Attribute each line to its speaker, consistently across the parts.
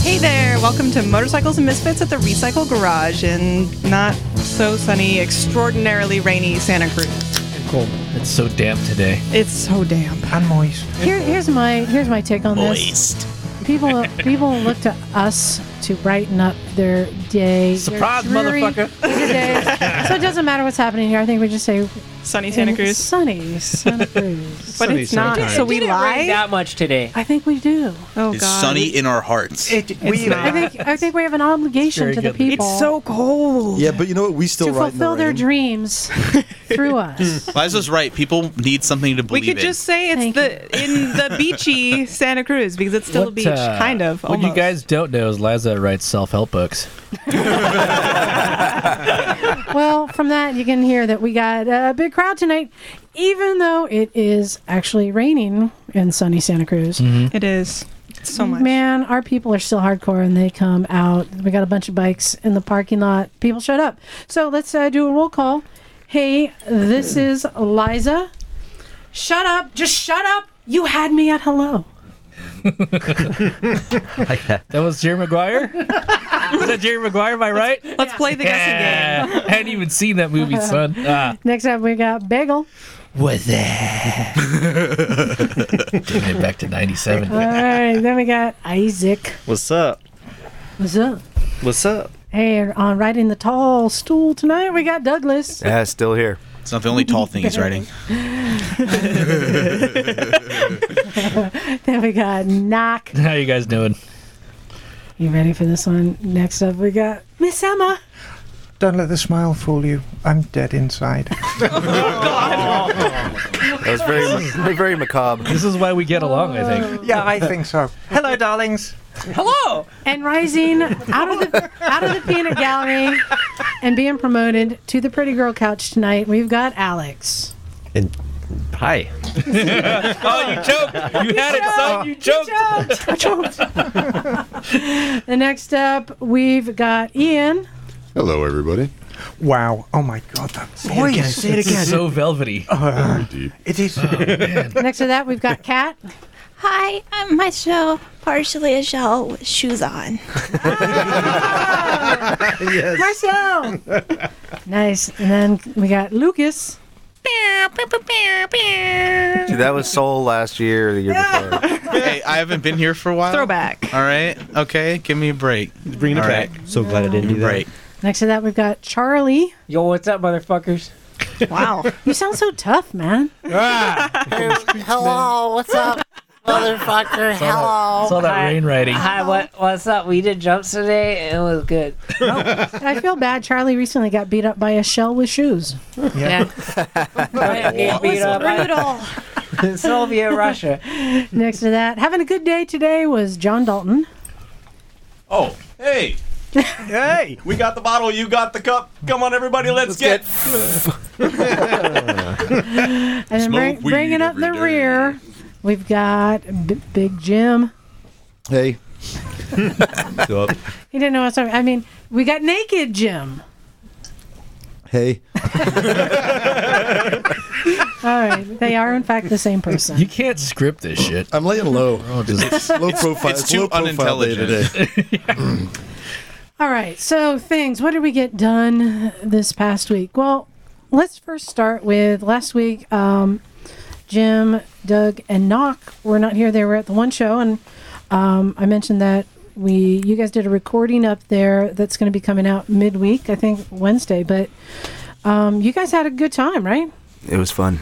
Speaker 1: Hey there! Welcome to Motorcycles and Misfits at the Recycle Garage in not so sunny, extraordinarily rainy Santa Cruz.
Speaker 2: Cold.
Speaker 3: It's so damp today.
Speaker 1: It's so damp.
Speaker 2: I'm moist.
Speaker 4: Here, here's my here's my take on this. People people look to us to brighten up their day. their
Speaker 3: Surprise,
Speaker 4: dreary
Speaker 3: motherfucker.
Speaker 4: days. so it doesn't matter what's happening here. I think we just say
Speaker 1: Sunny Santa
Speaker 4: "And
Speaker 1: Cruz.
Speaker 4: sunny Santa Cruz.
Speaker 1: But
Speaker 2: sunny
Speaker 1: it's not,
Speaker 2: sometimes.
Speaker 1: so we
Speaker 5: Didn't rain
Speaker 1: lie.
Speaker 5: that much today.
Speaker 4: I think we do.
Speaker 1: Oh,
Speaker 6: It's sunny in our hearts.
Speaker 2: we,
Speaker 4: I think I think we have an obligation
Speaker 2: Very
Speaker 4: to the
Speaker 2: good. It's
Speaker 4: people.
Speaker 1: It's so cold.
Speaker 2: Yeah, but you know what? We still
Speaker 4: to
Speaker 2: ride in the
Speaker 4: fulfill their
Speaker 2: rain.
Speaker 4: dreams through us.
Speaker 6: Liza's right. People need something to
Speaker 1: We
Speaker 6: believe
Speaker 1: could
Speaker 6: in.
Speaker 1: just say it's
Speaker 4: Thank
Speaker 1: the in the beachy Santa Cruz because it's still a
Speaker 3: What,
Speaker 1: beach,
Speaker 3: uh,
Speaker 1: kind of.
Speaker 3: What you
Speaker 1: almost.
Speaker 3: guys don't know is Liza writes self-help books.
Speaker 4: well, from that you can hear that we got a big crowd tonight, even though it is actually raining in sunny Santa Cruz.
Speaker 3: Mm-hmm.
Speaker 1: It is so much.
Speaker 4: Man, our people are still hardcore and they come out. We got a bunch of bikes in the parking lot. People showed up. So let's uh, do a roll call. Hey, this is Liza. Shut up. Just shut up. You had me at hello.
Speaker 3: That was Jerry Maguire. Is that Jerry Maguire? Am I right?
Speaker 1: Let's play the guessing game.
Speaker 3: Yeah. I hadn't even seen that movie, son. Ah.
Speaker 4: Next up, we got Bagel.
Speaker 3: What's that? Taking it back to '97.
Speaker 4: All right. then we got Isaac.
Speaker 7: What's up?
Speaker 4: What's up?
Speaker 7: What's up?
Speaker 4: Hey, on riding the tall stool tonight, we got Douglas.
Speaker 7: Yeah, still here.
Speaker 6: it's not the only tall thing he's writing.
Speaker 4: Then we got Knock.
Speaker 3: How you guys doing?
Speaker 4: You ready for this one? Next up, we got Miss Emma.
Speaker 8: Don't let the smile fool you. I'm dead inside.
Speaker 7: That was very, ma- very macabre.
Speaker 3: This is why we get along, I think.
Speaker 8: Oh. yeah, I think so. Hello, darlings.
Speaker 4: And rising out of the out of the peanut gallery and being promoted to the pretty girl couch tonight, we've got Alex.
Speaker 9: And hi.
Speaker 3: Oh, you choked! You had it, son. You choked.
Speaker 4: And next up, we've got Ian.
Speaker 10: Hello, everybody.
Speaker 8: Wow. Oh my god, that voice. Say it Uh,
Speaker 3: This is so velvety.
Speaker 8: It is.
Speaker 4: Next to that, we've got Kat.
Speaker 11: Hi, I'm Michelle, partially a shell with shoes on.
Speaker 4: Marcel. nice. And then we got Lucas.
Speaker 7: Dude, that was Soul last year, or the year before.
Speaker 6: hey, I haven't been here for a while.
Speaker 1: Throwback.
Speaker 6: All right. Okay. Give me a break.
Speaker 9: Bring
Speaker 6: it back.
Speaker 9: So glad I didn't do that.
Speaker 6: Break.
Speaker 4: Next to that, we've got Charlie.
Speaker 5: Yo, what's up, motherfuckers?
Speaker 1: Wow.
Speaker 4: You sound so tough, man.
Speaker 9: Ah.
Speaker 5: Hello, what's up, motherfucker? Hello.
Speaker 3: It's all that rain writing.
Speaker 5: Hi, what what's up? We did jumps today. It was good.
Speaker 4: I feel bad. Charlie recently got beat up by a shell with shoes.
Speaker 1: Yeah.
Speaker 5: I get beat up by
Speaker 11: Brutal.
Speaker 5: Soviet Russia.
Speaker 4: Next to that, having a good day today was John Dalton.
Speaker 6: Oh, hey. hey, we got the bottle. You got the cup. Come on, everybody. Let's, get.
Speaker 4: And then bring,
Speaker 6: Smoke weed
Speaker 4: bringing up
Speaker 6: every
Speaker 4: the
Speaker 6: day.
Speaker 4: rear, we've got B- Big Jim.
Speaker 9: Hey. Go up.
Speaker 4: He didn't know what's up. I mean, we got Naked Jim.
Speaker 9: Hey.
Speaker 4: All right, they are in fact the same person.
Speaker 3: You can't script this shit.
Speaker 9: I'm laying low.
Speaker 3: Oh, just
Speaker 9: low profile.
Speaker 6: it's
Speaker 9: low
Speaker 6: too
Speaker 9: profile day
Speaker 6: unintelligent.
Speaker 9: today.
Speaker 4: All right, so things. What did we get done this past week? Well, let's first start with last week. Um, Jim, Doug, and Knock were not here. They were at the one show, and um, I mentioned that we you guys did a recording up there that's going to be coming out midweek, I think Wednesday. But um, you guys had a good time, right?
Speaker 7: It was fun.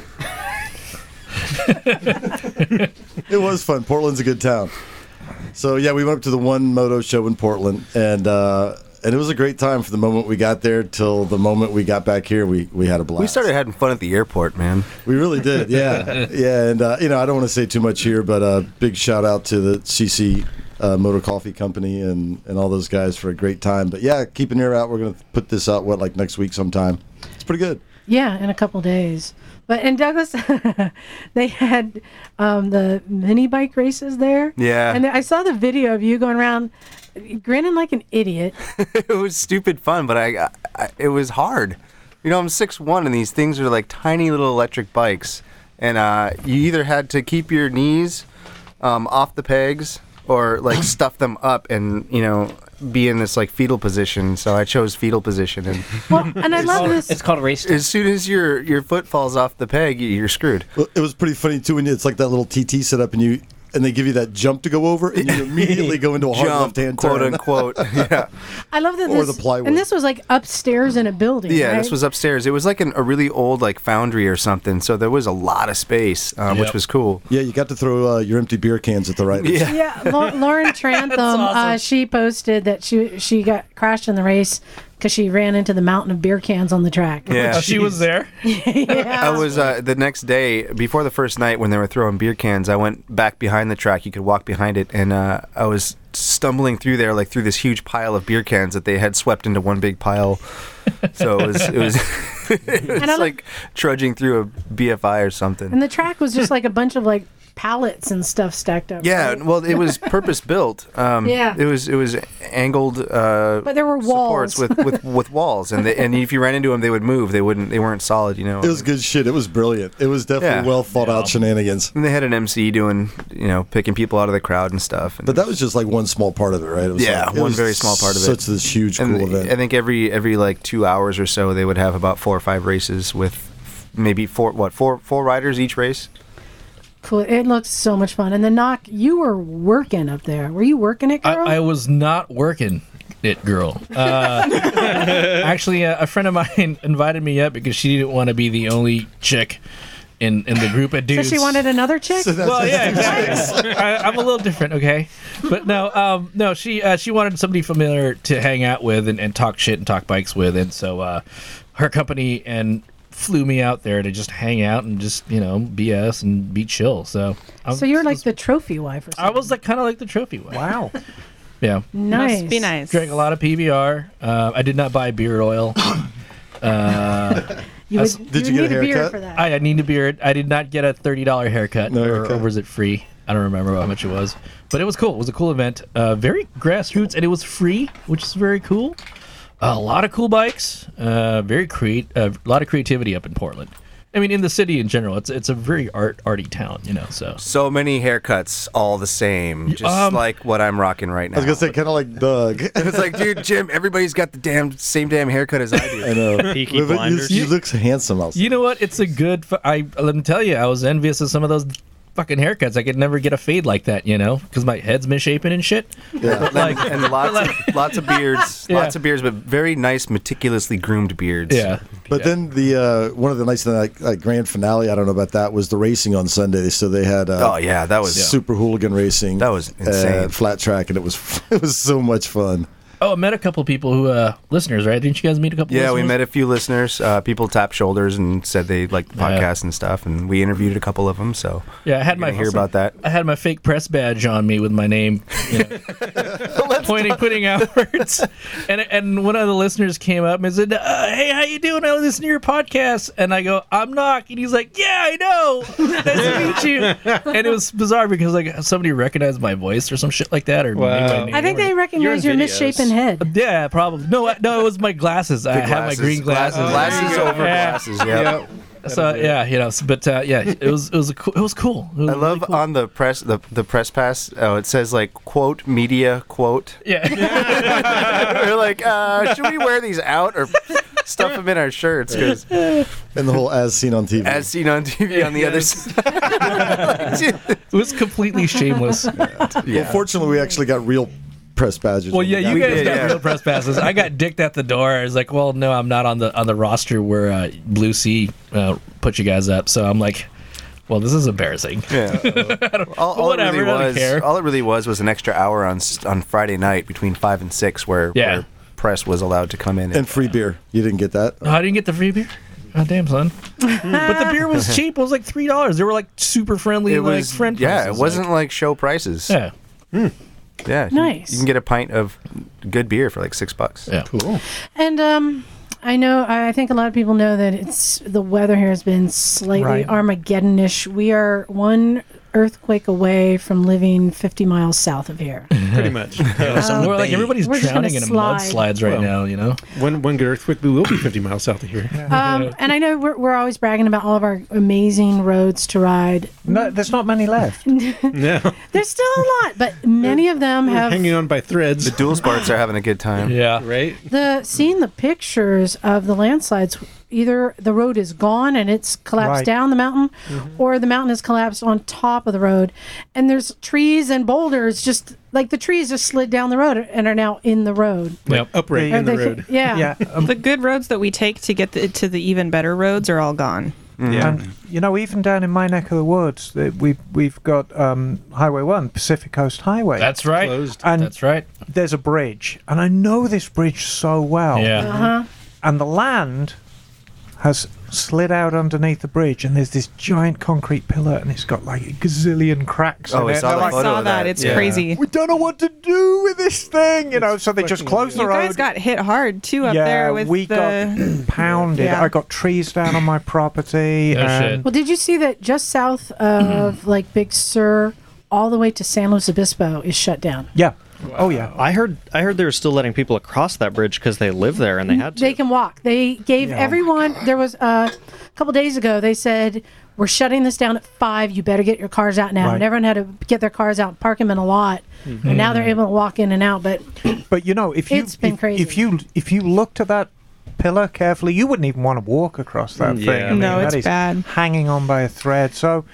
Speaker 9: It was fun. Portland's a good town. So yeah, we went up to the one moto show in Portland, and uh, and it was a great time from the moment we got there till the moment we got back here. We we had a blast.
Speaker 7: We started having fun at the airport, man.
Speaker 9: We really did, yeah, yeah. And uh, you know, I don't want to say too much here, but uh, big shout out to the CC uh, Motor Coffee Company and and all those guys for a great time. But yeah, keep an ear out. We're gonna put this out what like next week sometime. It's pretty good.
Speaker 4: Yeah, in a couple days. But in Douglas, they had um, the mini bike races there.
Speaker 7: Yeah.
Speaker 4: And I saw the video of you going around grinning like an idiot.
Speaker 7: it was stupid fun, but I, I it was hard. You know, I'm six one, and these things are like tiny little electric bikes, and uh, you either had to keep your knees um, off the pegs or like stuff them up, and you know, be in this like fetal position. So I chose fetal position, and
Speaker 4: Well, and I love this.
Speaker 3: It's called race.
Speaker 7: as soon as your your foot falls off the peg, you- you're screwed.
Speaker 9: Well, it was pretty funny too when it's like that little TT setup and you and they give you that jump to go over and you immediately go into a hard left hand
Speaker 7: quote
Speaker 9: turn.
Speaker 7: unquote. yeah.
Speaker 4: I love that
Speaker 9: Or
Speaker 4: this.
Speaker 9: the plywood.
Speaker 4: And this was like upstairs in a building.
Speaker 7: Yeah, this
Speaker 4: right?
Speaker 7: was upstairs. It was like an, a really old like foundry or something, so there was a lot of space, um, which
Speaker 6: Yep.
Speaker 7: was cool.
Speaker 9: Yeah, you got to throw uh, your empty beer cans at the right.
Speaker 7: Yeah.
Speaker 4: Yeah, Lau- Lauren Trantham. uh, she posted that she she got crashed in the race because she ran into the mountain of beer cans on the track.
Speaker 7: Yeah,
Speaker 3: Oh, she was there.
Speaker 7: I was uh, the next day before the first night when they were throwing beer cans. I went back behind the track. You could walk behind it, and uh, I was stumbling through there like through this huge pile of beer cans that they had swept into one big pile. So it was it was it was
Speaker 4: I love-
Speaker 7: like trudging through a BFI or something.
Speaker 4: And the track was just like a bunch of like pallets and stuff stacked up.
Speaker 7: yeah,
Speaker 4: right?
Speaker 7: well, it was purpose built. Um,
Speaker 4: Yeah.
Speaker 7: it was it was angled. Uh,
Speaker 4: But there were
Speaker 7: supports
Speaker 4: walls.
Speaker 7: with, with, with walls, and they, and if you ran into them, they would move. They wouldn't. They weren't solid. You know.
Speaker 9: It was good shit. It was brilliant. It was definitely
Speaker 7: Yeah.
Speaker 9: well thought out shenanigans.
Speaker 7: And they had an MC doing, you know, picking people out of the crowd and stuff. And
Speaker 9: But that was just like one small part of it, right? It was
Speaker 7: Yeah,
Speaker 9: like, it
Speaker 7: one
Speaker 9: was
Speaker 7: very small part of it.
Speaker 9: Such this huge
Speaker 7: and
Speaker 9: cool event.
Speaker 7: I think every every like two hours or so, they would have about four or five races with f- maybe four what four four riders each race.
Speaker 4: cool. It looked so much fun. And the knock, you were working up there. Were you working it, girl?
Speaker 3: I, I was not working it, girl. Uh, actually, uh, a, a friend of mine invited me up because she didn't want to be the only chick in, in the group of
Speaker 4: so
Speaker 3: dudes.
Speaker 4: she wanted another chick.
Speaker 9: So that's-
Speaker 3: well, yeah, exactly. I, I'm a little different, okay? But no, um, no, she uh, she wanted somebody familiar to hang out with and, and talk shit and talk bikes with, and so uh, her company and flew me out there to just hang out and just you know BS and be chill. So, I
Speaker 4: so you're
Speaker 3: was-
Speaker 4: like the trophy wife or something.
Speaker 3: I was like kind of like the trophy one.
Speaker 7: Wow.
Speaker 3: Yeah,
Speaker 4: nice.
Speaker 1: Must be nice.
Speaker 3: drank a lot of PBR. Uh, I did not buy beard oil. Uh,
Speaker 4: You would,
Speaker 9: Did
Speaker 4: would
Speaker 9: you get
Speaker 4: need
Speaker 9: a
Speaker 4: beer
Speaker 9: haircut?
Speaker 4: for that.
Speaker 3: I, I need a beard. I did not get a thirty dollar haircut,
Speaker 9: No
Speaker 3: or,
Speaker 9: haircut.
Speaker 3: or was it free? I don't remember how much it was, but it was cool. It was a cool event, uh, very grassroots, and it was free, which is very cool. a lot of cool bikes, uh, very create, a lot of creativity up in Portland. I mean, in the city in general, it's it's a very art arty town, you know. So
Speaker 7: So many haircuts, all the same, just
Speaker 3: um,
Speaker 7: like what I'm rocking right now.
Speaker 9: I was gonna say kind of like Doug.
Speaker 7: it's like, dude, Jim, everybody's got the damn same damn haircut as I
Speaker 9: I
Speaker 7: do.
Speaker 9: know.
Speaker 2: Peaky
Speaker 9: But you,
Speaker 2: Blinders.
Speaker 9: you look handsome. Also.
Speaker 3: you know what? It's a good. F- I let me tell you, I was envious of some of those fucking haircuts. I could never get a fade like that, you know, because my head's misshapen and shit.
Speaker 9: Yeah.
Speaker 3: Like,
Speaker 7: and lots of, lots of beards,
Speaker 3: Yeah.
Speaker 7: lots of beards, but very nice, meticulously groomed beards.
Speaker 3: yeah.
Speaker 9: But
Speaker 3: Yeah.
Speaker 9: then the uh, one of the nights in the like, like grand finale, I don't know about that, was the racing on Sunday. So they had uh,
Speaker 7: Oh yeah, that was
Speaker 9: super hooligan racing.
Speaker 7: That was insane.
Speaker 9: uh, flat track, and it was it was so much fun.
Speaker 3: Oh, I met a couple people who uh listeners, right? Didn't you guys meet a couple?
Speaker 7: Yeah, we
Speaker 3: listeners?
Speaker 7: met a few listeners. Uh, people tapped shoulders and said they liked the
Speaker 3: Yeah.
Speaker 7: podcast and stuff, and we interviewed a couple of them. So
Speaker 3: Yeah, I had
Speaker 7: you're
Speaker 3: my
Speaker 7: gonna hear about that.
Speaker 3: I had my fake press badge on me with my name, you know, pointing, putting outwards. And and one of the listeners came up and said, uh, "Hey, how you doing? I listen to your podcast." And I go, "I'm Knock," and he's like, "Yeah, I know. Nice to meet you." And it was bizarre because like somebody recognized my voice or some shit like that, or knew my
Speaker 2: Wow.
Speaker 3: name
Speaker 4: I think
Speaker 3: or-
Speaker 4: they recognize your
Speaker 2: videos.
Speaker 4: misshapen head.
Speaker 3: Yeah, probably. No, I- no, it was my glasses. I had my
Speaker 7: Glasses,
Speaker 3: green glasses.
Speaker 7: glasses,
Speaker 2: Oh, there you go.
Speaker 7: over
Speaker 3: Yeah.
Speaker 7: glasses. Yeah.
Speaker 3: So yeah, you know, s- but uh, yeah, it was it was a cool, it was cool. It was
Speaker 7: I
Speaker 3: really
Speaker 7: love
Speaker 3: cool.
Speaker 7: on the press the the press pass. Oh, it says like quote media quote.
Speaker 3: yeah.
Speaker 7: We're like, uh, should we wear these out or stuff them in our shirts? Because
Speaker 9: And the whole as seen on TV.
Speaker 7: as seen on TV on the other side. Like,
Speaker 3: It was completely shameless.
Speaker 7: yeah.
Speaker 9: Well, fortunately, we actually got real press badges.
Speaker 3: Well, yeah, you
Speaker 7: We
Speaker 3: guys
Speaker 7: did,
Speaker 3: got
Speaker 7: yeah.
Speaker 3: real press passes. I got dicked at the door. I was like, well, no, I'm not on the on the roster where uh, Blue Sea uh, put you guys up. So I'm like, well, this is embarrassing.
Speaker 7: all, all
Speaker 3: Whatever,
Speaker 7: it
Speaker 3: I
Speaker 7: really
Speaker 3: don't
Speaker 7: was,
Speaker 3: care.
Speaker 7: all it really was was an extra hour on s- on Friday night between five and six, where,
Speaker 3: Yeah.
Speaker 7: where press was allowed to come in.
Speaker 9: and free beer. You didn't get that.
Speaker 3: Oh, I didn't get the free beer. Oh, damn, son. but the beer was cheap. It was like three dollars. They were like super friendly,
Speaker 7: it
Speaker 3: like
Speaker 7: was
Speaker 3: friend.
Speaker 7: yeah,
Speaker 3: prices,
Speaker 7: it wasn't
Speaker 3: Like,
Speaker 7: like, show prices.
Speaker 3: yeah,
Speaker 7: Yeah, you-
Speaker 4: Nice.
Speaker 7: You, can get a pint of good beer for like six bucks.
Speaker 3: yeah.
Speaker 9: Cool.
Speaker 4: And um, I know. I I think a lot of people know that it's the weather here has been slightly
Speaker 8: Right.
Speaker 4: Armageddonish. We are one earthquake away from living 50 miles south of here.
Speaker 2: Pretty much.
Speaker 4: Um,
Speaker 3: We're like everybody's
Speaker 4: We're just gonna
Speaker 3: drowning in
Speaker 4: slide.
Speaker 3: mudslides right
Speaker 2: Well,
Speaker 3: now, you know.
Speaker 2: One one good earthquake, we will be 50 miles south of here.
Speaker 4: Um, and I know we're, we're always bragging about all of our amazing roads to ride.
Speaker 8: No, there's not many left.
Speaker 2: no,
Speaker 4: There's still a lot, but many of them have
Speaker 2: hanging on by threads.
Speaker 7: The dual sparts are having a good time.
Speaker 3: Yeah.
Speaker 2: Right?
Speaker 4: the seeing the pictures of the landslides either the road is gone and it's collapsed
Speaker 8: Right.
Speaker 4: down the mountain or the mountain has collapsed on top of the road and there's trees and boulders just like the trees just slid down the road and are now in the road
Speaker 3: Yep.
Speaker 2: Upright in the
Speaker 4: Or they-
Speaker 2: road.
Speaker 4: yeah,
Speaker 8: Yeah. um,
Speaker 1: The good roads that we take to get the, to the even better roads are all gone.
Speaker 7: Mm.
Speaker 8: And you know, even down in my neck of the woods, uh, we we've got um, Highway One, Pacific Coast Highway.
Speaker 3: That's right.
Speaker 2: Closed.
Speaker 8: and
Speaker 3: That's right.
Speaker 8: there's a bridge, and I know this bridge so well.
Speaker 3: Yeah.
Speaker 4: uh-huh
Speaker 7: Mm-hmm.
Speaker 8: And the land has slid out underneath the bridge, and there's this giant concrete pillar, and it's got like a gazillion cracks.
Speaker 7: Oh,
Speaker 8: in
Speaker 7: I
Speaker 8: it.
Speaker 7: saw
Speaker 8: They're
Speaker 7: that
Speaker 8: like,
Speaker 1: I
Speaker 7: photo
Speaker 1: saw
Speaker 7: of
Speaker 1: that.
Speaker 7: that,
Speaker 1: It's
Speaker 7: yeah.
Speaker 1: crazy.
Speaker 8: we don't know what to do with this thing, you know. So they just
Speaker 2: fucking
Speaker 8: closed the
Speaker 1: You
Speaker 8: road.
Speaker 1: guys got hit hard too up
Speaker 8: yeah,
Speaker 1: there with
Speaker 8: we
Speaker 1: the.
Speaker 8: got pounded.
Speaker 1: Yeah.
Speaker 8: I got trees down on my property.
Speaker 3: No
Speaker 8: and
Speaker 3: shit.
Speaker 4: well did you see that just south of like big sur all the way to san luis obispo is shut down
Speaker 8: Yeah. Oh yeah.
Speaker 2: I heard I heard they were still letting people across that bridge because they live there and they had
Speaker 4: they can walk. They gave
Speaker 8: Yeah.
Speaker 4: everyone. There was uh, a couple days ago. They said we're shutting this down at five. You better get your cars out now.
Speaker 8: Right.
Speaker 4: And everyone had to get their cars out, and park them in a lot,
Speaker 3: Mm-hmm.
Speaker 4: and now they're able to walk in and out. But
Speaker 8: But you know, if you
Speaker 4: It's been
Speaker 8: if,
Speaker 4: crazy.
Speaker 8: if you if you looked at that pillar carefully, you wouldn't even want to walk across that thing. I
Speaker 2: Yeah.
Speaker 8: mean,
Speaker 1: Mm, No, it's
Speaker 8: that is
Speaker 1: bad.
Speaker 8: Hanging on by a thread. So,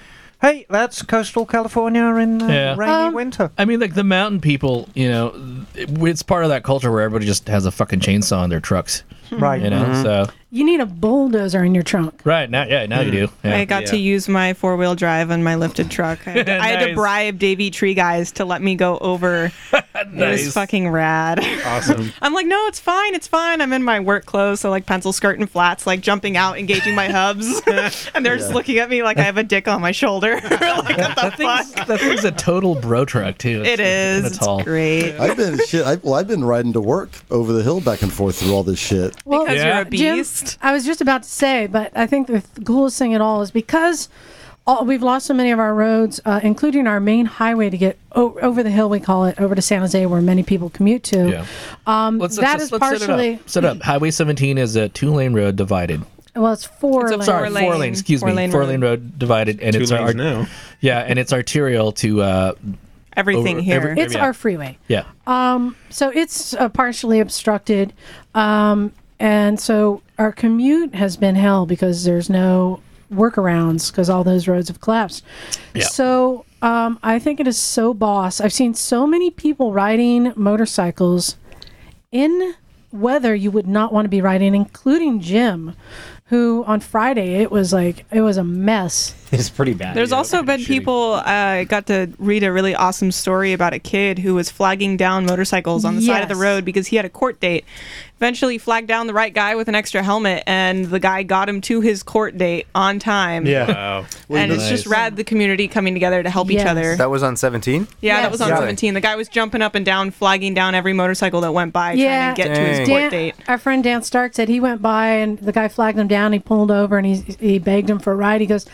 Speaker 8: hey, that's coastal California in uh,
Speaker 3: Yeah.
Speaker 8: rainy
Speaker 4: Um,
Speaker 8: winter.
Speaker 3: I mean, like the mountain people, you know, it- it's part of that culture where everybody just has a fucking chainsaw in their trucks,
Speaker 8: Right.
Speaker 3: you know.
Speaker 7: Mm-hmm.
Speaker 3: So
Speaker 4: you need a bulldozer in your trunk.
Speaker 3: right now, yeah, now you do. Hmm. Yeah.
Speaker 1: I got to use my four wheel drive on my lifted truck. I had, to, I had to
Speaker 3: Nice.
Speaker 1: bribe Davy Tree Guys to let me go over. It was fucking rad.
Speaker 2: awesome.
Speaker 1: I'm like, no, it's fine, it's fine. I'm in my work clothes, so like pencil skirt and flats, like jumping out, engaging my hubs, and they're just looking at me like I have a dick on my shoulder. like what the fuck?
Speaker 3: That thing's a total bro truck too.
Speaker 1: It is.
Speaker 3: It's
Speaker 1: It's
Speaker 3: all.
Speaker 1: great.
Speaker 9: I've been shit. I, well, I've been riding to work over the hill back and forth through all this shit.
Speaker 4: Well,
Speaker 1: Because
Speaker 3: Yeah.
Speaker 1: you're a
Speaker 4: Jim,
Speaker 1: beast.
Speaker 4: I was just about to say, but I think the th- coolest thing at all is because all, we've lost so many of our roads, uh, including our main highway to get o- over the hill, we call it, over to San Jose, where many people commute to.
Speaker 3: Yeah. Um, let's,
Speaker 4: that is partially-
Speaker 3: set it, up. Highway 17 is a two-lane road divided.
Speaker 4: Well, it's four.
Speaker 1: It's a
Speaker 4: lanes.
Speaker 3: Sorry,
Speaker 1: Four-lane-
Speaker 3: four lane. Excuse me,
Speaker 1: four-lane
Speaker 3: four lane road. divided, and
Speaker 2: Two
Speaker 3: it's
Speaker 2: lanes
Speaker 3: our,
Speaker 2: now.
Speaker 3: yeah, and it's arterial to uh,
Speaker 1: Everything
Speaker 3: Over-
Speaker 1: here.
Speaker 3: every-
Speaker 4: It's
Speaker 3: Yeah.
Speaker 4: our freeway. Um,
Speaker 3: yeah.
Speaker 4: So it's uh, partially obstructed. Um, and so our commute has been hell because there's no workarounds because all those roads have collapsed.
Speaker 3: Yeah.
Speaker 4: So um, I think it is so boss. I've seen so many people riding motorcycles in weather you would not want to be riding, including Jim, who on Friday it was like, it was a mess.
Speaker 2: It's pretty bad.
Speaker 1: There's also been people. uh, I got to read a really awesome story about a kid who was flagging down motorcycles on the side of the
Speaker 4: Yes.
Speaker 1: road because he had a court date. Eventually, flagged down the right guy with an extra helmet, and the guy got him to his court date on time.
Speaker 2: Wow.
Speaker 1: and it's just rad the community coming together to help each
Speaker 4: Yes.
Speaker 1: other.
Speaker 7: That was on 17?
Speaker 1: yeah, that
Speaker 4: Yes.
Speaker 1: was on
Speaker 4: Yeah.
Speaker 1: 17. The guy was jumping up and down, flagging down every motorcycle that went by,
Speaker 4: Yeah.
Speaker 1: trying to get to
Speaker 7: Dang.
Speaker 1: his court
Speaker 4: Dan-
Speaker 1: date.
Speaker 4: Our friend Dan Stark said he went by and the guy flagged him down. He pulled over and he he begged him for a ride. He goes,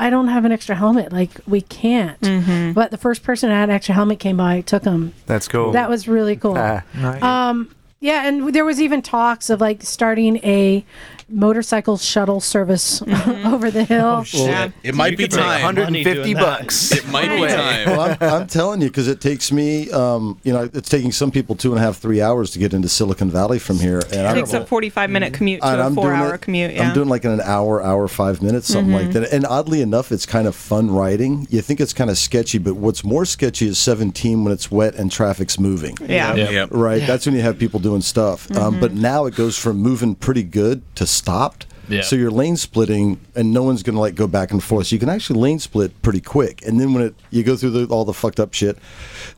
Speaker 4: "I don't have an extra helmet. Like we can't." But the first person that had an extra helmet came by, took him.
Speaker 7: That's Mm-hmm. cool.
Speaker 4: That was really cool. Um,
Speaker 7: Ah.
Speaker 8: Right.
Speaker 4: Yeah, and there was even talks of like starting a motorcycle shuttle service
Speaker 7: Mm-hmm.
Speaker 4: over the hill.
Speaker 1: Yeah.
Speaker 10: It might be
Speaker 2: could make
Speaker 10: time.
Speaker 7: 150 bucks.
Speaker 10: It might be
Speaker 4: Right.
Speaker 10: time.
Speaker 9: Well, I'm, I'm telling you, because it takes me, um, you know, it's taking some people two and a half, three hours to get into Silicon Valley from here, and
Speaker 1: It
Speaker 9: I
Speaker 1: takes a 45 minute commute
Speaker 9: Mm-hmm. and
Speaker 1: to a
Speaker 9: I'm
Speaker 1: four
Speaker 9: doing
Speaker 1: hour
Speaker 9: it-
Speaker 1: commute. Yeah. Mm-hmm.
Speaker 9: I'm doing like in an hour, hour, five minutes, something like that. And oddly enough, it's kind of fun riding. You think it's kind of sketchy, but what's more sketchy is 17 when it's wet and traffic's moving.
Speaker 1: yeah. Mm-hmm.
Speaker 3: Yeah.
Speaker 10: Yep.
Speaker 9: Right, that's when you have people doing stuff. Um, but now it goes from moving pretty good to stopped.
Speaker 3: Yeah.
Speaker 9: So you're lane splitting, and no one's going to like go back and forth. So you can actually lane split pretty quick. And then when it you go through the, all the fucked up shit,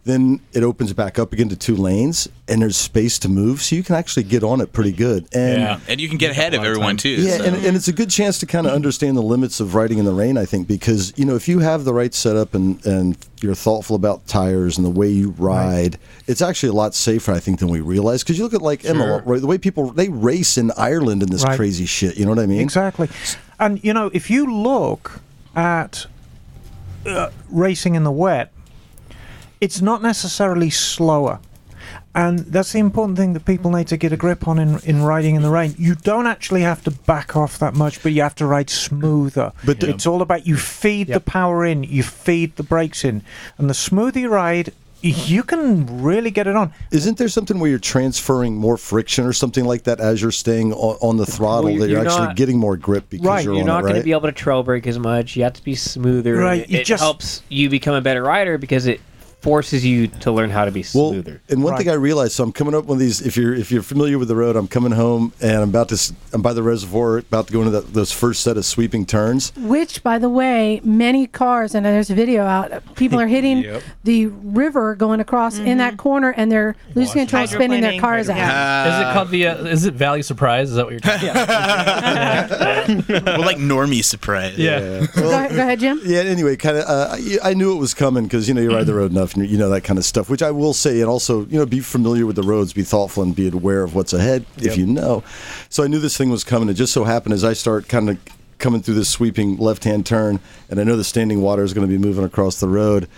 Speaker 9: then it opens back up again to two lanes, and there's space to move. So you can actually get on it pretty good. And
Speaker 3: Yeah.
Speaker 10: And you can get ahead of everyone too.
Speaker 9: yeah,
Speaker 10: so.
Speaker 9: and, and it's a good chance to kind of understand the limits of riding in the rain, I think, because you know if you have the right setup and and you're thoughtful about tires and the way you ride. It's actually a lot safer, I think, than we realize. Because you look at like Emma,
Speaker 8: Sure.
Speaker 9: right, the way people they race in Ireland in this
Speaker 8: Right.
Speaker 9: crazy shit. You know what I mean?
Speaker 8: Exactly. And you know, if you look at uh, racing in the wet, it's not necessarily slower. And that's the important thing that people need to get a grip on in, in riding in the rain. You don't actually have to back off that much, but you have to ride smoother. But it's all about you feed the power in, you feed the brakes in, and the smoother you ride, you can really get it on.
Speaker 9: Isn't there something where you're transferring more friction or something like that as you're staying on, on the throttle
Speaker 5: you're-
Speaker 9: that you're,
Speaker 5: you're
Speaker 9: actually
Speaker 5: not-
Speaker 9: getting more grip because
Speaker 5: right,
Speaker 9: you're,
Speaker 5: you're
Speaker 9: on
Speaker 5: not
Speaker 9: it, right?
Speaker 5: going to be able to trail break as much. You have to be smoother.
Speaker 9: Right,
Speaker 5: It,
Speaker 9: you
Speaker 5: it
Speaker 9: just-
Speaker 5: helps you become a better rider because it forces you to learn how to be smoother.
Speaker 9: And one thing I realized, so I'm coming up one of these. If you're if you're familiar with the road, I'm coming home and I'm about to s- I'm by the reservoir, about to go into that, those first set of sweeping turns.
Speaker 4: Which, by the way, many cars and there's a video out. People are hitting
Speaker 9: Yep.
Speaker 4: the river going across in that corner, and they're losing control, spinning their cars out.
Speaker 3: is it called the? Uh, is it Valley Surprise? Is that what you're talking about?
Speaker 10: We're like normie surprise.
Speaker 3: Yeah.
Speaker 4: Go, ahead- go ahead, Jim.
Speaker 9: Yeah. Anyway, kind of, uh, I- I knew it was coming because you know you ride the road enough, and you know that kind of stuff. Which I will say, and also you know, be familiar with the roads, be thoughtful, and be aware of what's ahead if you know. So I knew this thing was coming. It just so happened as I start kind of coming through this sweeping left-hand turn, and I know the standing water is going to be moving across the road.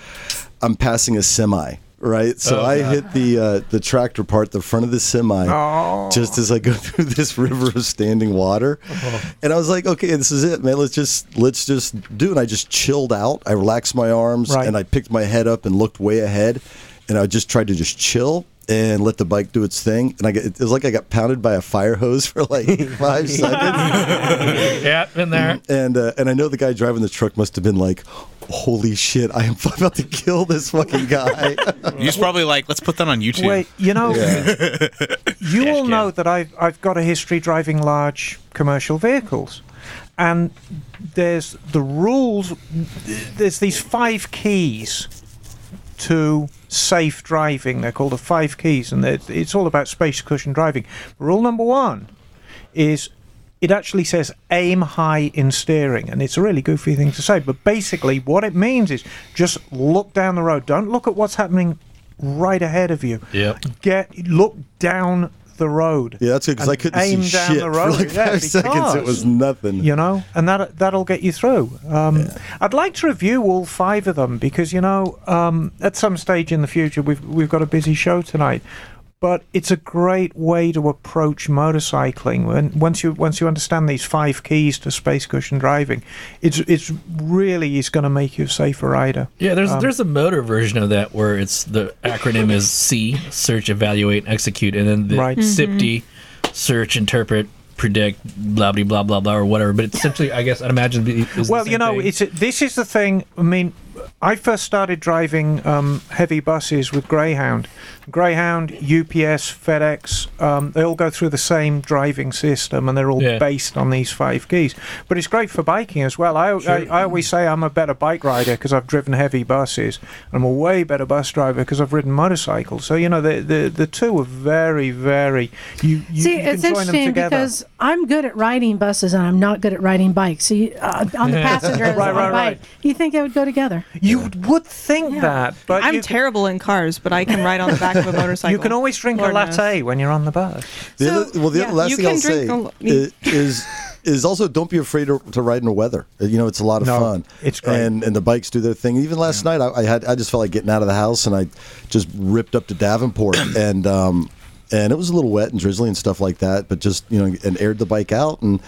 Speaker 9: I'm passing a semi. Right, so
Speaker 8: Oh,
Speaker 9: I
Speaker 8: God.
Speaker 9: hit the uh, the tractor part, the front of the semi,
Speaker 8: Oh.
Speaker 9: just as I go through this river of standing water,
Speaker 8: Uh-huh.
Speaker 9: and I was like, okay, this is it, man. Let's just let's just do. it. And I just chilled out. I relaxed my arms
Speaker 8: Right.
Speaker 9: and I picked my head up and looked way ahead, and I just tried to just chill and let the bike do its thing. And I got, it was like I got pounded by a fire hose for like five seconds.
Speaker 3: yeah, been there.
Speaker 9: And uh, and I know the guy driving the truck must have been like, holy shit, I am about to kill this fucking guy.
Speaker 10: You're just probably like, let's put that on YouTube.
Speaker 8: Wait, you know,
Speaker 10: Yeah.
Speaker 8: you all know that I've I've got a history driving large commercial vehicles, and there's the rules. There's these five keys to safe driving. They're called the five keys, and they're- it's all about space cushion driving. Rule number one is it actually says aim high in steering, and it's a really goofy thing to say, but basically what it means is just look down the road. Don't look at what's happening right ahead of you.
Speaker 3: Yep.
Speaker 8: Get look down the road.
Speaker 9: Yeah, that's good because I
Speaker 8: and
Speaker 9: couldn't
Speaker 8: aim
Speaker 9: see
Speaker 8: down
Speaker 9: shit
Speaker 8: the road.
Speaker 9: for like
Speaker 8: Yeah,
Speaker 9: five seconds. It
Speaker 8: because-
Speaker 9: was nothing.
Speaker 8: you know, and that that'll get you through. Um, I'd like to review all five of them because you know, um, at some stage in the future, we've we've got a busy show tonight. But it's a great way to approach motorcycling. When once you once you understand these five keys to space cushion driving, it's it's really is going to make you a safer rider.
Speaker 3: Yeah, there's
Speaker 8: Um,
Speaker 3: there's a motor version of that where it's the acronym is C search, evaluate, and execute, and then the
Speaker 8: Right.
Speaker 3: SIPD search, interpret, predict, blah blah blah blah blah or whatever. But it's essentially, I guess, I'd imagine. the- Is
Speaker 8: well,
Speaker 3: the same
Speaker 8: you know,
Speaker 3: thing.
Speaker 8: it's this is the thing. I mean, I first started driving um, heavy buses with Greyhound. Greyhound, UPS, FedEx, um, they all go through the same driving system, and they're all
Speaker 3: Yeah.
Speaker 8: based on these five keys. But it's great for biking as well. I, I, I always say I'm a better bike rider because I've driven heavy buses. I'm a way better bus driver because I've ridden motorcycles. So you know, the the, the two are very very. You, you,
Speaker 4: See,
Speaker 8: you
Speaker 4: it's
Speaker 8: can join them
Speaker 4: interesting
Speaker 8: together.
Speaker 4: because I'm good at riding buses and I'm not good at riding bikes. So you, uh, I'm the passenger
Speaker 8: Right,
Speaker 4: on
Speaker 8: right,
Speaker 4: the
Speaker 8: right.
Speaker 4: bike. You think it would go together?
Speaker 8: You would think that, but
Speaker 1: I'm terrible in cars, but I can ride on the back of a motorcycle.
Speaker 8: You can always drink
Speaker 1: Lord
Speaker 8: a
Speaker 1: knows.
Speaker 8: latte when you're on the bus.
Speaker 9: The other, well, the
Speaker 1: yeah,
Speaker 9: other last
Speaker 1: you
Speaker 9: thing I'll
Speaker 1: can
Speaker 9: say
Speaker 1: drink a lo-
Speaker 9: is, is is also don't be afraid to, to ride in the weather. Uh, You know, it's a lot of fun. It's great, and and the bikes do their thing. Even last night, I, I had I just felt like getting out of the house, and I just ripped up to Davenport, and um and it was a little wet and drizzly and stuff like that. But just you know, and aired the bike out, and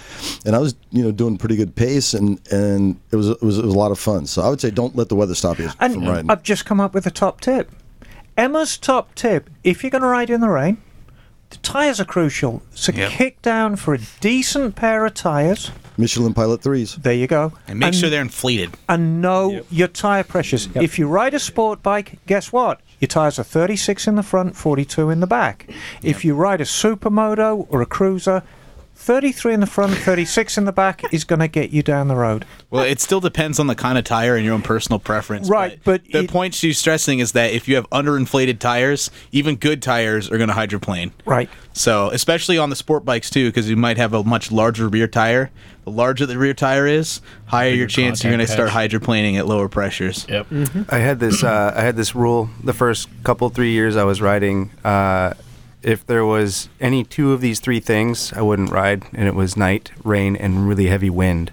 Speaker 9: and I was you know doing pretty good pace, and and it was it was, it was a lot of fun. So I would say don't let the weather stop you from riding.
Speaker 8: And I've just come up with a top tip. Emma's top tip: if you're going to ride in the rain, the tires are crucial. So kick down for a decent pair of tires.
Speaker 9: Michelin Pilot threes.
Speaker 8: There you go.
Speaker 10: And make sure they're inflated.
Speaker 8: and know your tire pressures. If you ride a sport bike, guess what? Your tires are 36 in the front, 42 in the back. If you ride a supermoto or a cruiser, 33 in the front, 36 in the back is going to get you down the road.
Speaker 10: Well, it still depends on the kind of tire and your own personal preference.
Speaker 8: Right, but
Speaker 10: the point she's stressing is that if you have underinflated tires, even good tires are going to hydroplane.
Speaker 8: Right.
Speaker 10: So, especially on the sport bikes too, because you might have a much larger rear tire. The larger the rear tire is, higher your chance you're going
Speaker 7: contact
Speaker 10: to start
Speaker 7: patch.
Speaker 10: hydroplaning at lower pressures.
Speaker 3: Yep.
Speaker 7: I had this. Uh, I had this rule the first couple three years I was riding. Uh, if there was any two of these three things, I wouldn't ride, and it was night, rain, and really heavy wind.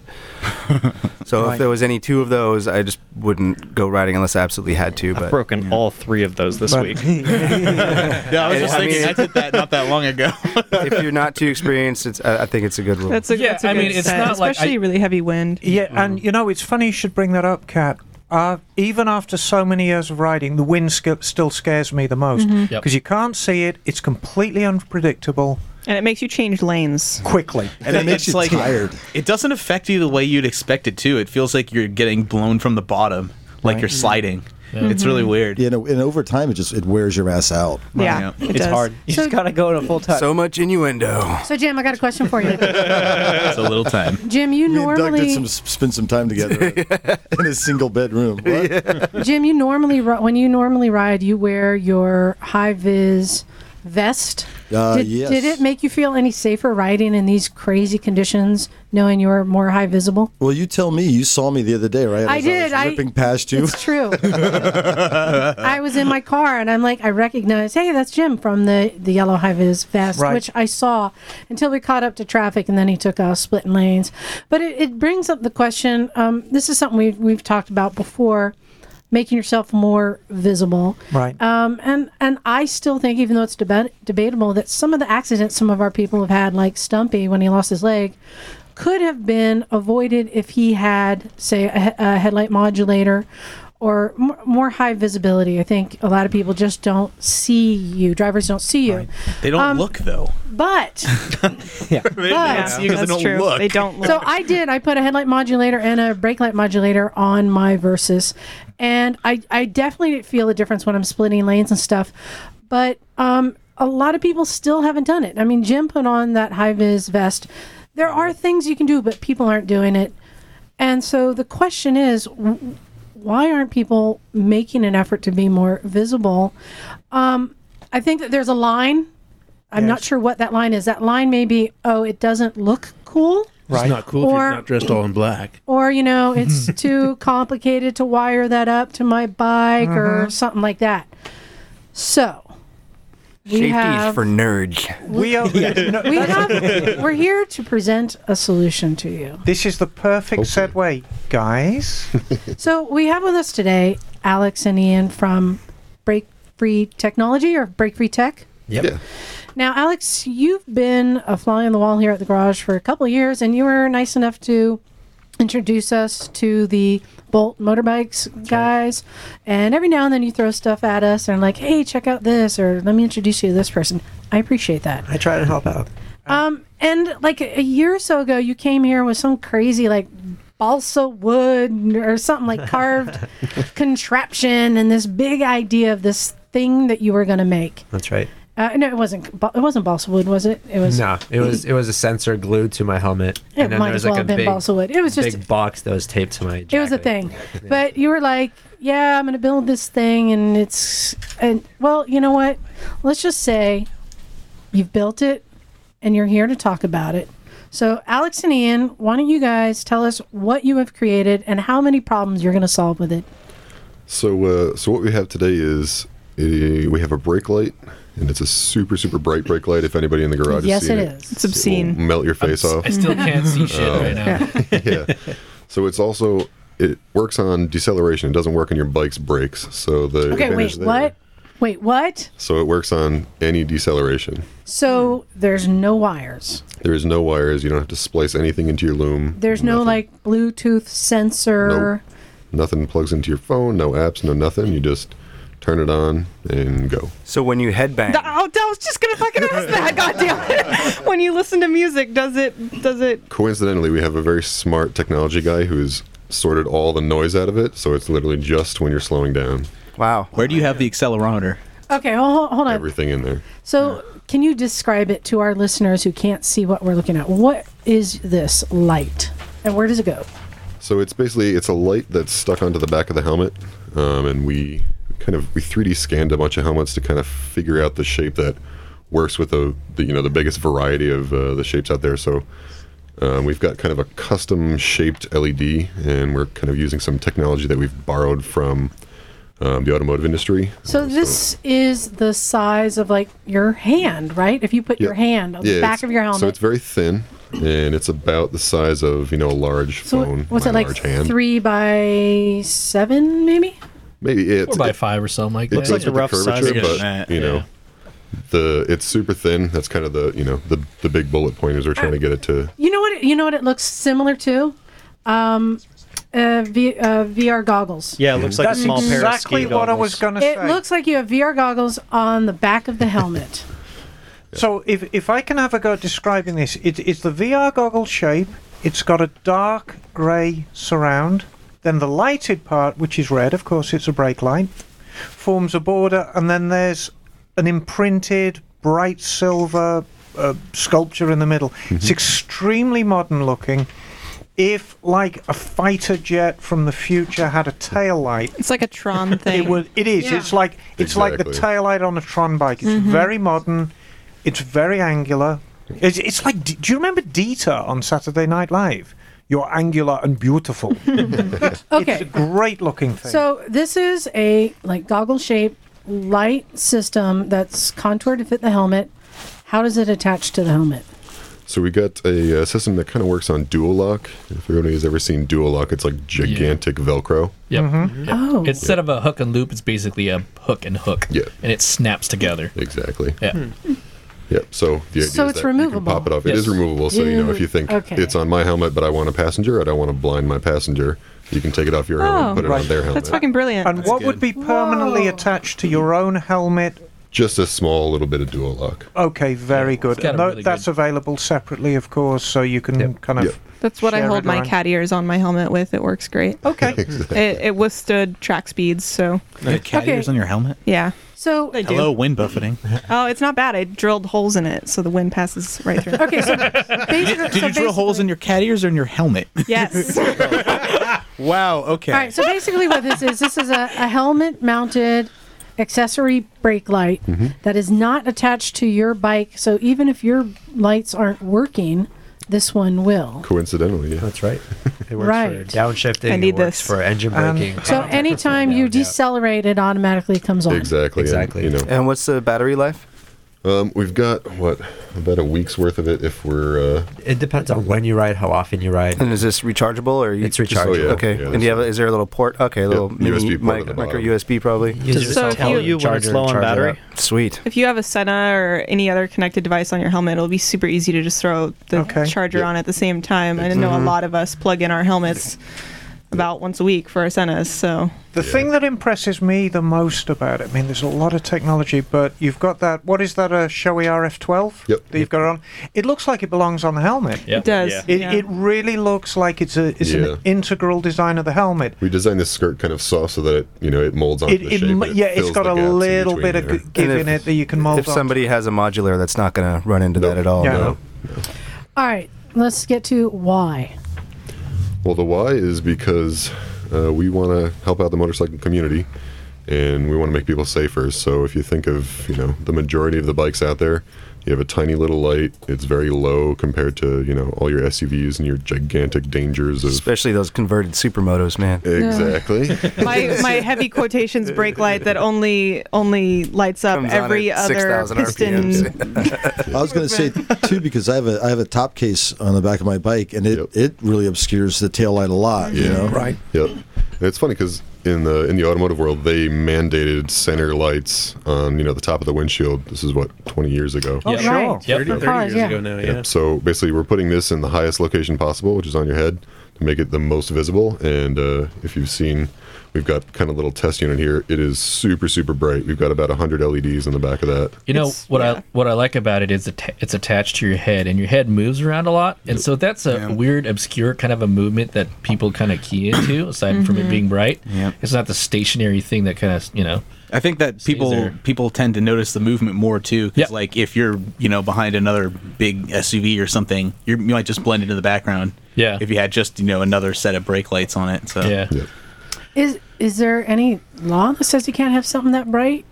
Speaker 7: so if
Speaker 2: Right.
Speaker 7: there was any two of those, I just wouldn't go riding unless I absolutely had to. But
Speaker 2: broken all three of those this
Speaker 7: But-
Speaker 2: week.
Speaker 10: Yeah, I was just thinking I did that not that long ago.
Speaker 7: if you're not too experienced, it's, I I think it's a good rule.
Speaker 1: That's a, that's a good set, especially really heavy wind.
Speaker 8: Yeah,
Speaker 10: Mm.
Speaker 8: and you know, it's funny you should bring that up, Kat. Uh, even after so many years of riding, the wind sca- still scares me the most
Speaker 1: Mhm.
Speaker 8: because
Speaker 1: Yep.
Speaker 8: you can't see it. It's completely unpredictable.
Speaker 1: And it makes you change lanes
Speaker 8: quickly.
Speaker 10: it- it's like- It doesn't affect you the way you'd expect it to. It feels like you're getting blown from the bottom, like
Speaker 9: Right. Mm-hmm.
Speaker 10: you're sliding. It's really weird.
Speaker 9: You know, and over time, it just it wears your ass out.
Speaker 5: Yeah, Yeah. it It's does. hard.
Speaker 4: You So- just gotta
Speaker 5: go in a full time.
Speaker 7: So much innuendo.
Speaker 4: So, Jim, I got a question for you.
Speaker 10: it's a little time.
Speaker 4: Jim, you
Speaker 9: Doug did
Speaker 4: normally
Speaker 9: some spend some time together in a single bedroom. What?
Speaker 4: Jim, you normally ri- when you normally ride, you wear your high vis vest.
Speaker 9: Uh,
Speaker 4: did,
Speaker 9: yes.
Speaker 4: did it make you feel any safer riding in these crazy conditions, knowing you're more high visible?
Speaker 9: Well, you tell me. You saw me the other day, right?
Speaker 4: I
Speaker 9: As
Speaker 4: did,
Speaker 9: I
Speaker 4: I-
Speaker 9: was ripping past you. It's
Speaker 4: true.
Speaker 9: Uh,
Speaker 4: I was in my car and I'm like, I recognize, hey, that's Jim from the the yellow high vis vest,
Speaker 9: Right.
Speaker 4: which I saw until we caught up to traffic and then he took off splitting lanes. But it, it brings up the question. Um, this is something we've we've talked about before, making yourself more visible.
Speaker 8: Right.
Speaker 4: Um, and and I still think, even though it's deba- debatable, that some of the accidents some of our people have had, like Stumpy when he lost his leg, could have been avoided if he had, say, a, he- a headlight modulator or m- more high visibility. I think a lot of people just don't see you. Drivers don't see you.
Speaker 10: They don't
Speaker 4: Um,
Speaker 10: look though.
Speaker 4: But
Speaker 5: Yeah.
Speaker 10: they don't see you 'cause they don't look.
Speaker 4: so I did. I put a headlight modulator and a brake light modulator on my Versus, and I I definitely feel a difference when I'm splitting lanes and stuff. But um, a lot of people still haven't done it. I mean, Jim put on that high vis vest. There are things you can do, but people aren't doing it. And so the question is, w- why aren't people making an effort to be more visible? Um, I think that there's a line. I'm not sure what that line is. That line may be, oh, it doesn't look cool.
Speaker 12: It's not cool if
Speaker 4: Or-
Speaker 12: you're not dressed all in black.
Speaker 4: Or, you know, it's too complicated to wire that up to my bike or
Speaker 7: Mhm.
Speaker 4: something like that. So, we
Speaker 7: Safety
Speaker 4: have.
Speaker 7: is for nerds.
Speaker 8: We are. no,
Speaker 4: we
Speaker 8: that's-
Speaker 4: have, we're here to present a solution to you.
Speaker 8: This is the perfect segue, guys.
Speaker 4: So we have with us today Alex and Ian from Break Free Technology or Break Free Tech.
Speaker 12: Yep.
Speaker 4: Now, Alex, you've been a fly on the wall here at the garage for a couple of years, and you were nice enough to introduce us to the Bolt Motorbikes guys. And every now and then you throw stuff at us and like, hey, check out this, or let me introduce you to this person. I appreciate that.
Speaker 13: I try to help out.
Speaker 4: Um, and like a a year or so ago, you came here with some crazy like balsa wood or something like carved contraption and this big idea of this thing that you were going to make.
Speaker 13: That's right.
Speaker 4: Uh, no, it wasn't. ba- It wasn't balsa wood, was it? It was.
Speaker 13: no, it was it was a sensor glued to my helmet,
Speaker 4: It might as well have been balsa wood. It was just-
Speaker 13: big box that was taped to my.
Speaker 4: It was a thing, but you were like, "Yeah, I'm going to build this thing," and it's and well, you know what? Let's just say you've built it, and you're here to talk about it. So, Alex and Ian, why don't you guys tell us what you have created and how many problems you're going to solve with it?
Speaker 14: So, uh, so what we have today is a, we have a brake light, and it's a super, super bright brake light. If anybody in the garage
Speaker 1: Yes,
Speaker 14: has seen
Speaker 1: it
Speaker 14: it,
Speaker 1: is. It's obscene.
Speaker 14: will melt your face off.
Speaker 1: I still can't see shit right
Speaker 14: now. yeah. So it's also it works on deceleration. It doesn't work on your bike's brakes. So the
Speaker 4: okay,
Speaker 14: advantage
Speaker 4: wait,
Speaker 14: there-
Speaker 4: what? Wait, what?
Speaker 14: So it works on any deceleration.
Speaker 4: So there's no wires.
Speaker 14: There is no wires. You don't have to splice anything into your loom.
Speaker 4: There's no like Bluetooth sensor.
Speaker 14: Nothing plugs into your phone. No apps. No nothing. You just turn it on and go.
Speaker 7: So when you headbang,
Speaker 1: Oh, I was just gonna fucking ask that. Goddamn it! When you listen to music, does it does it
Speaker 14: coincidentally, we have a very smart technology guy who's sorted all the noise out of it, so it's literally just when you're slowing down.
Speaker 7: Wow.
Speaker 10: Where do you have the accelerometer?
Speaker 4: Okay, hold, hold on.
Speaker 14: Everything in there.
Speaker 4: So Can you describe it to our listeners who can't see what we're looking at? What is this light, and where does it go?
Speaker 14: So it's basically it's a light that's stuck onto the back of the helmet, um, and we kind of we 3D scanned a bunch of helmets to kind of figure out the shape that works with the, the you know the biggest variety of uh, the shapes out there. So um, we've got kind of a custom shaped LED, and we're kind of using some technology that we've borrowed from um, the automotive industry.
Speaker 4: So this is the size of like your hand, right? If you put your
Speaker 14: Yeah.
Speaker 4: hand on the back
Speaker 14: it's-
Speaker 4: of your helmet.
Speaker 14: So it's very thin, and it's about the size of you know a large
Speaker 4: So
Speaker 14: phone.
Speaker 4: what's
Speaker 14: my
Speaker 4: it like?
Speaker 14: large hand.
Speaker 4: Three by seven, maybe.
Speaker 14: Maybe it's
Speaker 3: Four by
Speaker 14: it-
Speaker 3: five or something like
Speaker 14: it
Speaker 3: that.
Speaker 14: goes
Speaker 3: Looks like
Speaker 14: with
Speaker 3: a rough
Speaker 14: the
Speaker 3: size
Speaker 14: curvature,
Speaker 3: of
Speaker 14: but
Speaker 3: that,
Speaker 14: you know,
Speaker 3: yeah.
Speaker 14: the it's super thin. That's kind of the you know the the big bullet pointers we're trying to get it to.
Speaker 4: You know what? It, you know what it looks similar to. Um, uh, v, uh, VR goggles.
Speaker 2: Yeah, it looks like
Speaker 8: That's
Speaker 2: a small pair of ski
Speaker 8: exactly what I was
Speaker 2: goggles.
Speaker 8: gonna
Speaker 4: It
Speaker 8: say.
Speaker 4: looks like you have VR goggles on the back of the helmet.
Speaker 8: So if if I can have a go at describing this, it, it's the VR goggle shape. It's got a dark grey surround. Then the lighted part, which is red, of course, it's a brake light, forms a border, and then there's an imprinted bright silver uh, sculpture in the middle. It's extremely modern looking. If like a fighter jet from the future had a tail light,
Speaker 1: It's like a Tron thing.
Speaker 8: it would. It is.
Speaker 1: Yeah.
Speaker 8: It's like it's like the
Speaker 1: Exactly.
Speaker 8: tail light on a Tron bike. It's
Speaker 4: Mm-hmm.
Speaker 1: Mhm.
Speaker 8: very modern. It's very angular. It's, it's like. D- Do you remember Dieter on Saturday Night Live? You're angular and beautiful.
Speaker 4: Okay.
Speaker 8: Great looking thing.
Speaker 4: So this is a like goggle shaped light system that's contoured to fit the helmet. How does it attach to the helmet?
Speaker 14: So we got a uh, system that kind of works on dual lock. If everybody has ever seen dual lock, it's like gigantic Velcro.
Speaker 3: Yep.
Speaker 8: Mm-hmm.
Speaker 14: Mhm.
Speaker 3: Yep.
Speaker 4: Oh.
Speaker 3: Instead of a hook and loop, it's basically a hook and hook. Yeah. And it snaps together.
Speaker 14: Exactly.
Speaker 3: Yeah.
Speaker 14: Yep. So the
Speaker 4: Hmm. So
Speaker 14: idea is
Speaker 4: it's
Speaker 14: that you can
Speaker 4: removable.
Speaker 14: pop it off. It
Speaker 4: Yes.
Speaker 14: is removable. So you know if you think
Speaker 4: Okay.
Speaker 14: it's on my helmet, but I want a passenger, I don't want to blind my passenger. You can take it off your helmet,
Speaker 1: Oh.
Speaker 14: and put it
Speaker 1: Right.
Speaker 14: on their helmet.
Speaker 1: That's fucking brilliant.
Speaker 8: and what would be permanently attached to your own helmet?
Speaker 14: Just a small little bit of dual lock.
Speaker 8: Okay, very good.
Speaker 14: got a
Speaker 8: And tho-
Speaker 14: really good-
Speaker 8: that's available separately, of course, so you can kind of.
Speaker 1: That's what I
Speaker 8: share
Speaker 1: hold
Speaker 8: it
Speaker 1: my
Speaker 8: around.
Speaker 1: cat ears on my helmet with. It works great.
Speaker 8: Okay.
Speaker 1: it, it withstood track speeds, so.
Speaker 10: You got cat
Speaker 1: Okay.
Speaker 10: ears on your helmet?
Speaker 1: Yeah.
Speaker 4: So
Speaker 1: they do.
Speaker 10: Hello, wind buffeting.
Speaker 1: Oh, it's not bad. I drilled holes in it so the wind passes right through.
Speaker 4: Okay, so
Speaker 10: Did you drill holes in your cat ears or in your helmet?
Speaker 1: Yes.
Speaker 10: wow. Okay.
Speaker 4: All right. So basically, what this is, this is a, a helmet-mounted accessory brake light
Speaker 14: Mhm.
Speaker 4: that is not attached to your bike. So even if your lights aren't working, this one will.
Speaker 14: Coincidentally, yeah.
Speaker 13: Oh. That's right. It works
Speaker 4: Right.
Speaker 13: for downshifting.
Speaker 4: I need
Speaker 13: it works
Speaker 4: this.
Speaker 13: for engine braking.
Speaker 4: So anytime you decelerate, it automatically comes on.
Speaker 14: Exactly. Exactly. And, you know.
Speaker 7: And what's the battery life?
Speaker 14: Um, we've got what about a week's worth of it if we're. Uh,
Speaker 13: it depends on when you ride, how often you ride.
Speaker 7: And is this rechargeable or you
Speaker 13: it's
Speaker 7: just-
Speaker 13: rechargeable?
Speaker 7: okay. and do you have a, is there a little port? Okay, a little mini
Speaker 13: USB port
Speaker 7: mic-
Speaker 13: at the
Speaker 7: micro
Speaker 13: bottom.
Speaker 7: USB probably.
Speaker 13: Does
Speaker 1: it So if tell you- you when
Speaker 7: Charger
Speaker 1: it's low on
Speaker 7: and charge it
Speaker 1: battery?
Speaker 7: up. Sweet.
Speaker 1: If you have a Senna or any other connected device on your helmet, it'll be super easy to just throw the charger on at the same time. I know a
Speaker 7: Mm-hmm.
Speaker 8: Mhm.
Speaker 1: lot of us plug in our helmets about once a week for our Sennas, so
Speaker 8: The thing that impresses me the most about it, I mean, there's a lot of technology, but you've got that. What is that? A Shoei RF12
Speaker 14: yep.
Speaker 8: that you've got on. It looks like it belongs on the helmet.
Speaker 1: It does, Yeah.
Speaker 8: It,
Speaker 1: yeah.
Speaker 8: it really looks like it's a it's
Speaker 14: Yeah.
Speaker 8: an integral design of the helmet.
Speaker 14: we designed this skirt kind of soft so that it you know it molds onto
Speaker 8: It,
Speaker 14: the
Speaker 8: it,
Speaker 14: shape.
Speaker 8: m-
Speaker 14: and
Speaker 8: yeah, it's
Speaker 14: fills
Speaker 8: got
Speaker 14: the
Speaker 8: a
Speaker 14: gaps in
Speaker 8: little
Speaker 14: between
Speaker 8: bit of
Speaker 14: there.
Speaker 8: g- give
Speaker 7: And
Speaker 8: in
Speaker 7: if-
Speaker 8: it that you can mold.
Speaker 7: If somebody has a modular, that's not going to run into that at all.
Speaker 8: Yeah.
Speaker 14: No.
Speaker 4: All right. Let's get to why.
Speaker 14: Well, the why is because uh, we want to help out the motorcycle community, and we want to make people safer. So if you think of you know the majority of the bikes out there, you have a tiny little light. It's very low compared to you know all your SUVs and your gigantic dangers of
Speaker 7: Especially those converted supermotos, man.
Speaker 14: Exactly.
Speaker 1: my my heavy quotations brake light that only only lights up
Speaker 7: Comes on
Speaker 1: every
Speaker 7: at
Speaker 1: other
Speaker 7: 6,000
Speaker 1: piston.
Speaker 9: I was going to say too because I have a I have a top case on the back of my bike and it, it really obscures the tail light a lot. You know,
Speaker 14: Yep. And it's funny because in the in the automotive world, they mandated center lights on you know the top of the windshield. This is what twenty years ago.
Speaker 12: Oh, Yeah. sure. Right. Yep. 30, 30 years Yeah. ago now, yeah.
Speaker 14: So basically, we're putting this in the highest location possible, which is on your head, to make it the most visible. And uh, if you've seen. We've got kind of little test unit here. It is super, super bright. We've got about 100 LEDs E in the back of that.
Speaker 3: You know what I what I like about it is it it's attached to your head, and your head moves around a lot, and so that's a weird, obscure kind of a movement that people kind of key into. Aside from it
Speaker 5: Mhm.
Speaker 3: being bright,
Speaker 5: Yep.
Speaker 3: it's not the stationary thing that kind of you know
Speaker 10: I think that people
Speaker 3: there.
Speaker 10: people tend to notice the movement more too. Because like if you're you know behind another big SUV or something, you're, you might just blend into the background.
Speaker 3: Yeah.
Speaker 10: If you had just you know another set of brake lights on it. So
Speaker 3: yeah.
Speaker 4: Is is there any law that says you can't have something that bright?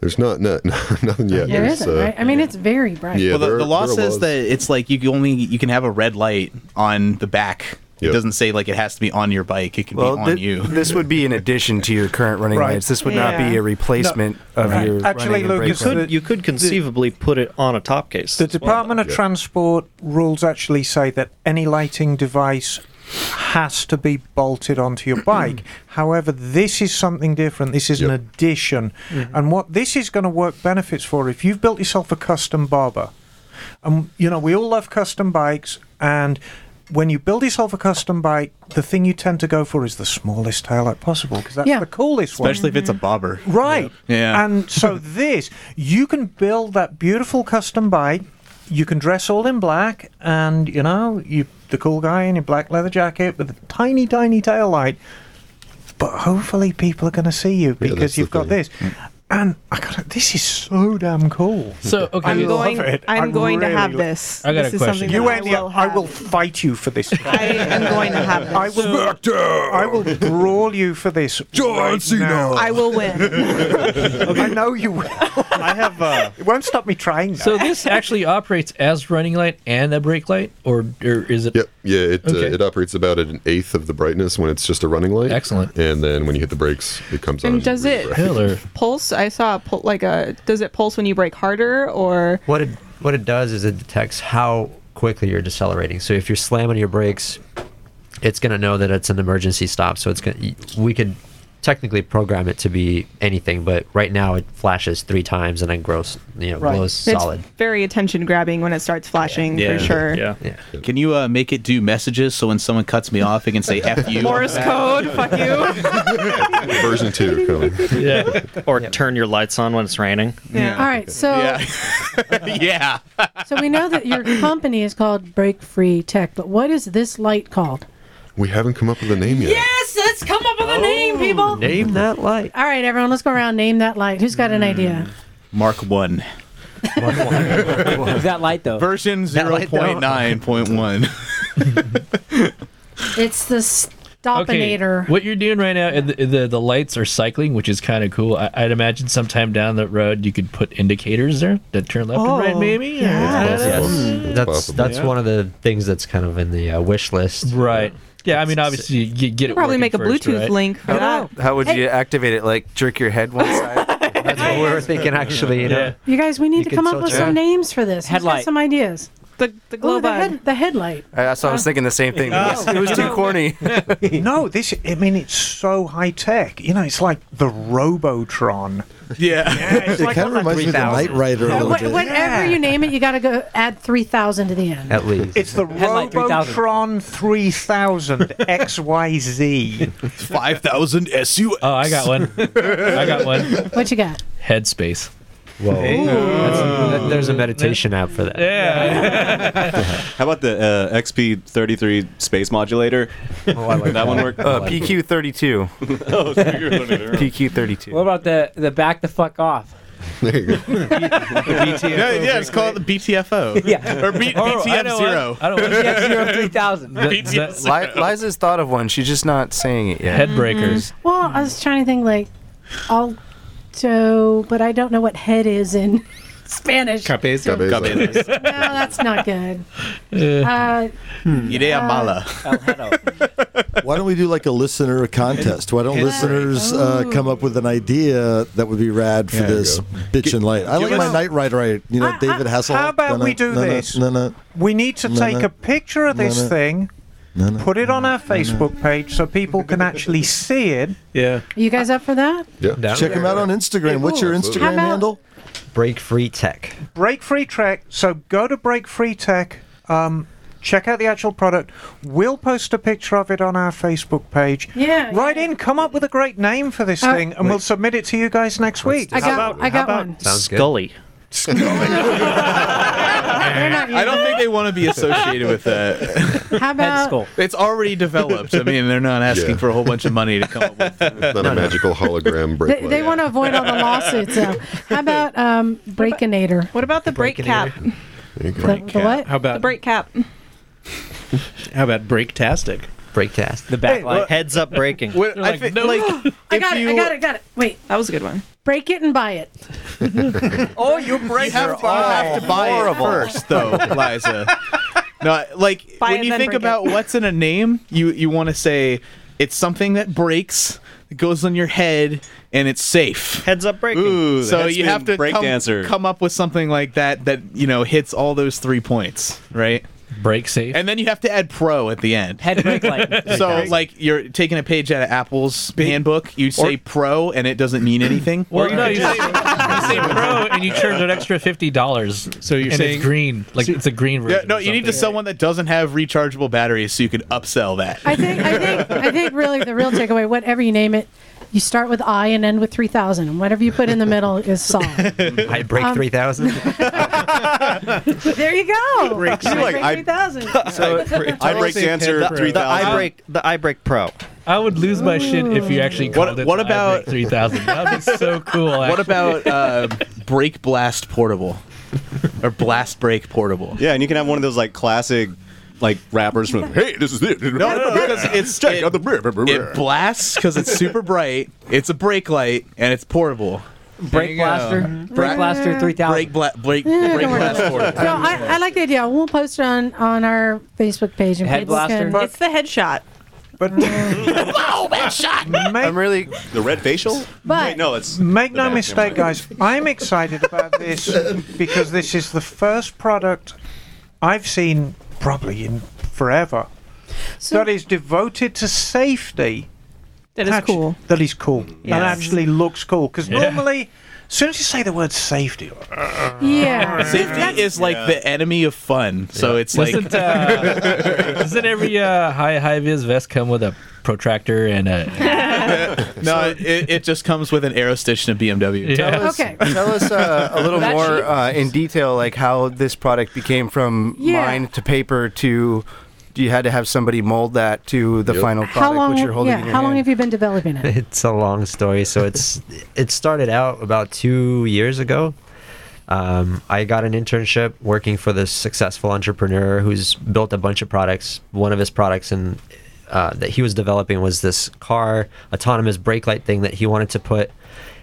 Speaker 14: There's not, not nothing yet.
Speaker 4: there
Speaker 14: There's,
Speaker 4: isn't,
Speaker 14: uh,
Speaker 4: right? I mean, it's very bright.
Speaker 10: well, the, the law says that it's like you can only you can have a red light on the back. It doesn't say like it has to be on your bike. It can
Speaker 7: Well,
Speaker 10: be on
Speaker 7: thi-
Speaker 10: you.
Speaker 7: this would be in addition to your current running
Speaker 10: Right.
Speaker 7: lights. This would not
Speaker 10: Yeah.
Speaker 7: be a replacement of
Speaker 8: Right.
Speaker 7: your
Speaker 8: Actually,
Speaker 7: running and
Speaker 8: Lucas,
Speaker 7: brake
Speaker 8: the-
Speaker 7: light.
Speaker 2: You could conceivably put it on a top case.
Speaker 8: The Department of Transport rules actually say that any lighting device has to be bolted onto your bike. However, this is something different. This is an addition. And what this is going to work benefits for if you've built yourself a custom barber. And you know, we all love custom bikes and when you build yourself a custom bike, the thing you tend to go for is the smallest taillight possible because that's
Speaker 4: Yeah.
Speaker 8: the coolest one.
Speaker 10: Especially if it's a bobber.
Speaker 8: Right.
Speaker 10: Yeah.
Speaker 8: And so this, you can build that beautiful custom bike. You can dress all in black, and you know you the cool guy in your black leather jacket with a tiny, tiny tail light. But hopefully, people are going to see you because you've got this. And I got this is so damn cool.
Speaker 3: So, okay,
Speaker 8: I
Speaker 3: I'm
Speaker 8: love
Speaker 3: going-
Speaker 8: it.
Speaker 1: I'm
Speaker 8: I
Speaker 1: going to
Speaker 8: really
Speaker 1: have
Speaker 8: lo-
Speaker 1: this. I got This a is question. something
Speaker 8: You
Speaker 1: that I
Speaker 8: ain't the-
Speaker 1: will
Speaker 8: I will fight you for this. I
Speaker 1: am going to have this.
Speaker 8: I will. I will brawl you for this. John
Speaker 1: Cena. I will win.
Speaker 8: I know you will. I
Speaker 2: have. Uh,
Speaker 8: it won't stop me trying. Though.
Speaker 3: So this actually operates as running light and a brake light, or or is it? Yep.
Speaker 14: Yeah, it
Speaker 3: Okay.
Speaker 14: uh, it operates about at an eighth of the brightness when it's just a running light.
Speaker 3: Excellent.
Speaker 14: And then when you hit the brakes, it comes on.
Speaker 1: And does
Speaker 14: really
Speaker 1: it
Speaker 14: bright.
Speaker 1: pulse? I saw a pul- like a. Does it pulse when you brake harder or?
Speaker 13: What it what it does is it detects how quickly you're decelerating. So if you're slamming your brakes, it's going to know that it's an emergency stop. So it's going to we could technically program it to be anything, but right now it flashes three times and then grows, you know, glows solid.
Speaker 1: It's very attention grabbing when it starts flashing for sure.
Speaker 10: Can you uh, make it do messages so when someone cuts me off, it can say "f you"?
Speaker 1: Morse code, fuck you.
Speaker 14: Version two coming.
Speaker 2: yeah. Or turn your lights on when it's raining.
Speaker 4: All right, so
Speaker 10: yeah.
Speaker 4: so we know that your company is called Break Free Tech, but what is this light called?
Speaker 14: We haven't come up with a name yet.
Speaker 4: Yes, let's come up with a name, people.
Speaker 14: Name
Speaker 13: that light.
Speaker 4: Oh. All right, everyone, let's go around name that light. Who's got an idea?
Speaker 10: Mark one.
Speaker 5: that light though?
Speaker 10: Version zero point nine point one.
Speaker 4: It's the Stopinator.
Speaker 3: What you're doing right now, uh, the, the the lights are cycling, which is kind of cool. I, I'd imagine sometime down the road you could put indicators there that turn left and right,
Speaker 15: Oh.
Speaker 3: maybe.
Speaker 13: That's that's
Speaker 3: Yeah.
Speaker 13: one of the things that's kind of in the uh, wish list.
Speaker 3: Right. Yeah, I mean, obviously, you get, get it. working first, right?
Speaker 4: Oh,
Speaker 7: How would you activate it? Like jerk your head one side?
Speaker 13: That's what we were thinking, actually. You know,
Speaker 4: You guys, we need
Speaker 7: You
Speaker 4: to
Speaker 7: could
Speaker 4: come up
Speaker 7: tilt
Speaker 4: with
Speaker 7: it.
Speaker 4: some names for this. Who's got
Speaker 7: Headlight.
Speaker 4: some ideas. The the glow the, head, the headlight.
Speaker 7: Uh, so I was thinking the same thing. It was- it was too corny.
Speaker 8: no, this. I mean, it's so high tech. You know, it's like the Robotron.
Speaker 10: Yeah.
Speaker 8: it's
Speaker 9: it
Speaker 8: like
Speaker 9: kind of
Speaker 8: one like
Speaker 9: reminds me of
Speaker 8: 3000.
Speaker 9: the Knight Rider a
Speaker 8: Yeah,
Speaker 4: Oh,
Speaker 9: little
Speaker 8: what-
Speaker 9: bit.
Speaker 8: what-
Speaker 4: Whatever you name it, you got to go add three thousand to the end.
Speaker 13: At least.
Speaker 8: It's the
Speaker 4: Headlight 3000.
Speaker 8: Robotron 3000 XYZ.
Speaker 10: 5000 SU.
Speaker 3: Oh, I got one. I got one.
Speaker 4: What you got?
Speaker 3: Headspace.
Speaker 13: Whoa. That's- that- there's a meditation app for that.
Speaker 12: How about the uh, XP33 space modulator? Oh, I like that one work.
Speaker 7: Uh, PQ32.
Speaker 12: oh, so you're doing it.
Speaker 7: PQ32.
Speaker 5: What about the the back the fuck off?
Speaker 10: BTFO. Yeah, yeah, it's called the BTFO.
Speaker 5: Yeah.
Speaker 10: Or B-
Speaker 5: Oh, I
Speaker 10: BTF
Speaker 5: know
Speaker 10: zero.
Speaker 5: what- I don't know what- zero three thousand.
Speaker 7: Li- Liza's thought of one. She's just not saying it yet.
Speaker 3: Headbreakers.
Speaker 4: Mm. Well, I was trying to think like alto, but I don't know what head is in Spanish.
Speaker 5: Cabeza.
Speaker 4: no, that's not good. Uh,
Speaker 10: Idea mala.
Speaker 9: Why don't we do like a listener contest? Why don't listeners uh, come up with an idea that would be rad for
Speaker 8: There you
Speaker 9: this
Speaker 8: go.
Speaker 9: bitch and light? I
Speaker 8: give
Speaker 9: like my
Speaker 8: us- Ah,
Speaker 9: Knight Rider. I, you know, David Hasselhoff.
Speaker 8: How about
Speaker 9: Dunna,
Speaker 8: we do
Speaker 9: dunna,
Speaker 8: this?
Speaker 9: dunna.
Speaker 8: We need to
Speaker 9: No,
Speaker 8: take
Speaker 9: no.
Speaker 8: a picture of this
Speaker 9: No, no.
Speaker 8: thing, put it on our Facebook page so people can actually see it.
Speaker 10: Yeah.
Speaker 4: you guys up for that?
Speaker 13: Yeah.
Speaker 9: Check him out on Instagram. What's your
Speaker 13: absolutely.
Speaker 9: Instagram
Speaker 4: How about-
Speaker 9: handle?
Speaker 13: Break free tech.
Speaker 8: Break Free Tech. So go to Break Free Tech. Um, check out the actual product. We'll post a picture of it on our Facebook page.
Speaker 4: Yeah.
Speaker 8: Write in. Come up with a great name for this
Speaker 4: Uh,
Speaker 8: thing, and we'll submit it to you guys next week.
Speaker 4: I got- I got one.
Speaker 2: Scully.
Speaker 4: They're not
Speaker 10: I don't think they want to be associated with that.
Speaker 4: How about
Speaker 10: It's already developed. I mean, they're not asking for a whole bunch of money to come up with. It's
Speaker 14: not a magical hologram
Speaker 4: they, they want to avoid all the lawsuits? Though. How about um, Breakinator?
Speaker 1: What about the brake cap?
Speaker 4: The, the what?
Speaker 3: How
Speaker 1: The
Speaker 3: about
Speaker 1: brake cap.
Speaker 3: how about breaktastic?
Speaker 13: Breaktastic.
Speaker 3: The
Speaker 1: backlight. what-
Speaker 2: Heads up braking.
Speaker 1: What-
Speaker 3: They're
Speaker 1: I
Speaker 3: like,
Speaker 1: think-
Speaker 3: "No."
Speaker 4: I got it. I got it. Got it. Wait,
Speaker 1: That was a good one.
Speaker 4: break it and buy it.
Speaker 10: Oh, you break
Speaker 4: have
Speaker 10: to buy,
Speaker 12: Oh,
Speaker 10: have to buy it first, though, Liza. No, like
Speaker 1: Buy
Speaker 10: when
Speaker 1: it,
Speaker 10: you
Speaker 1: then
Speaker 10: think
Speaker 1: break it.
Speaker 10: about what's in a name, you you want to say it's something that breaks, it goes on your head, and it's safe.
Speaker 2: Heads up breaking.
Speaker 12: Ooh,
Speaker 10: so
Speaker 12: that's
Speaker 10: you have to
Speaker 12: been break
Speaker 10: come,
Speaker 12: dancer.
Speaker 10: come up with something like that that you know hits all those three points, right?
Speaker 3: Break safe,
Speaker 10: and then you have to add pro at the end. Head
Speaker 5: break light.
Speaker 10: so like you're taking a page out of Apple's handbook, you say pro, and it doesn't mean anything.
Speaker 3: Well, no, you say, you say pro and you charge an extra fifty dollars. So
Speaker 10: you're
Speaker 3: and
Speaker 10: saying-
Speaker 3: it's green, like it's a green
Speaker 10: Yeah,
Speaker 3: version.
Speaker 10: no, you need to sell one that doesn't have rechargeable batteries so you can upsell that.
Speaker 4: I think. I think. I think. Really, the real takeaway, whatever you name it, you start with I and end with three thousand, and whatever you put in the middle is solid.
Speaker 13: I break
Speaker 4: Um,
Speaker 13: 3,000.
Speaker 4: there you go.
Speaker 13: Break-
Speaker 4: You
Speaker 13: You're like,
Speaker 4: break
Speaker 13: I-
Speaker 4: three thousand.
Speaker 2: So
Speaker 3: I break dancer
Speaker 2: the, the
Speaker 3: 3000.
Speaker 2: I break the I break pro.
Speaker 3: I would lose my shit if you actually called it.
Speaker 10: what
Speaker 3: the
Speaker 10: about-
Speaker 3: three thousand? That would be so cool.
Speaker 10: What
Speaker 3: actually.
Speaker 10: about uh, Brake Blast Portable or Blast Brake Portable?
Speaker 12: Yeah, and you can have one of those like classic, like rappers from. Hey, this is it. No,
Speaker 10: no, because it's check out the It blasts because it's super bright. It's a brake light and it's portable.
Speaker 5: Brake blaster? Brake blaster
Speaker 10: 3000. Brake, bla- brake,
Speaker 4: Mm-hmm. Yeah,
Speaker 10: brake
Speaker 4: don't worry
Speaker 10: blast
Speaker 4: about it.
Speaker 10: portable.
Speaker 4: No, I, I like the idea. We'll post it on, on our Facebook page. And
Speaker 10: Head
Speaker 4: people
Speaker 10: blaster?
Speaker 4: Can,
Speaker 1: It's the headshot.
Speaker 8: But
Speaker 1: wow, headshot.
Speaker 8: I'm really
Speaker 12: the red facial.
Speaker 4: But-
Speaker 12: Wait, no, that's
Speaker 8: Make no
Speaker 12: bathroom
Speaker 8: mistake,
Speaker 12: one.
Speaker 8: guys. I'm excited about this because this is the first product I've seen probably in forever that is devoted to safety.
Speaker 1: That is
Speaker 8: Actu-
Speaker 1: cool.
Speaker 8: That is cool.
Speaker 1: Yes.
Speaker 8: That actually looks cool because
Speaker 10: Yeah.
Speaker 8: normally, as soon as you say the word safety,
Speaker 4: Yeah.
Speaker 10: Safety is like the enemy of fun. So it's like
Speaker 3: Isn't, uh, doesn't every uh, high high vis vest come with a protractor and a?
Speaker 10: no, it, it just comes with an arrow stitch and a BMW.
Speaker 7: Tell us, tell us uh, a little
Speaker 10: That
Speaker 7: more
Speaker 10: cheap?
Speaker 7: uh, in detail, like how this product became from
Speaker 4: Yeah.
Speaker 7: line to paper to you had to have somebody mold that to the final product,
Speaker 4: how long?
Speaker 7: which you're holding
Speaker 4: yeah.
Speaker 7: in your
Speaker 4: how long
Speaker 7: hand.
Speaker 4: have you been developing it?
Speaker 13: it's a long story. So it's it started out about two years ago. Um, I got an internship working for this successful entrepreneur who's built a bunch of products. One of his products and uh, that he was developing was this car autonomous brake light thing that he wanted to put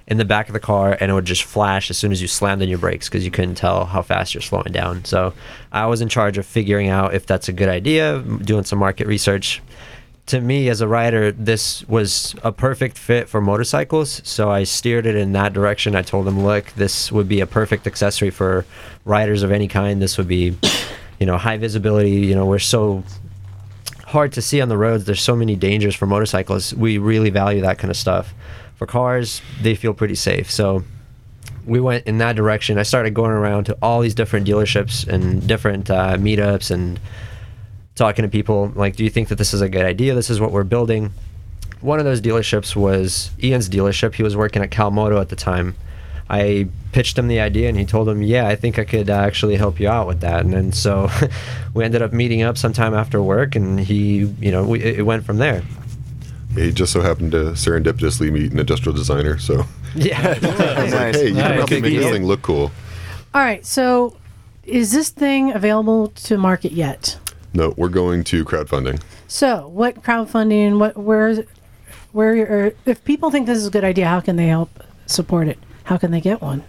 Speaker 13: in the back of the car and it would just flash as soon as you slammed on your brakes because you couldn't tell how fast you're slowing down. So I was in charge of figuring out if that's a good idea, doing some market research to me as a rider, this was a perfect fit for motorcycles. So I steered it in that direction. I told them, look, this would be a perfect accessory for riders of any kind. This would be, you know, high visibility. You know, we're so hard to see on the roads. There's so many dangers for motorcyclists. We really value that kind of stuff. For cars, they feel pretty safe. So we went in that direction. I started going around to all these different dealerships and different uh, meetups and talking to people like, do you think that this is a good idea? This is what we're building. One of those dealerships was Ian's dealership. He was working at Calmoto at the time. I pitched him the idea and he told him, Yeah, I think I could uh, actually help you out with that. And then so we ended up meeting up sometime after work and he, you know, we, it it went from there.
Speaker 14: He just so happened to serendipitously meet an industrial designer, so
Speaker 13: Yeah.
Speaker 14: I was like, hey, you can help me make this thing look cool.
Speaker 4: All right. So, is this thing available to market yet?
Speaker 14: No, we're going to crowdfunding.
Speaker 4: So, what crowdfunding? What where? Where? Or if people think this is a good idea, how can they help support it? How can they get one?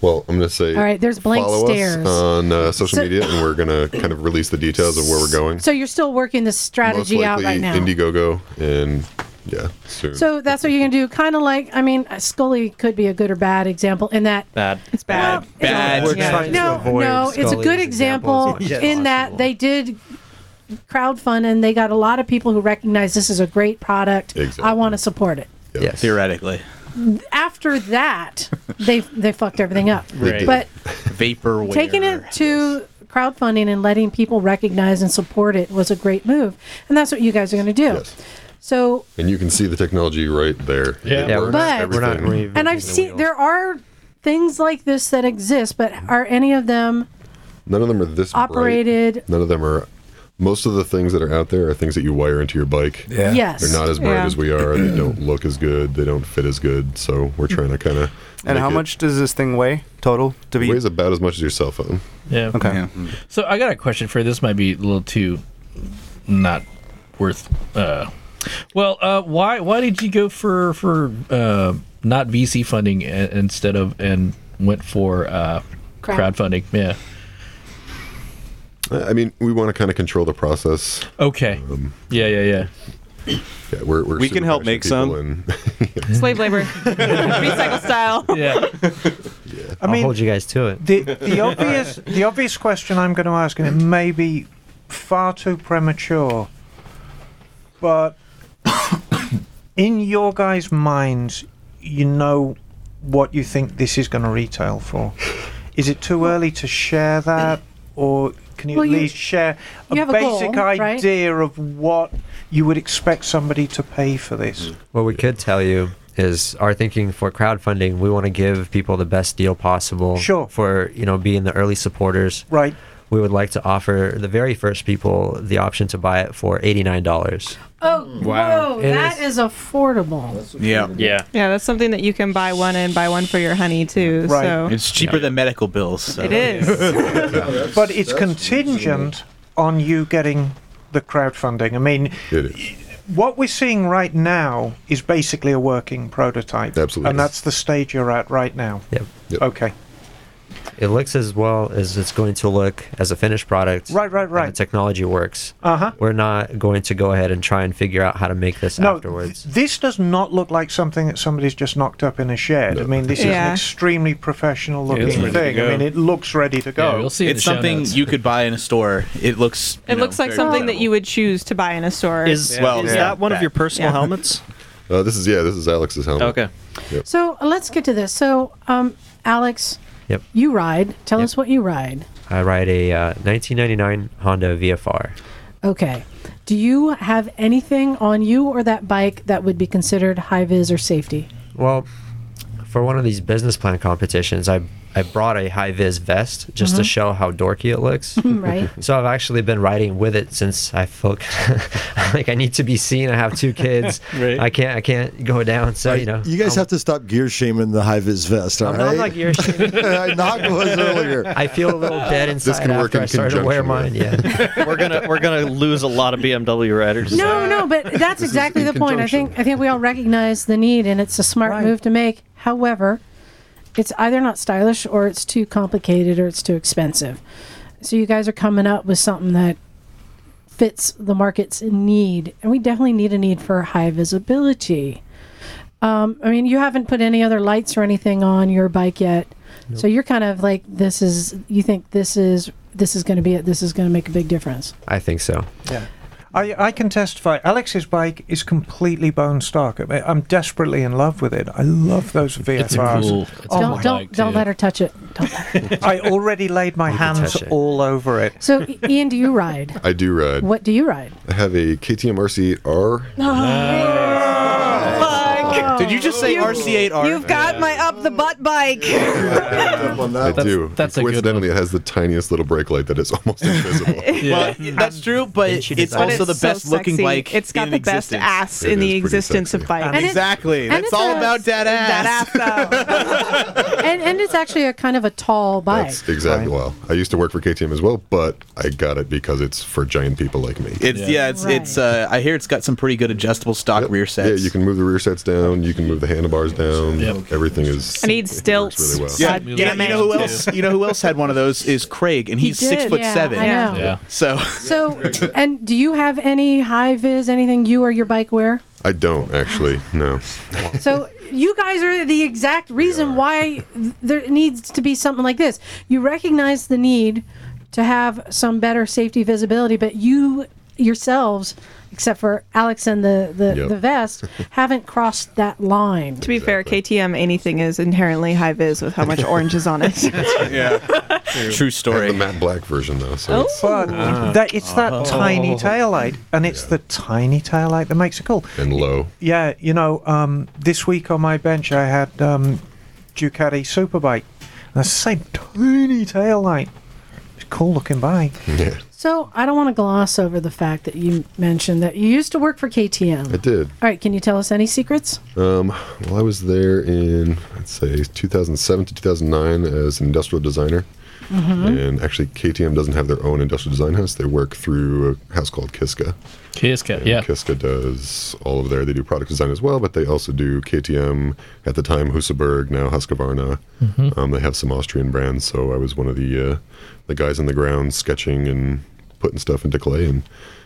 Speaker 14: Well, I'm going to say,
Speaker 4: All right, there's blank
Speaker 14: follow
Speaker 4: stares.
Speaker 14: us on uh, social
Speaker 4: So-
Speaker 14: media, and we're going to kind of release the details of where we're going.
Speaker 4: So you're still working this strategy
Speaker 14: Most
Speaker 4: out
Speaker 14: likely
Speaker 4: right now.
Speaker 14: Indiegogo, and yeah, soon.
Speaker 4: So that's what you're gonna do. Kind of like, I mean, uh, Scully could be a good or bad example in that.
Speaker 2: Bad.
Speaker 4: It's bad.
Speaker 2: Bad.
Speaker 4: No, no, no, it's a good example
Speaker 2: as much as
Speaker 4: in that they did crowdfund and they got a lot of people who recognize this is a great product. I
Speaker 10: Exactly.
Speaker 4: want to support it.
Speaker 10: Theoretically,
Speaker 4: After that, they they fucked everything up. But
Speaker 10: vaporware.
Speaker 4: taking it to crowdfunding and letting people recognize and support it was a great move, and that's what you guys are going to do. So
Speaker 14: and you can see the technology right there.
Speaker 13: Yeah. Yeah, we're
Speaker 14: we're
Speaker 4: not- we're not
Speaker 14: everything.
Speaker 4: and I've seen there are things like this that exist, but are any of them
Speaker 14: None of them are this bright.
Speaker 4: Operated-
Speaker 14: None of them are. Most of the things that are out there are things that you wire into your bike.
Speaker 4: Yeah. Yes.
Speaker 14: They're not as bright
Speaker 4: Yeah.
Speaker 14: as we are. They don't look as good. They don't fit as good. So we're trying to kind of.
Speaker 7: And how much does this thing weigh total? To be
Speaker 14: weighs about as much as your cell phone.
Speaker 3: Yeah.
Speaker 7: Okay.
Speaker 3: So I got a question for you. This might be a little too not worth. Uh, well, uh, why why did you go for for uh, not VC funding i- instead of and went for uh,
Speaker 14: Crowd.
Speaker 3: crowdfunding? Yeah.
Speaker 14: I I mean, we want to kind of control the process. Um,
Speaker 3: Okay. yeah, yeah, yeah.
Speaker 14: Yeah, we're, we're
Speaker 12: We can
Speaker 14: super
Speaker 12: help
Speaker 14: passionate
Speaker 12: make some.
Speaker 14: people and-
Speaker 1: Slave labor, recycle style.
Speaker 3: Yeah.
Speaker 8: I mean,
Speaker 13: hold you guys to it.
Speaker 8: The, the obvious the obvious question I'm going to ask, and it may be far too premature, but in your guys' minds, you know what you think this is going to retail for. Is it too early to share that, or can you
Speaker 4: Well,
Speaker 8: at
Speaker 4: you-
Speaker 8: least share
Speaker 4: you
Speaker 8: a
Speaker 4: have a
Speaker 8: basic
Speaker 4: goal, right?
Speaker 8: idea of what you would expect somebody to pay for this?
Speaker 13: What we could tell you is our thinking for crowdfunding, we want to give people the best deal possible.
Speaker 8: Sure.
Speaker 13: For, you know, being the early supporters.
Speaker 8: Right.
Speaker 13: We would like to offer the very first people the option to buy it for $89.
Speaker 4: Oh,
Speaker 13: Wow.
Speaker 4: whoa,
Speaker 13: It
Speaker 4: that is, affordable.
Speaker 10: Yeah.
Speaker 13: Yeah.
Speaker 1: Yeah, that's something that you can buy one and buy one for your honey too. So
Speaker 10: It's cheaper than medical bills. So.
Speaker 1: It is.
Speaker 8: but it's contingent on you getting the crowdfunding. I mean, what we're seeing right now is basically a working prototype.
Speaker 14: Absolutely.
Speaker 8: And that's the stage you're at right now.
Speaker 13: Yep.
Speaker 8: Okay.
Speaker 13: It looks as well as it's going to look as a finished product.
Speaker 8: Right, right,
Speaker 13: right. The technology works.
Speaker 8: Uh huh.
Speaker 13: We're not going to go ahead and try and figure out how to make this
Speaker 8: No,
Speaker 13: afterwards.
Speaker 8: th- this does not look like something that somebody's just knocked up in a shed. I mean, this is
Speaker 10: Yeah.
Speaker 8: an extremely professional
Speaker 10: Yeah, it's
Speaker 8: looking
Speaker 10: ready to
Speaker 8: thing. I
Speaker 10: go.
Speaker 8: mean, it looks ready to go.
Speaker 10: It's something you could buy in a store. It looks.
Speaker 1: it looks like something that you would choose to buy in a store.
Speaker 2: Is,
Speaker 10: Well,
Speaker 2: is
Speaker 10: yeah.
Speaker 2: that one
Speaker 10: That-
Speaker 2: of your personal
Speaker 1: yeah.
Speaker 2: helmets?
Speaker 14: Uh, this is yeah. This is Alex's helmet.
Speaker 2: Okay.
Speaker 4: So let's get to this. So, um, Alex,
Speaker 13: Yep.
Speaker 4: you ride. Tell us what you ride.
Speaker 13: I ride a uh, 1999 Honda VFR.
Speaker 4: Okay. Do you have anything on you or that bike that would be considered high vis or safety?
Speaker 13: Well, for one of these business plan competitions, I I brought a high vis vest just to
Speaker 4: Mhm.
Speaker 13: show how dorky it looks.
Speaker 4: Right.
Speaker 13: So I've actually been riding with it since I felt like I need to be seen. I have two kids.
Speaker 9: Right.
Speaker 13: I can't I can't go down. So you know.
Speaker 9: You guys have to stop gear shaming the high vis vest, all
Speaker 13: I'm
Speaker 9: right?
Speaker 13: not like you're.
Speaker 9: Knock was earlier.
Speaker 13: I feel a little dead
Speaker 9: This
Speaker 13: inside
Speaker 9: can work
Speaker 13: after
Speaker 9: in
Speaker 13: I started to wear mine.
Speaker 9: conjunction
Speaker 13: Yeah.
Speaker 2: we're gonna we're gonna lose a lot of BMW riders.
Speaker 4: No, no, but that's
Speaker 2: This is
Speaker 4: exactly
Speaker 2: in
Speaker 4: the point. I think I think we all recognize the need, and it's a smart move to make. However, it's either not stylish, or it's too complicated, or it's too expensive. So you guys are coming up with something that fits the market's need, and we definitely need a need for high visibility. Um, I mean, you haven't put any other lights or anything on your bike yet, so you're kind of like this is. You think this is this is going to be it. This is going to make a big difference.
Speaker 13: I think so.
Speaker 8: Yeah. I, I can testify. Alex's bike is completely bone stock. I mean, I'm desperately in love with it. I love those VFRs.
Speaker 4: It's a cool- it's a cool Don't- don't- bike, don't too. let her touch it.
Speaker 8: I already laid my hands
Speaker 14: touch it.
Speaker 8: all over it.
Speaker 4: So, I- Ian, do you ride?
Speaker 14: I do ride.
Speaker 4: What do you ride?
Speaker 14: I have a KTM
Speaker 8: Oh,
Speaker 14: RC8R.
Speaker 1: Did you just
Speaker 10: say RC8R?
Speaker 1: You've got my up the butt bike.
Speaker 14: I do. That's Coincidentally, it has the tiniest little brake light that is almost invisible.
Speaker 10: Well, that's true, but it's
Speaker 1: But
Speaker 10: also the
Speaker 1: so
Speaker 10: best looking
Speaker 1: sexy.
Speaker 10: bike.
Speaker 1: It's got
Speaker 10: in
Speaker 1: the best
Speaker 10: existence.
Speaker 1: ass in the existence of bikes.
Speaker 10: And it- Exactly. and That's it's all a- about
Speaker 1: that ass. That ass, though.
Speaker 4: and and it's actually a kind of a tall bike.
Speaker 14: That's exactly well. I used to work for KTM as well, but I got it because it's for giant people like me.
Speaker 10: It's yeah, it's it's. Uh, I hear it's got some pretty good adjustable stock rear sets.
Speaker 14: Yeah, you can move the rear sets down. You can move the handlebars down. Everything is.
Speaker 1: I need stilts.
Speaker 14: really well.
Speaker 10: Yeah,
Speaker 1: God
Speaker 10: you
Speaker 1: damn
Speaker 10: know- you know who
Speaker 1: it.
Speaker 10: else? You know who else had one of those is Craig, and
Speaker 4: He
Speaker 10: he's six
Speaker 4: did,
Speaker 10: foot
Speaker 4: yeah,
Speaker 10: seven.
Speaker 4: I know. Yeah.
Speaker 10: So
Speaker 4: So, and do you have any high vis, anything you or your bike wear?
Speaker 14: I don't actually. No.
Speaker 4: So, you guys are the exact reason why th- there needs to be something like this. You recognize the need to have some better safety visibility, but you yourselves, except for Alex and the, the,
Speaker 1: Yep.
Speaker 4: the vest, haven't crossed that line.
Speaker 1: To be fair, KTM anything is inherently high vis with how much orange is on it.
Speaker 14: yeah.
Speaker 10: True story.
Speaker 14: the matte black version though. So
Speaker 4: Oh.
Speaker 14: it's-
Speaker 8: But Oh. that, it's that
Speaker 14: Oh.
Speaker 8: tiny tail light, and it's the tiny tail light that makes it cool.
Speaker 14: and low.
Speaker 8: Yeah, you know, um, this week on my bench I had um, Ducati Superbike. And the same tiny tail light. It's a cool looking bike.
Speaker 14: Yeah.
Speaker 4: So I don't want to gloss over the fact that you mentioned that you used to work for KTM.
Speaker 14: I did.
Speaker 4: All right, can you tell us any secrets?
Speaker 14: Um, well, I was there in, let's say, 2007 to 2009 as an industrial designer. Mm-hmm.
Speaker 3: Mm-hmm.
Speaker 4: Mhm.
Speaker 14: And actually, KTM doesn't have their own industrial design house. They work through a house called Kiska.
Speaker 3: Kiska,
Speaker 14: And
Speaker 3: yeah.
Speaker 14: Kiska does all of their, they do product design as well, but they also do KTM, at the time, Husaberg, now Husqvarna.
Speaker 3: Mm-hmm.
Speaker 15: Mhm.
Speaker 14: Um, they have some Austrian brands, so I was one of the, uh, the guys on the ground sketching and putting stuff into clay and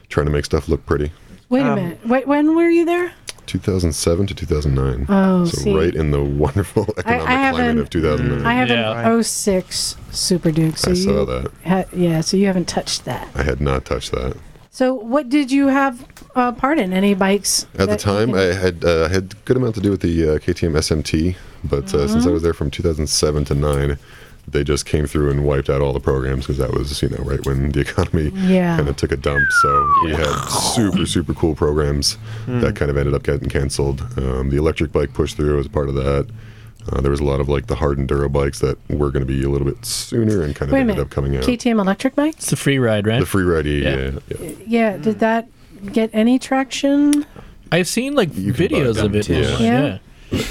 Speaker 14: trying to make stuff look pretty.
Speaker 4: Wait a minute. Wait, when were you there?
Speaker 14: 2007 to 2009.
Speaker 4: Oh,
Speaker 14: so
Speaker 4: see.
Speaker 14: right in the wonderful economic climate
Speaker 4: an-
Speaker 14: of 2009.
Speaker 4: I have an 06 Super Duke. So
Speaker 14: Mm, I
Speaker 4: you
Speaker 14: saw that.
Speaker 4: Ha- yeah, so you haven't touched that.
Speaker 14: I had not touched that.
Speaker 4: So what did you have uh, part in? Any bikes?
Speaker 14: At the
Speaker 4: that-
Speaker 14: time, I had uh, had good amount to do with the uh, KTM SMT, but uh, since I
Speaker 4: Mhm.
Speaker 14: was there from 2007 to nine, they just came through and wiped out all the programs because that was you know right when the economy
Speaker 4: Yeah.
Speaker 14: kind of took a dump. So we had super super cool programs
Speaker 3: Hmm.
Speaker 15: Mm.
Speaker 14: that kind of ended up getting canceled. Um, the electric bike push through was part of that. Uh, there was a lot of like the hard enduro bikes that were going to be a little bit sooner and kind of
Speaker 4: Wait a
Speaker 14: ended
Speaker 4: minute.
Speaker 14: up coming out.
Speaker 4: KTM electric bike?
Speaker 3: It's the free ride, right?
Speaker 14: The free ride, yeah. yeah, yeah.
Speaker 4: Yeah, did that get any traction?
Speaker 3: I've seen like videos of it.
Speaker 14: too.
Speaker 3: online,
Speaker 4: Yeah.
Speaker 3: yeah.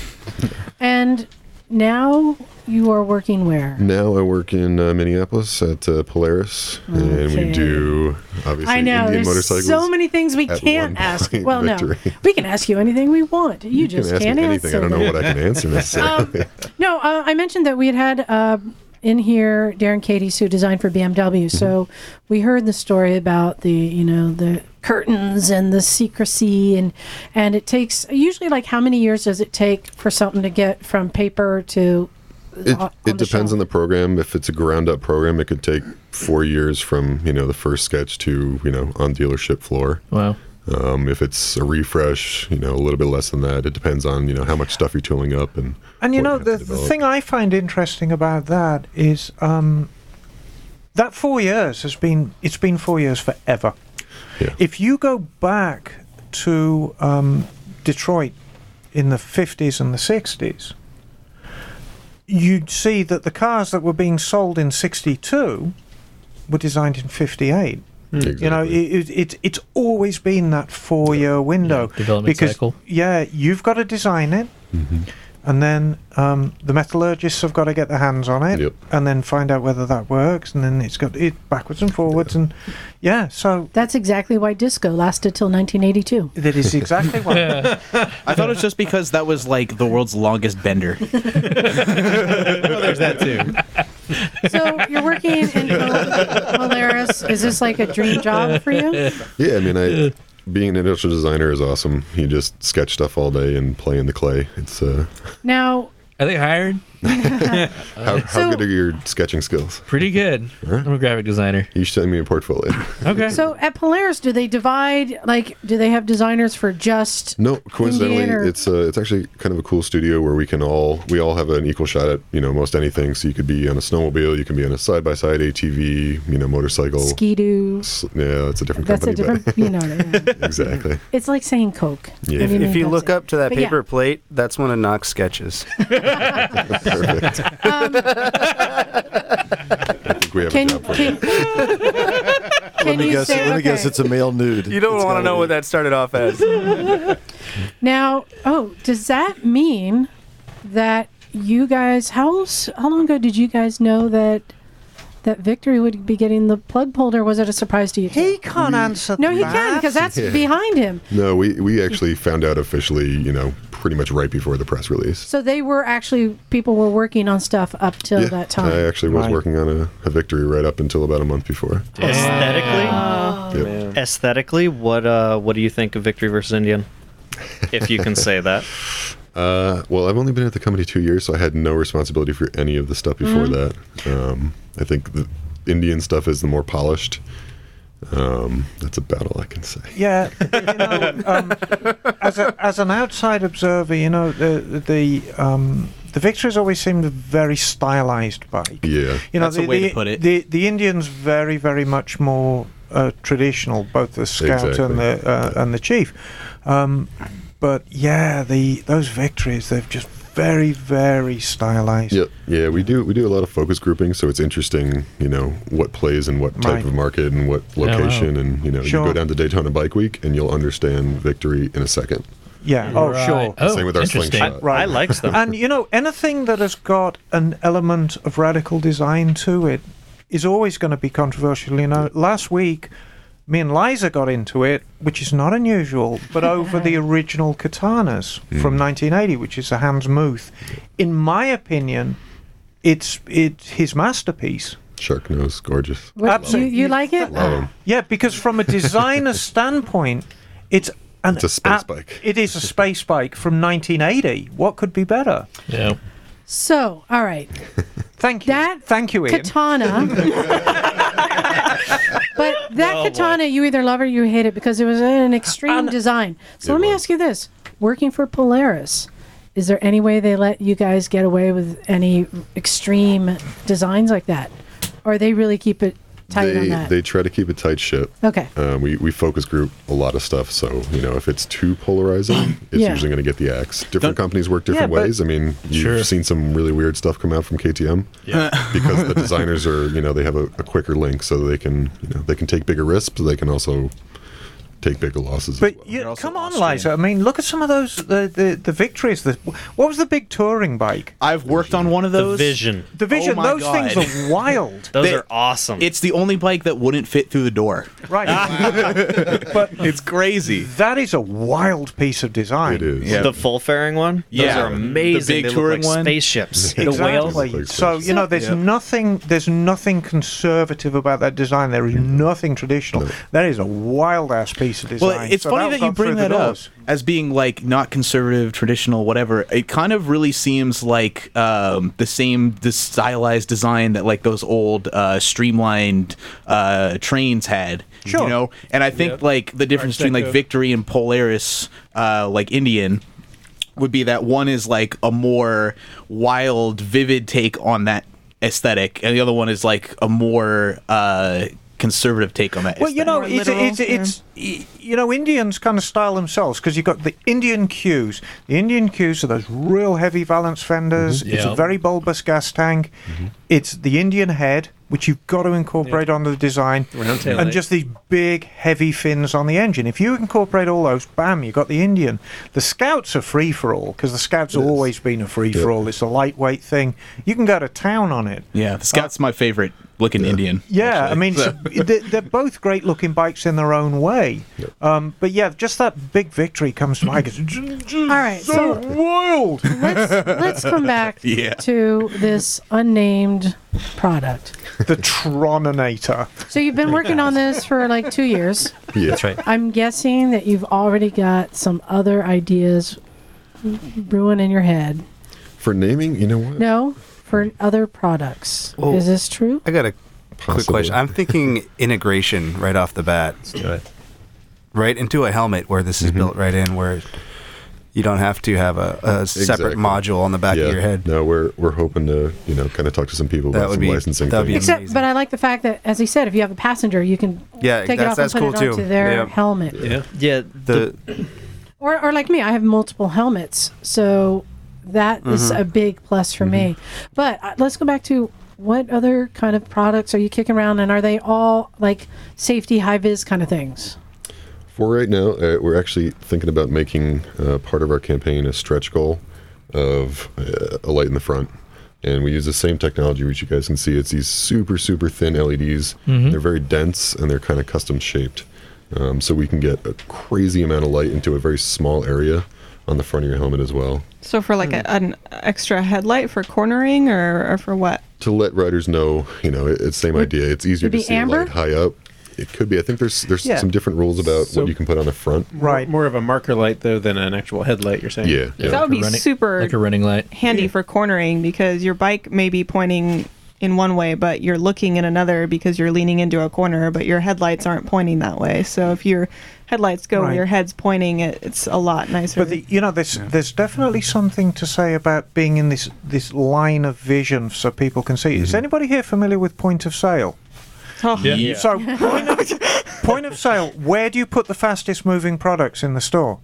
Speaker 4: And now you are working where?
Speaker 14: Now I work in uh, Minneapolis at uh, Polaris, and
Speaker 4: Okay.
Speaker 14: we do obviously
Speaker 4: I know.
Speaker 14: Indian
Speaker 4: there's
Speaker 14: motorcycles.
Speaker 4: so many things we
Speaker 14: at
Speaker 4: can't
Speaker 14: one
Speaker 4: ask.
Speaker 14: point
Speaker 4: Well,
Speaker 14: victory.
Speaker 4: no, we can ask you anything we want. You,
Speaker 14: You
Speaker 4: just
Speaker 14: can ask
Speaker 4: can't
Speaker 14: me
Speaker 4: answer.
Speaker 14: anything. I don't know
Speaker 4: them.
Speaker 14: what I can answer necessarily.
Speaker 4: No, uh, I mentioned that we had had uh, in here Darren Cadiz, who designed for BMW.
Speaker 14: Mm-hmm.
Speaker 4: So we heard the story about the you know the curtains and the secrecy and and it takes usually like how many years does it take for something to get from paper to
Speaker 14: it it depends on the program. If it's a ground up program, it could take four years from you know the first sketch to you know on dealership floor.
Speaker 3: Wow.
Speaker 14: Um, if it's a refresh, you know a little bit less than that. It depends on you know how much stuff you're tooling up and
Speaker 8: And you
Speaker 14: what
Speaker 8: know,
Speaker 14: have
Speaker 8: the,
Speaker 14: to
Speaker 8: the
Speaker 14: develop.
Speaker 8: thing I find interesting about that is um, that four years has been, it's been four years forever. If you go back to um, Detroit in the 50s and the 60s, you'd see that the cars that were being sold in 62 were designed in 58.
Speaker 14: Hmm.
Speaker 8: You know, it, it, it, it's always been that four year window.
Speaker 3: development
Speaker 8: because,
Speaker 3: cycle.
Speaker 8: Yeah, you've got to design it,
Speaker 10: Mm-hmm.
Speaker 8: and then um, the metallurgists have got to get their hands on it, and then find out whether that works, and then it's got it backwards and forwards, and yeah, so.
Speaker 4: That's exactly why disco lasted till 1982.
Speaker 8: That is exactly why.
Speaker 10: I thought it was just because that was like the world's longest bender. there's that too.
Speaker 4: So you're working in Pol- Polaris. Is this like a dream job Oh, for you?
Speaker 14: Yeah, I mean, I being an industrial designer is awesome. You just sketch stuff all day and play in the clay. It's uh,
Speaker 4: Now,
Speaker 3: Are they hired?
Speaker 14: how, how good are your sketching skills?
Speaker 3: Pretty good. I'm a graphic designer.
Speaker 14: You should send me a portfolio.
Speaker 3: Okay.
Speaker 4: so at Polaris, do they divide? Like, do they have designers for just
Speaker 14: No, coincidentally,
Speaker 4: Indian or-
Speaker 14: it's uh, it's actually kind of a cool studio where we can all we all have an equal shot at you know most anything. So you could be on a snowmobile, you can be on a side by side ATV, you know, motorcycle.
Speaker 4: ski doo?
Speaker 14: S- yeah, that's a different
Speaker 4: That's a
Speaker 14: company.
Speaker 4: different. You know, yeah.
Speaker 14: But exactly.
Speaker 4: it's like saying Coke.
Speaker 14: Yeah.
Speaker 7: If,
Speaker 4: I mean,
Speaker 7: if you
Speaker 4: that's
Speaker 7: look
Speaker 4: it.
Speaker 7: up to that
Speaker 4: But yeah. Um,
Speaker 7: paper plate, that's one of Knox sketches.
Speaker 14: Perfect.
Speaker 7: I
Speaker 14: think we have
Speaker 4: Can-
Speaker 14: a job for
Speaker 4: can-
Speaker 14: you.
Speaker 4: Can
Speaker 9: let me
Speaker 4: you
Speaker 9: guess.
Speaker 4: say-
Speaker 9: let me guess.
Speaker 4: okay.
Speaker 9: It's a male nude.
Speaker 7: You don't
Speaker 9: It's
Speaker 7: want to
Speaker 9: gotta
Speaker 7: know
Speaker 9: be.
Speaker 7: what that started off as.
Speaker 4: Now, oh, does that mean that you guys? How s- how long ago did you guys know that that Victory would be getting the plug pulled, or was it a surprise to you? He
Speaker 8: can't answer.
Speaker 4: No, he can because that's
Speaker 14: Yeah.
Speaker 4: behind him.
Speaker 14: No, we we actually found out officially, you know, pretty much right before the press release.
Speaker 4: So they were actually people were working on stuff up till
Speaker 14: Yeah,
Speaker 4: that time.
Speaker 14: I actually was
Speaker 4: Right.
Speaker 14: working on a, a victory right up until about a month before.
Speaker 2: Aesthetically, Oh,
Speaker 14: Yep.
Speaker 2: aesthetically, what uh, what do you think of Victory versus Indian? If you can say that.
Speaker 14: Uh, well, I've only been at the company two years, so I had no responsibility for any of the stuff before
Speaker 4: Mhm.
Speaker 10: Mm-hmm.
Speaker 14: that. Um, I think the Indian stuff is the more polished. Um, that's about all I can say.
Speaker 8: Yeah, you know, um, as, a, as an outside observer, you know the the um, the victories always seemed a very stylized bike.
Speaker 14: Yeah,
Speaker 8: You know,
Speaker 10: That's
Speaker 8: the,
Speaker 10: a way
Speaker 8: the,
Speaker 10: to put it.
Speaker 8: The the Indians very very much more uh, traditional, both the scout
Speaker 14: Exactly.
Speaker 8: and the uh, and the chief. Um, but yeah, the those victories they've just very, very stylized.
Speaker 14: Yeah, yeah, we do we do a lot of focus grouping, so it's interesting, you know, what plays in what type
Speaker 8: Right.
Speaker 14: of market and what
Speaker 8: Yeah,
Speaker 10: Oh,
Speaker 8: wow.
Speaker 14: location, and you know, you
Speaker 8: Sure.
Speaker 14: go down to Daytona Bike Week, and you'll understand victory in a second.
Speaker 8: Yeah. Oh,
Speaker 14: Right.
Speaker 8: sure.
Speaker 14: Oh, Same with our interesting. slingshot. I- I likes them.
Speaker 8: And you know, anything that has got an element of radical design to it is always going to be controversial. You know, last week, me and Liza got into it, which is not unusual, but over the original katanas from 1980, which is the Hans Muth. In my opinion, it's it's his masterpiece.
Speaker 14: Shark nose, gorgeous.
Speaker 4: What, You, you like it?
Speaker 14: Love 'em.
Speaker 8: Yeah, because from a designer standpoint, it's an
Speaker 14: It's a space
Speaker 8: ab-
Speaker 14: bike.
Speaker 8: It is a space bike from 1980. What could be better?
Speaker 3: Yeah.
Speaker 4: So, all right.
Speaker 8: Thank
Speaker 4: you. That
Speaker 8: Thank you, Ian.
Speaker 4: katana. but
Speaker 8: Oh,
Speaker 4: that katana, you either love it or you hate it because it was an extreme design. So let me ask you this: Working for Polaris, is there any way they let you guys get away with any extreme designs like that, or they really keep it tight on
Speaker 14: They
Speaker 4: that?
Speaker 14: they try to keep a tight ship.
Speaker 4: Okay.
Speaker 14: Um, we we focus group a lot of stuff, so you know, if it's too polarizing, it's
Speaker 4: Yeah.
Speaker 14: usually going to get the axe. Different companies work different
Speaker 4: Yeah, but-
Speaker 14: ways. I mean, you've seen some really weird stuff come out from KTM.
Speaker 10: Yeah.
Speaker 14: because the designers are you know they have a, a quicker link so they can you know they can take bigger risks but they can also take bigger losses
Speaker 8: But you, come on, Liza. I mean, look at some of those the the, the victories. The, what was the big touring bike?
Speaker 10: I've worked on one of those.
Speaker 2: Vision.
Speaker 8: The Vision.
Speaker 10: Oh my
Speaker 8: those
Speaker 10: God.
Speaker 8: things are wild.
Speaker 2: Those are awesome.
Speaker 10: It's the only bike that wouldn't fit through the door.
Speaker 8: Right. but
Speaker 10: it's crazy.
Speaker 8: That is a wild piece of design. It
Speaker 14: is.
Speaker 2: The full fairing one?
Speaker 8: Yeah.
Speaker 2: Those are
Speaker 8: The
Speaker 2: amazing.
Speaker 8: big
Speaker 2: they
Speaker 8: touring
Speaker 2: look like
Speaker 8: one.
Speaker 2: spaceships.
Speaker 8: So you know, there's nothing, there's nothing conservative about that design. There is nothing traditional. That is a wild ass piece of design.
Speaker 10: Well, it's
Speaker 8: So
Speaker 10: funny that
Speaker 8: that'll
Speaker 10: you
Speaker 8: go
Speaker 10: bring
Speaker 8: through the
Speaker 10: that up
Speaker 8: doors.
Speaker 10: as being like not conservative, traditional, whatever. It kind of really seems like um, the same the stylized design that like those old uh, streamlined uh, trains had.
Speaker 8: Sure.
Speaker 10: You know, and I think
Speaker 8: Yep.
Speaker 10: like the difference
Speaker 8: Art
Speaker 10: between like
Speaker 8: Deco.
Speaker 10: Victory and Polaris, uh, like Indian. Would be that one is like a more wild, vivid take on that aesthetic, and the other one is like a more uh, conservative take on that.
Speaker 8: Well, you know,
Speaker 10: aesthetic.
Speaker 8: it's, it's, it's, y- you know, Indians kind of style themselves because you've got the Indian cues. The Indian cues are those real heavy valance fenders.
Speaker 10: Mhm.
Speaker 8: It's
Speaker 10: Yeah.
Speaker 8: a very bulbous gas tank. It's the Indian head, which you've got to incorporate onto the design,
Speaker 10: Round tail
Speaker 8: and
Speaker 10: light.
Speaker 8: just these big heavy fins on the engine. If you incorporate all those, bam, you've got the Indian. The Scouts are free for all because the Scouts have always been a free for all. It's a lightweight thing. You can go to town on it.
Speaker 10: Yeah, the
Speaker 1: Uh,
Speaker 10: Scout's my favorite looking Indian.
Speaker 8: Yeah, I mean,
Speaker 10: So-
Speaker 8: so they're, they're both great looking bikes in their own way. Um, but yeah, just that big victory comes to mind. All
Speaker 4: right, so
Speaker 8: wild.
Speaker 4: Let's let's come back
Speaker 8: Yeah.
Speaker 4: to this unnamed product.
Speaker 8: The Troninator.
Speaker 4: So you've been working on this for like two years.
Speaker 14: yeah that's right
Speaker 4: I'm guessing that you've already got some other ideas brewing in your head.
Speaker 14: for naming you know what
Speaker 4: No, for other products.
Speaker 7: Well,
Speaker 4: Is this true?
Speaker 7: I got a quick question. I'm thinking integration right off the bat. Let's do it. Mm-hmm. Right into a helmet where this is built right in, where you don't have to have a, a separate
Speaker 14: Exactly.
Speaker 7: module on the back
Speaker 14: Yeah.
Speaker 7: of your head.
Speaker 14: no we're we're hoping to you know kind of talk to some people
Speaker 7: That
Speaker 14: about
Speaker 7: would
Speaker 14: some
Speaker 7: be-
Speaker 14: licensing
Speaker 7: that would be
Speaker 14: things.
Speaker 4: Except, but I like the fact that, as he said, if you have a passenger, you can take it off and put it onto their helmet.
Speaker 2: Yeah. Yeah.
Speaker 7: The,
Speaker 4: Or, or like me, I have multiple helmets, so that is
Speaker 7: Mhm.
Speaker 4: a big plus for me. But uh, let's go back to what other kind of products are you kicking around, and are they all like safety high vis kind of things?
Speaker 14: For right now, uh, we're actually thinking about making uh, part of our campaign a stretch goal of uh, a light in the front. And we use the same technology, which you guys can see. It's these super, super thin LEDs.
Speaker 15: Mhm.
Speaker 14: They're very dense and they're kind of custom shaped. Um, so we can get a crazy amount of light into a very small area on the front of your helmet as well.
Speaker 1: So for like a, an extra headlight for cornering or, or for what?
Speaker 14: To let riders know, you know, it, it's same idea. It's easier
Speaker 1: would
Speaker 14: to
Speaker 1: be
Speaker 14: see
Speaker 1: amber?
Speaker 14: a light high up. It could be. I think there's there's
Speaker 15: Yeah.
Speaker 14: some different rules about
Speaker 15: So-
Speaker 14: what you can put on the front.
Speaker 8: Right.
Speaker 15: More of a marker light though than an actual headlight. You're saying?
Speaker 14: Yeah,
Speaker 1: That would be super
Speaker 15: light.
Speaker 1: handy for cornering because your bike may be pointing in one way, but you're looking in another because you're leaning into a corner, but your headlights aren't pointing that way. So if your headlights go where
Speaker 8: Right.
Speaker 1: your head's pointing, it, it's a lot nicer.
Speaker 8: But the, you know, there's there's definitely something to say about being in this this line of vision, so people can see. Is anybody here familiar with point of sale?
Speaker 1: Oh. Yeah. Yeah.
Speaker 8: So point of, point of sale, where do you put the fastest moving products in the store?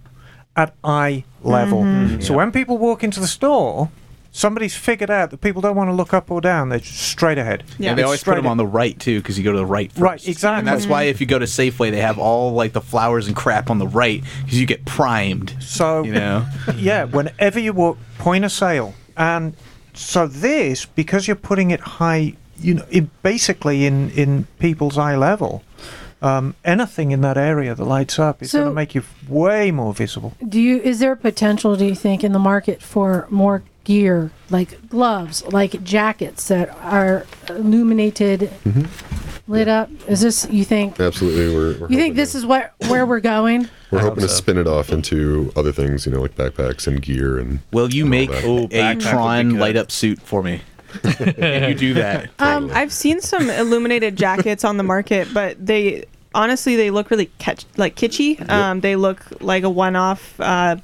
Speaker 8: at eye level.
Speaker 16: Mhm.
Speaker 8: So when people walk into the store, somebody's figured out that people don't want to look up or down; they're just straight ahead.
Speaker 10: Yeah, they
Speaker 8: It's
Speaker 10: always put
Speaker 8: straight
Speaker 10: them on the right too, because you go to the right. First.
Speaker 8: Right, exactly.
Speaker 10: And that's
Speaker 1: Mm-hmm.
Speaker 10: why if you go to Safeway, they have all like the flowers and crap on the right, because you get primed.
Speaker 8: So
Speaker 10: you know,
Speaker 8: yeah, whenever you walk, point of sale, and so this because you're putting it high, you know, it basically in in people's eye level. Um, anything in that area that lights up is going
Speaker 4: So-
Speaker 8: to make you way more visible.
Speaker 4: Do you is there potential do you think in the market for more gear like gloves, like jackets that are illuminated,
Speaker 14: Mhm.
Speaker 4: lit up? Is this you think
Speaker 14: Absolutely, we're, we're
Speaker 4: you think this is what where we're going?
Speaker 14: We're hoping to spin it off into other things, you know, like backpacks and gear and.
Speaker 10: Will you make a Tron light up suit for me? If you do that.
Speaker 1: Um, I've seen some illuminated jackets on the market, but they honestly they look really catch like kitschy. Um, They look like a one-off uh,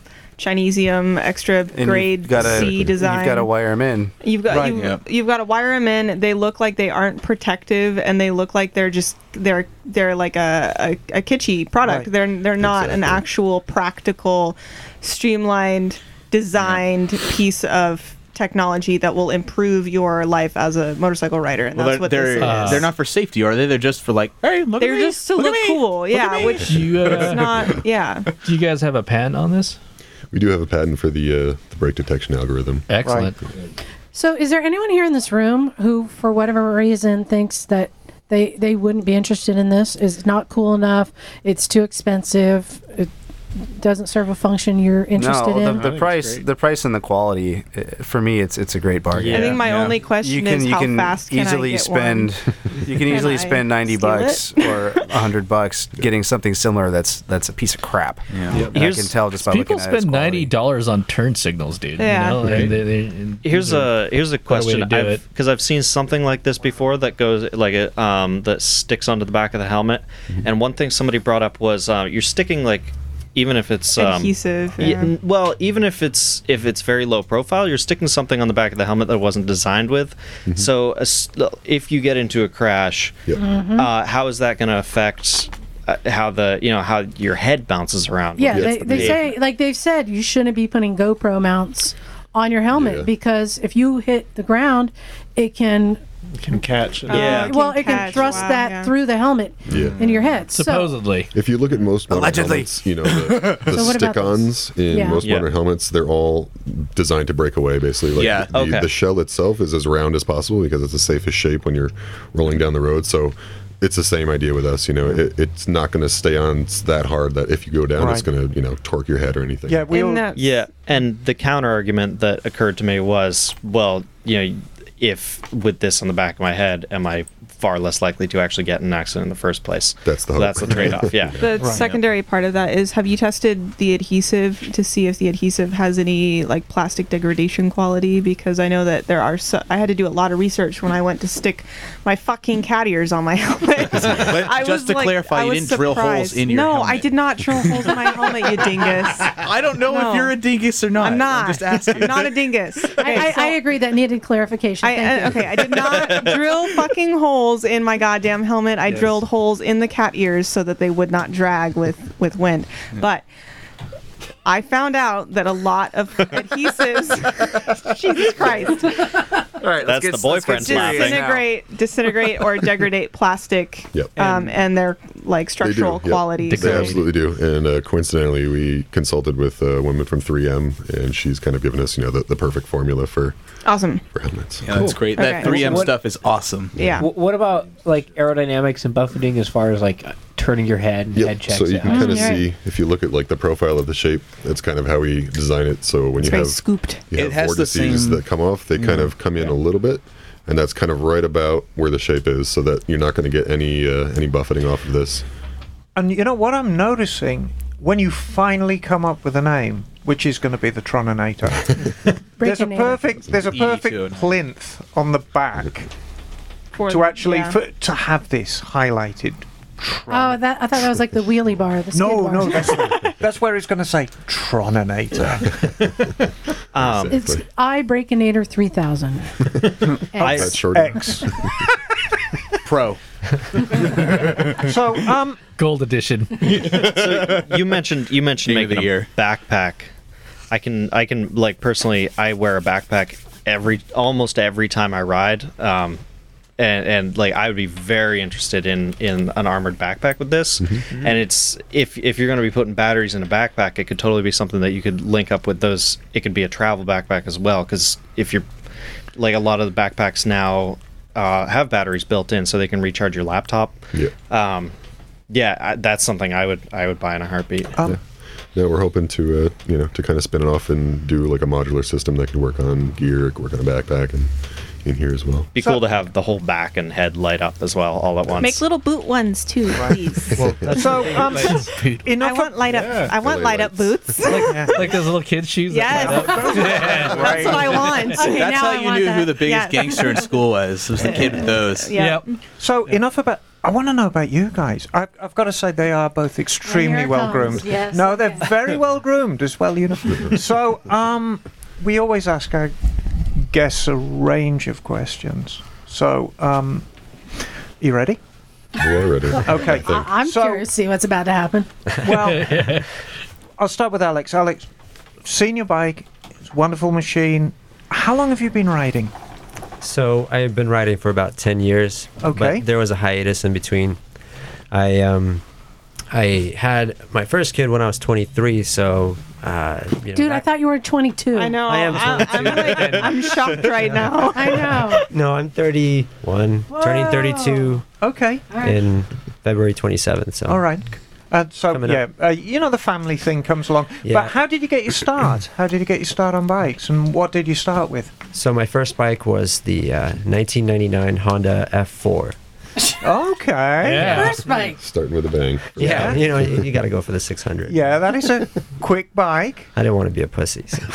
Speaker 1: Chinesium extra
Speaker 7: And
Speaker 1: grade
Speaker 7: you've gotta-
Speaker 1: C design.
Speaker 7: You've got to wire them in.
Speaker 1: You've got you, you've got to wire them in. They look like they aren't protective, and they look like they're just they're they're like a a, a kitschy product.
Speaker 16: Right.
Speaker 1: They're they're not an actual practical, streamlined, designed piece of technology that will improve your life as a motorcycle rider. And
Speaker 10: Well,
Speaker 1: that's
Speaker 10: they're,
Speaker 1: what
Speaker 10: they're,
Speaker 1: this is.
Speaker 10: they're not for safety, are they? They're just for like, hey, look
Speaker 1: They're
Speaker 10: at me.
Speaker 1: just to
Speaker 10: look
Speaker 1: look,
Speaker 10: at me,
Speaker 1: cool,
Speaker 10: look at
Speaker 1: yeah.
Speaker 10: me."
Speaker 1: Which
Speaker 3: You, uh,
Speaker 1: it's not, yeah.
Speaker 3: Do you guys have a patent on this?
Speaker 14: We do have a patent for the uh, the brake detection algorithm.
Speaker 3: Excellent.
Speaker 4: So is there anyone here in this room who for whatever reason thinks that they they wouldn't be interested in this? Is not cool enough, it's too expensive, it doesn't serve a function you're interested
Speaker 7: no,
Speaker 4: in?
Speaker 7: the, the price, the price and the quality. uh, For me, it's it's a great bargain.
Speaker 1: I think my only question
Speaker 7: you can
Speaker 1: is
Speaker 7: you
Speaker 1: how
Speaker 7: can
Speaker 1: fast can I
Speaker 7: easily
Speaker 1: get
Speaker 7: spend you can
Speaker 1: Can
Speaker 7: easily
Speaker 1: I
Speaker 7: spend 90
Speaker 1: steal
Speaker 7: bucks or 100 bucks getting something similar that's that's a piece of crap And i
Speaker 3: Here's-
Speaker 7: can tell just by
Speaker 3: people
Speaker 7: looking at
Speaker 3: spend
Speaker 7: it
Speaker 3: ninety dollars on turn signals, dude.
Speaker 1: Yeah.
Speaker 3: You know?
Speaker 2: Right.
Speaker 3: and they, they, and
Speaker 2: Here's
Speaker 3: these are-
Speaker 2: a here's a
Speaker 3: better way to
Speaker 2: question
Speaker 3: do
Speaker 2: because
Speaker 3: it.
Speaker 2: I've, 'cause I've seen something like this before that goes like it um, that sticks onto the back of the helmet,
Speaker 14: Mm-hmm.
Speaker 2: and one thing somebody brought up was uh, you're sticking like even if it's um,
Speaker 1: Adhesive,
Speaker 2: y-
Speaker 1: yeah.
Speaker 2: n- well, even if it's if it's very low profile, you're sticking something on the back of the helmet that it wasn't designed with.
Speaker 14: Mm-hmm.
Speaker 2: So a s- if you get into a crash,
Speaker 4: Mhm.
Speaker 2: uh, how is that going to affect? uh, How the you know how your head bounces around.
Speaker 4: Yeah, they, they say like they've said you shouldn't be putting GoPro mounts on your helmet
Speaker 2: Yeah.
Speaker 4: because if you hit the ground, it can
Speaker 15: Can catch.
Speaker 4: uh, well it can
Speaker 1: catch,
Speaker 4: thrust
Speaker 1: wow,
Speaker 4: that
Speaker 1: yeah.
Speaker 4: through the helmet
Speaker 14: Yeah.
Speaker 4: into your head. So-
Speaker 14: If you look at most modern
Speaker 4: Allegedly.
Speaker 14: helmets, you know, the, the
Speaker 4: So what about
Speaker 14: stick-ons
Speaker 4: this?
Speaker 14: in
Speaker 4: Yeah.
Speaker 14: most
Speaker 4: Yeah.
Speaker 14: modern helmets, they're all designed to break away, basically. Like
Speaker 10: Yeah,
Speaker 14: the,
Speaker 10: okay.
Speaker 14: the shell itself is as round as possible because it's the safest shape when you're rolling down the road. So it's the same idea with us, you know. It, it's not going to stay on s- that hard that if you go down, it's
Speaker 2: Right.
Speaker 14: going to, you know, torque your head or anything.
Speaker 8: Yeah, we all-
Speaker 2: yeah, and the counter argument that occurred to me was, well, you know, if with this on the back of my head, am I far less likely to actually get in an accident in the first place?
Speaker 14: That's the
Speaker 2: that's the
Speaker 14: hope.
Speaker 2: trade off. Yeah,
Speaker 1: The secondary part of that is have you tested the adhesive to see if the adhesive has any like plastic degradation quality because I know that there are so I had to do a lot of research when I went to stick my fucking cat ears on my helmet. I
Speaker 10: just to clarify,
Speaker 1: I
Speaker 10: you
Speaker 1: was
Speaker 10: didn't drill holes in your
Speaker 1: No,
Speaker 10: helmet.
Speaker 1: I did not drill holes in my helmet, you dingus.
Speaker 10: I don't know
Speaker 1: No.
Speaker 10: if you're a dingus or not.
Speaker 1: I'm not.
Speaker 10: just asking.
Speaker 1: I'm not a dingus. Okay,
Speaker 4: I, I,
Speaker 1: so-
Speaker 4: I agree that needed clarification. Thank
Speaker 1: I, uh,
Speaker 4: you.
Speaker 1: okay, I did not drill fucking holes in my goddamn helmet. I
Speaker 4: Yes.
Speaker 1: drilled holes in the cat ears so that they would not drag with with wind.
Speaker 16: Yeah.
Speaker 1: But I found out that a lot of adhesives, Jesus Christ,
Speaker 7: all right
Speaker 2: That's the boyfriend's laughing.
Speaker 1: disintegrate, disintegrate or degrade plastic,
Speaker 14: Yep.
Speaker 1: um, and their like
Speaker 14: They do,
Speaker 1: structural
Speaker 14: yep.
Speaker 1: qualities.
Speaker 14: They absolutely do. And uh, coincidentally, we consulted with a woman from 3M, and she's kind of given us, you know, the, the perfect formula for
Speaker 1: Awesome.
Speaker 14: for helmets.
Speaker 10: Yeah, that's great. That 3M stuff is awesome.
Speaker 1: Yeah.
Speaker 5: Wh- what about like aerodynamics and buffeting as far as like uh, turning your head and head checks?
Speaker 14: So
Speaker 5: Mm,
Speaker 14: you
Speaker 5: and
Speaker 14: can
Speaker 5: how-
Speaker 14: kind of
Speaker 4: Mm-hmm.
Speaker 14: see if you look at like the profile of the shape. That's kind of how we design it. So when
Speaker 5: It's
Speaker 14: you
Speaker 5: very
Speaker 14: have
Speaker 5: scooped.
Speaker 14: you
Speaker 5: It
Speaker 14: have
Speaker 5: has the
Speaker 14: vortices
Speaker 5: same-
Speaker 14: that come off. They
Speaker 10: Mm-hmm.
Speaker 14: kind of come in a little bit, and that's kind of right about where the shape is, so that you're not going to get any uh, any buffeting off of this.
Speaker 8: And you know what I'm noticing when you finally come up with a name, which is going to be the Troninator. there's a
Speaker 16: Breaking it.
Speaker 8: perfect there's a
Speaker 16: Easy to
Speaker 8: perfect
Speaker 16: announce.
Speaker 8: plinth on the back
Speaker 1: For-
Speaker 8: to actually
Speaker 1: yeah.
Speaker 8: for, to have this highlighted.
Speaker 4: Oh, that I thought that was like the wheelie bar. The skid
Speaker 8: No,
Speaker 4: bar.
Speaker 8: no, that's that's where it's going to say Troninator.
Speaker 2: Um,
Speaker 4: it's I Breakinator three thousand.
Speaker 2: I-
Speaker 4: X.
Speaker 2: Pro.
Speaker 8: so, um,
Speaker 3: gold edition.
Speaker 2: so you mentioned you mentioned
Speaker 10: Name of
Speaker 2: making
Speaker 10: the
Speaker 2: a backpack. I can I can like personally I wear a backpack every almost every time I ride. Um, and, and like I would be very interested in in an armored backpack with this.
Speaker 14: Mm-hmm.
Speaker 2: And it's if if you're going to be putting batteries in a backpack, it could totally be something that you could link up with those. It could be a travel backpack as well because if you're like a lot of the backpacks now uh, have batteries built in so they can recharge your laptop.
Speaker 14: Yeah.
Speaker 2: Um, yeah, I, that's something I would I would buy in a heartbeat.
Speaker 14: Yeah, we're hoping to uh, you know to kind of spin it off and do like a modular system that can work on gear, it can work on a backpack, and in here as well.
Speaker 2: Be cool to have the whole back and head light up as well, all at once.
Speaker 1: Make little boot ones too, please.
Speaker 8: so um,
Speaker 1: I want light up. I want light up boots.
Speaker 3: like, like those little kids' shoes. that
Speaker 1: Yes.
Speaker 3: light up.
Speaker 1: That's what I want.
Speaker 4: Okay,
Speaker 10: That's
Speaker 4: now
Speaker 10: how
Speaker 4: I
Speaker 10: you
Speaker 4: want
Speaker 10: knew
Speaker 4: that.
Speaker 10: who the biggest
Speaker 4: Yeah.
Speaker 10: gangster in school was. Was the kid with those?
Speaker 4: Yeah.
Speaker 8: So enough about. I want to know about you guys. I, I've got to say they are both extremely
Speaker 4: it
Speaker 8: well
Speaker 4: comes,
Speaker 8: groomed.
Speaker 4: yes,
Speaker 8: no, they're very well groomed as well. You know. so um, we always ask our guests a range of questions. So um, you ready?
Speaker 14: We're ready.
Speaker 8: Okay.
Speaker 4: I- I'm curious to see what's about to happen.
Speaker 8: Well, I'll start with Alex. Alex, seen your bike. It's a wonderful machine. How long have you been riding?
Speaker 13: So I have been riding for about ten years.
Speaker 8: Okay.
Speaker 13: But there was a hiatus in between. I um, I had my first kid when I was 23. So uh, you know,
Speaker 4: Dude, I thought you were 22. I
Speaker 1: know.
Speaker 13: I am I- 22,
Speaker 4: I'm,
Speaker 1: shocked right now.
Speaker 4: I know.
Speaker 13: no, I'm 31, turning 32
Speaker 8: Okay.
Speaker 13: in February 27th. So
Speaker 8: All right. Uh, so
Speaker 13: Coming
Speaker 8: yeah,
Speaker 13: up.
Speaker 8: uh, you know the family thing comes along.
Speaker 13: Yeah.
Speaker 8: But how did you get your start? how did you get your start on bikes, and what did you start with?
Speaker 13: So my first bike was the uh, 1999 Honda F4.
Speaker 8: Okay.
Speaker 14: Starting with a bang.
Speaker 13: Yeah, you know you, you got to go for the 600.
Speaker 8: Yeah, that is a quick bike.
Speaker 13: I didn't want to be a pussy. so-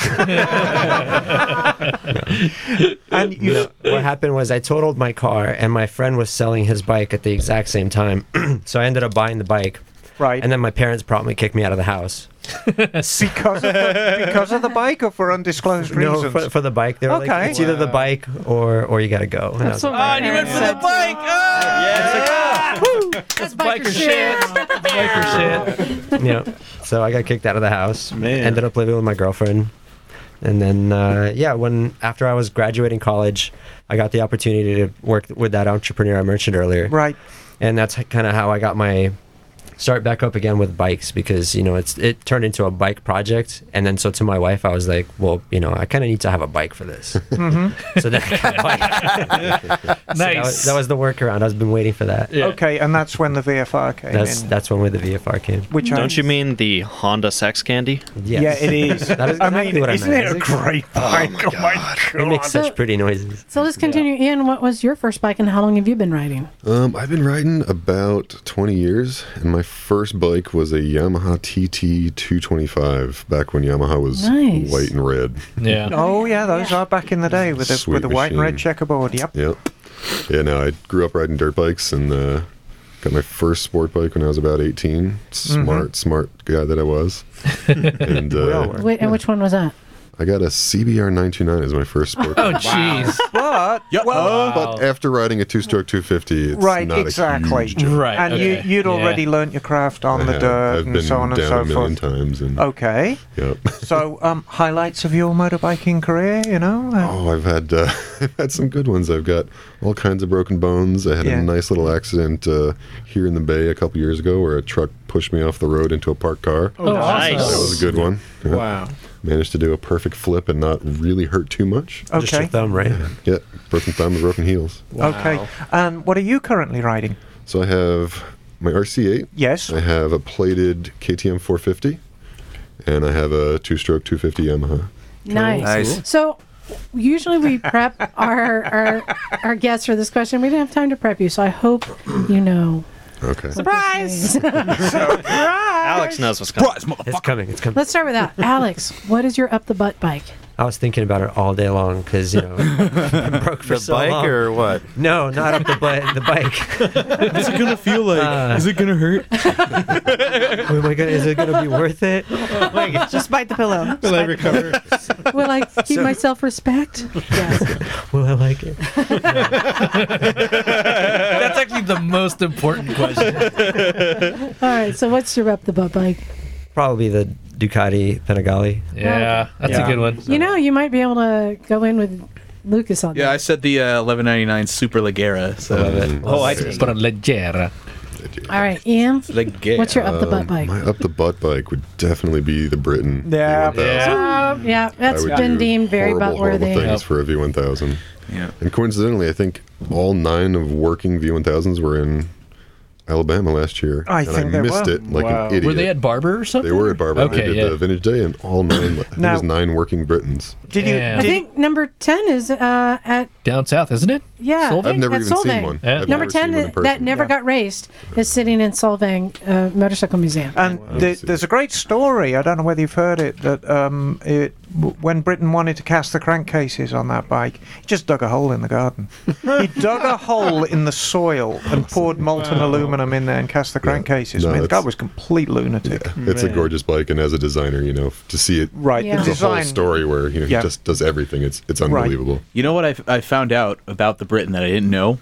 Speaker 8: And you
Speaker 13: No, what happened was I totaled my car, and my friend was selling his bike at the exact same time. so I ended up buying the bike.
Speaker 8: Right.
Speaker 13: And then my parents promptly kicked me out of the house.
Speaker 8: because of the, because of the bike or for undisclosed
Speaker 13: No,
Speaker 8: reasons?
Speaker 13: for, for the bike. They were
Speaker 8: Okay.
Speaker 13: like, it's either the bike or or you got to go. And I was like,
Speaker 3: Oh, and you went for the bike. Oh, yeah. That's biker shit. Biker shit.
Speaker 13: yeah. So I got kicked out of the house. Ended up living with my girlfriend. And then, uh, yeah, when after I was graduating college, I got the opportunity to work with that entrepreneur I mentioned earlier.
Speaker 8: Right.
Speaker 13: And that's kind of how I got my start back up again with bikes because you know it's it turned into a bike project. And then so to my wife, I was like, well, you know, I kind of need to have a bike for this.
Speaker 8: Mm-hmm.
Speaker 13: so that, so that was, that was the workaround. I've been waiting for that.
Speaker 8: Okay, and that's when the VFR came
Speaker 13: That's
Speaker 8: in.
Speaker 13: that's when we the VFR came.
Speaker 8: Which I-
Speaker 2: Don't you mean the Honda sex candy?
Speaker 8: Yeah, it is.
Speaker 13: That is
Speaker 8: I
Speaker 13: exactly
Speaker 8: mean,
Speaker 13: what I
Speaker 8: isn't
Speaker 13: meant.
Speaker 8: it a great bike? Oh my god!
Speaker 13: It makes
Speaker 4: So-
Speaker 13: such pretty noises.
Speaker 4: So let's continue. Ian, what was your first bike and how long have you been riding?
Speaker 14: Um, I've been riding about 20 years, and my first bike was a Yamaha TT 225 back when Yamaha was
Speaker 4: Nice.
Speaker 14: white and red.
Speaker 8: Oh yeah, those are back in the day with the,
Speaker 14: Sweet
Speaker 8: with the white and red
Speaker 14: machine.
Speaker 8: checkerboard. Yep.
Speaker 14: Yep. Yeah, no, I grew up riding dirt bikes and uh, got my first sport bike when I was about 18.
Speaker 8: Mm-hmm.
Speaker 14: Smart, smart guy that I was. and uh,
Speaker 4: Wait, and which one was that?
Speaker 14: I got a CBR 929 as my first sport
Speaker 4: Oh,
Speaker 14: bike.
Speaker 4: jeez.
Speaker 8: But well,
Speaker 14: But after riding a two stroke 250, it's
Speaker 8: right,
Speaker 14: not A
Speaker 8: exactly.
Speaker 14: huge jump.
Speaker 8: And you you'd already learned your craft on
Speaker 14: I
Speaker 8: the
Speaker 14: have.
Speaker 8: dirt
Speaker 14: I've
Speaker 8: and
Speaker 14: been
Speaker 8: so on and
Speaker 14: down
Speaker 8: so
Speaker 14: a million
Speaker 8: forth.
Speaker 14: times and
Speaker 8: Okay.
Speaker 14: Yep.
Speaker 8: so um, highlights of your motorbiking career, you know? Uh,
Speaker 14: Oh, I've had uh, I've had some good ones. I've got all kinds of broken bones. I had
Speaker 8: Yeah.
Speaker 14: a nice little accident uh, here in the bay a couple years ago where a truck pushed me off the road into a parked car.
Speaker 15: Oh, Nice. awesome.
Speaker 14: That was a good one. Yeah.
Speaker 15: Wow.
Speaker 14: Managed to do a perfect flip and not really hurt too much.
Speaker 8: Just your Okay.
Speaker 13: thumb, right?
Speaker 14: Yeah, broken thumb and broken heels.
Speaker 8: Okay. And what are you currently riding?
Speaker 14: So I have my RC8.
Speaker 8: Yes.
Speaker 14: I have a plated KTM 450, and I have a two-stroke 250 Yamaha.
Speaker 4: Nice.
Speaker 14: Nice.
Speaker 4: So usually we prep our, our our guests for this question. We didn't have time to prep you, so I hope you know.
Speaker 14: Okay.
Speaker 4: Surprise!
Speaker 8: Ah,
Speaker 2: Alex knows what's coming.
Speaker 13: It's coming. It's coming.
Speaker 4: Let's start with that. Alex, what is your up the butt bike?
Speaker 13: I was thinking about it all day long because you know I broke for
Speaker 7: The
Speaker 13: so
Speaker 7: bike
Speaker 13: long.
Speaker 7: or what?
Speaker 13: No, not up the butt. The bike. Uh,
Speaker 7: What's it gonna feel like?
Speaker 13: Is
Speaker 7: it gonna hurt?
Speaker 13: oh my god, is it gonna be worth it?
Speaker 1: Just bite the pillow.
Speaker 13: Will I recover?
Speaker 4: Will I keep
Speaker 13: So-
Speaker 4: my self respect?
Speaker 13: Will I like it?
Speaker 3: That's actually the most important question.
Speaker 4: All right. So what's your rep the butt bike?
Speaker 13: Probably the Ducati Panigale.
Speaker 3: Yeah, that's a good one.
Speaker 4: You know, you might be able to go in with Lucas on
Speaker 10: Yeah, I said the uh, 1199 Super Leggera. So
Speaker 3: Oh, I see.
Speaker 10: Super
Speaker 3: Leggera.
Speaker 4: that. All right, Ian. What's your up the butt
Speaker 14: Um,
Speaker 4: bike?
Speaker 14: My up the butt bike would definitely be the Britain. E
Speaker 8: Yeah.
Speaker 4: Uh, yeah, that's
Speaker 14: I would
Speaker 4: been
Speaker 14: do
Speaker 4: deemed very
Speaker 14: horrible,
Speaker 4: butt worthy.
Speaker 14: horrible things for a V1000. Yeah. And coincidentally, I think all nine of working V1000s were in Alabama last year.
Speaker 3: I
Speaker 14: and
Speaker 3: think
Speaker 14: I
Speaker 3: they
Speaker 14: missed
Speaker 3: were.
Speaker 14: it like
Speaker 3: Wow.
Speaker 14: an idiot.
Speaker 3: Were they at Barber or something?
Speaker 14: They were at Barber.
Speaker 3: Okay,
Speaker 14: they did
Speaker 3: yeah.
Speaker 14: the Vintage Day, and all nine, I think it
Speaker 4: Now-
Speaker 14: was nine working Britons.
Speaker 8: Did
Speaker 4: I think number ten is uh, at
Speaker 3: down south, isn't it?
Speaker 4: yeah.
Speaker 14: Solvang? I've never
Speaker 4: at
Speaker 14: even seen
Speaker 4: Solvang.
Speaker 14: one. Yeah. I've
Speaker 4: Number
Speaker 14: never seen
Speaker 4: ten
Speaker 14: one in
Speaker 4: that- that
Speaker 14: person.
Speaker 4: never
Speaker 14: Yeah.
Speaker 4: got raced is sitting in Solvang uh, Motorcycle Museum.
Speaker 8: And the, Uh, there's a great story. I don't know whether you've heard it. That um, it, w- when Britain wanted to cast the crankcases on that bike, he just dug a hole in the garden. he dug a hole in the soil and poured molten aluminum in there and cast the crankcases.
Speaker 14: No,
Speaker 8: I mean, the guy
Speaker 14: that's-
Speaker 8: was complete lunatic.
Speaker 14: It's a
Speaker 8: Man.
Speaker 14: gorgeous bike, and as a designer, you know, to see it,
Speaker 8: Right, the
Speaker 14: There's a whole
Speaker 8: design-
Speaker 14: story where you know
Speaker 10: Yeah.
Speaker 14: he just does everything. It's it's unbelievable.
Speaker 10: You know what I, I found out about the Britain that I didn't know?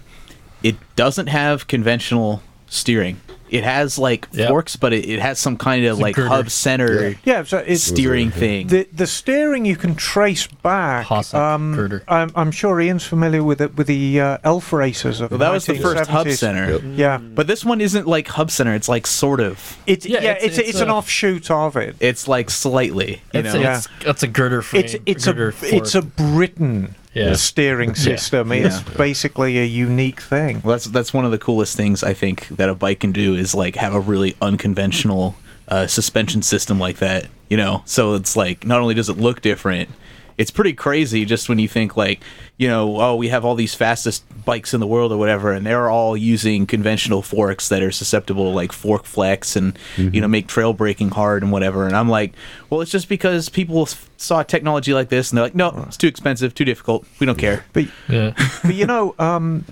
Speaker 10: It doesn't have conventional steering. It has like forks, but it, it has some kind of
Speaker 8: It's a
Speaker 10: like
Speaker 8: girder.
Speaker 10: hub center
Speaker 8: Yeah, so it's
Speaker 10: steering thing.
Speaker 8: The the steering you can trace back. um, I'm, I'm sure Ian's familiar with it with the uh, elf racers of.
Speaker 10: Well, that was the first hub
Speaker 8: 1970s.
Speaker 10: center. Mm.
Speaker 8: Yeah,
Speaker 10: But this one isn't like hub center. It's like sort of.
Speaker 8: It's yeah, it's, it's, an
Speaker 10: uh,
Speaker 8: offshoot of it.
Speaker 10: It's like slightly. You
Speaker 8: It's
Speaker 10: know?
Speaker 8: a- Yeah. it's-
Speaker 3: That's a girder frame.
Speaker 8: It's it's
Speaker 3: girder
Speaker 8: a
Speaker 3: fork.
Speaker 8: it's a Britain
Speaker 10: Yeah.
Speaker 8: steering
Speaker 10: Yeah.
Speaker 8: system. It's
Speaker 10: Yeah.
Speaker 8: basically a unique thing.
Speaker 10: Well, that's that's one of the coolest things I think that a bike can do is like have a really unconventional uh, suspension system like that. You know, so it's like not only does it look different, it's pretty crazy. Just when you think like, you know, oh, we have all these fastest bikes in the world or whatever, and they're all using conventional forks that are susceptible to like fork flex and you know make trail braking hard and whatever. And I'm like, well, it's just because people s- saw technology like this and they're like, no, it's too expensive, too difficult, we don't care.
Speaker 8: But
Speaker 3: yeah.
Speaker 8: but you know, um,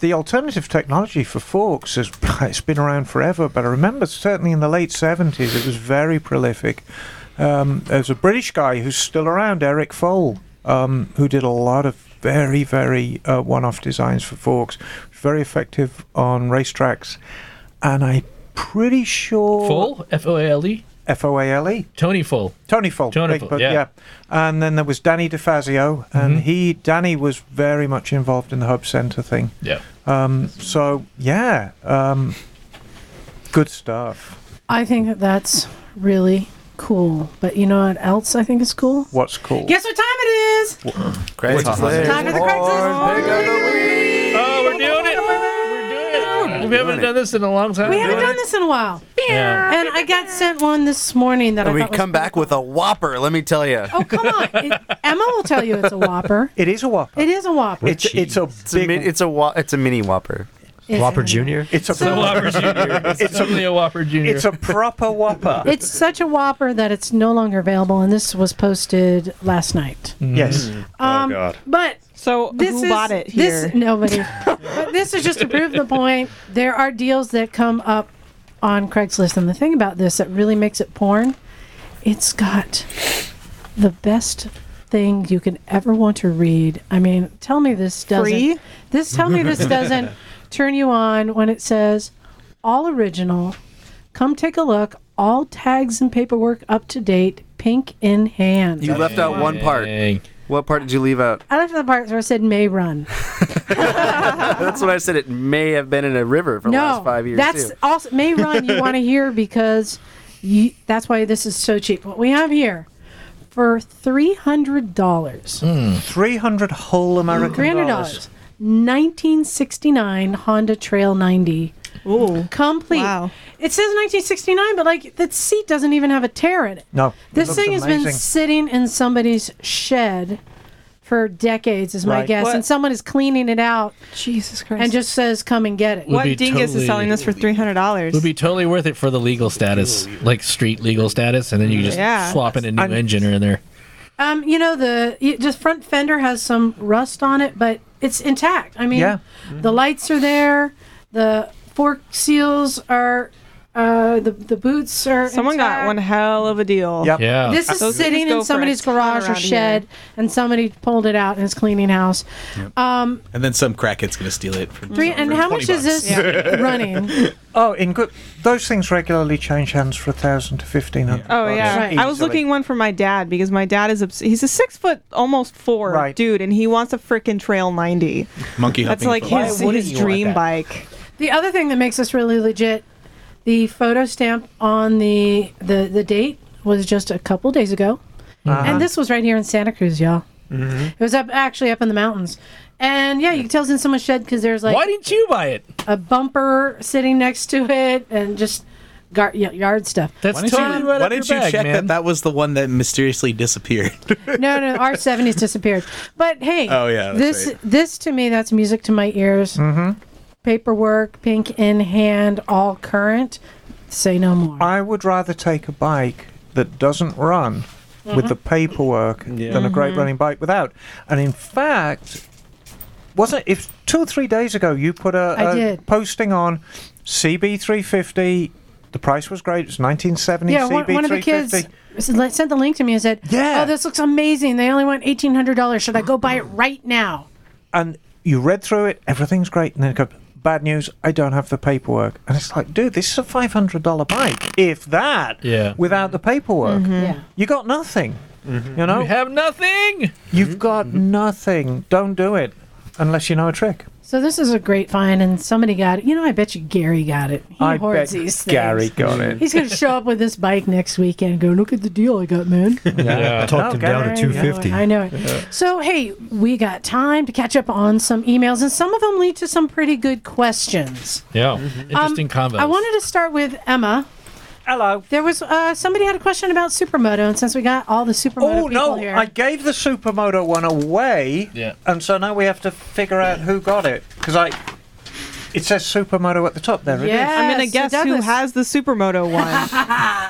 Speaker 8: the alternative technology for forks has it's been around forever. But I remember certainly in the late seventies, it was very prolific. Um, there's a British guy who's still around, Eric Fole, um, who did a lot of very, very uh, one-off designs for forks, very effective on racetracks, and I'm pretty sure
Speaker 3: Full F O A L E.
Speaker 8: F O A L E.
Speaker 3: Tony Full.
Speaker 8: Tony Full.
Speaker 3: Tony
Speaker 8: Big
Speaker 3: Full.
Speaker 8: Bug,
Speaker 3: Yeah. Mm-hmm.
Speaker 8: And then there was Danny DeFazio, and he Danny was very much involved in the hub center thing.
Speaker 3: Yeah.
Speaker 8: Um, so yeah, um, good stuff.
Speaker 4: I think that that's really cool. But you know what else I think is cool?
Speaker 8: What's cool?
Speaker 4: Guess what time it is? Time for the
Speaker 3: Oh, we're doing it. We're doing it. We haven't done this in a long time.
Speaker 4: We haven't
Speaker 3: Doing
Speaker 4: done
Speaker 3: it.
Speaker 4: this in a while.
Speaker 3: Yeah.
Speaker 4: And I got sent one this morning that
Speaker 7: And
Speaker 4: I
Speaker 7: we
Speaker 4: thought was
Speaker 7: come back with a whopper. Let me tell you.
Speaker 4: Oh come on! It- Emma will tell you it's a whopper.
Speaker 8: It is a whopper.
Speaker 4: It is a whopper.
Speaker 7: It's it's a it's a, mi- it's a wa- it's a mini whopper.
Speaker 4: It's Whopper a-
Speaker 7: Junior.
Speaker 8: It's a
Speaker 3: The Whopper Junior. It's, only a Whopper Junior.
Speaker 8: It's a proper whopper.
Speaker 4: It's such a whopper that it's no longer available, and this was posted last night.
Speaker 8: Mm. Yes.
Speaker 4: Um, But
Speaker 1: so
Speaker 4: this
Speaker 1: who
Speaker 4: is,
Speaker 1: bought it here?
Speaker 4: This, nobody. but this is just to prove the point. There are deals that come up on Craigslist, and the thing about this that really makes it porn, it's got the best thing you can ever want to read. I mean, tell me this doesn't.
Speaker 1: Free?
Speaker 4: This tell me this doesn't turn you on when it says all original. Come take a look. All tags and paperwork up to date. Pink in hand.
Speaker 7: You left out one part. What part did you leave out?
Speaker 4: I left the part where it said may run.
Speaker 7: That's what I said. It may have been in a river for the last five years.
Speaker 4: That's Hmm.
Speaker 7: too.
Speaker 4: also May Run you want to hear because you, that's why this is so cheap. What we have here for three hundred dollars.
Speaker 3: Mm.
Speaker 8: Three hundred whole American
Speaker 4: Three hundred dollars. 1969 Honda Trail 90. Ooh. Complete.
Speaker 1: Wow.
Speaker 4: It says 1969, but like the seat doesn't even have a tear in it.
Speaker 8: No.
Speaker 4: This thing has been
Speaker 8: amazing.
Speaker 4: sitting in somebody's shed for decades, is my
Speaker 1: Right.
Speaker 4: guess.
Speaker 1: What-
Speaker 4: And someone is cleaning it out. Jesus Christ. And just says, come and get it.
Speaker 3: Would What be dingus is totally- selling this
Speaker 1: for three hundred dollars?
Speaker 3: It would be totally worth it for the legal status, like street legal status, and then you just
Speaker 4: Yeah.
Speaker 3: swap in a new engine or in there.
Speaker 4: Um, you know the y- just front fender has some rust on it, but it's intact. I mean,
Speaker 3: Yeah.
Speaker 4: the lights are there, the fork seals are Uh, the the boots are.
Speaker 1: Someone got one hell of a deal.
Speaker 4: Yep. Yeah. This is
Speaker 1: Those
Speaker 4: sitting
Speaker 1: things go
Speaker 4: in
Speaker 1: for
Speaker 4: somebody's
Speaker 1: a ton
Speaker 4: garage or
Speaker 1: around
Speaker 4: shed,
Speaker 1: here.
Speaker 4: and somebody pulled it out and is cleaning house. Um,
Speaker 10: And then some crackhead's gonna steal it. For,
Speaker 4: Three- and
Speaker 10: for
Speaker 4: how
Speaker 10: 20
Speaker 4: much is
Speaker 10: bucks.
Speaker 4: this running?
Speaker 8: Oh, in good. Those things regularly change hands for a thousand to fifteen hundred.
Speaker 1: Oh yeah, I was looking one for my dad because my dad is obs- he's a six foot almost four dude, and he wants a freaking Trail ninety.
Speaker 10: Monkey
Speaker 1: That's
Speaker 10: hopping
Speaker 1: like
Speaker 10: foot.
Speaker 1: his,
Speaker 10: Why wouldn't
Speaker 1: his
Speaker 10: you want
Speaker 1: dream
Speaker 10: that?
Speaker 1: bike.
Speaker 4: The other thing that makes this really legit, the photo stamp on the the the date was just a couple days ago,
Speaker 16: Uh-huh.
Speaker 4: and this was right here in Santa Cruz, y'all.
Speaker 3: Mm-hmm.
Speaker 4: It was up actually up in the mountains, and yeah, you can tell it's in someone's shed because there's like
Speaker 3: Why didn't you buy it?
Speaker 4: a bumper sitting next to it and just gar- y- yard stuff.
Speaker 10: why didn't you, why didn't you check that that was the one that mysteriously disappeared?
Speaker 4: no, no, R seventies disappeared. But hey,
Speaker 10: Oh, yeah, that's
Speaker 4: this
Speaker 10: right.
Speaker 4: this to me that's music to my ears. Mm-hmm. Paperwork, pink in hand, all current. Say no more.
Speaker 8: I would rather take a bike that doesn't run with
Speaker 4: Mhm.
Speaker 8: the paperwork than a great
Speaker 4: Mhm.
Speaker 8: running bike without. And in fact, wasn't it if two or three days ago you put a,
Speaker 4: I
Speaker 8: a
Speaker 4: did.
Speaker 8: posting on CB350? The price was great. It's 1970
Speaker 4: Yeah, one,
Speaker 8: CB350.
Speaker 4: one of the kids s- le- sent the link to me and said, "Yeah, oh, this looks amazing. They only want eighteen hundred dollars. Should I go buy it right now?"
Speaker 8: and you read through it, everything's great, and then it goes, bad news, I don't have the paperwork. And it's like, dude, this is a five hundred dollar bike, if that.
Speaker 3: Yeah.
Speaker 8: Without the paperwork,
Speaker 4: Mm-hmm.
Speaker 3: Mhm. Yeah.
Speaker 8: you got nothing. You know,
Speaker 3: Mm-hmm. You have nothing.
Speaker 8: You've got nothing. Don't do it unless you know a trick.
Speaker 4: So this is a great find, and somebody got it. You know, I bet you Gary got it. He
Speaker 8: I bet
Speaker 4: hoards these things.
Speaker 8: Gary got it.
Speaker 4: He's going to show up with this bike next weekend. And go look at the deal I got, man.
Speaker 13: Yeah. I
Speaker 8: Oh,
Speaker 13: talked him down to
Speaker 4: I know
Speaker 13: 250.
Speaker 4: it, I know it. So hey, we got time to catch up on some emails, and some of them lead to some pretty good questions.
Speaker 3: Yeah. Mm-hmm. Interesting
Speaker 4: Um,
Speaker 3: combos.
Speaker 4: I wanted to start with Emma.
Speaker 8: Hello.
Speaker 4: There was uh, somebody had a question about supermoto, and since we got all the supermoto
Speaker 8: Oh
Speaker 4: people
Speaker 8: no!
Speaker 4: here,
Speaker 8: I gave the supermoto one away,
Speaker 3: Yeah.
Speaker 8: and so now we have to figure out who got it because I. It says supermoto at the top. There
Speaker 1: I'm
Speaker 8: it
Speaker 1: gonna
Speaker 8: is.
Speaker 1: guess who has the supermoto one.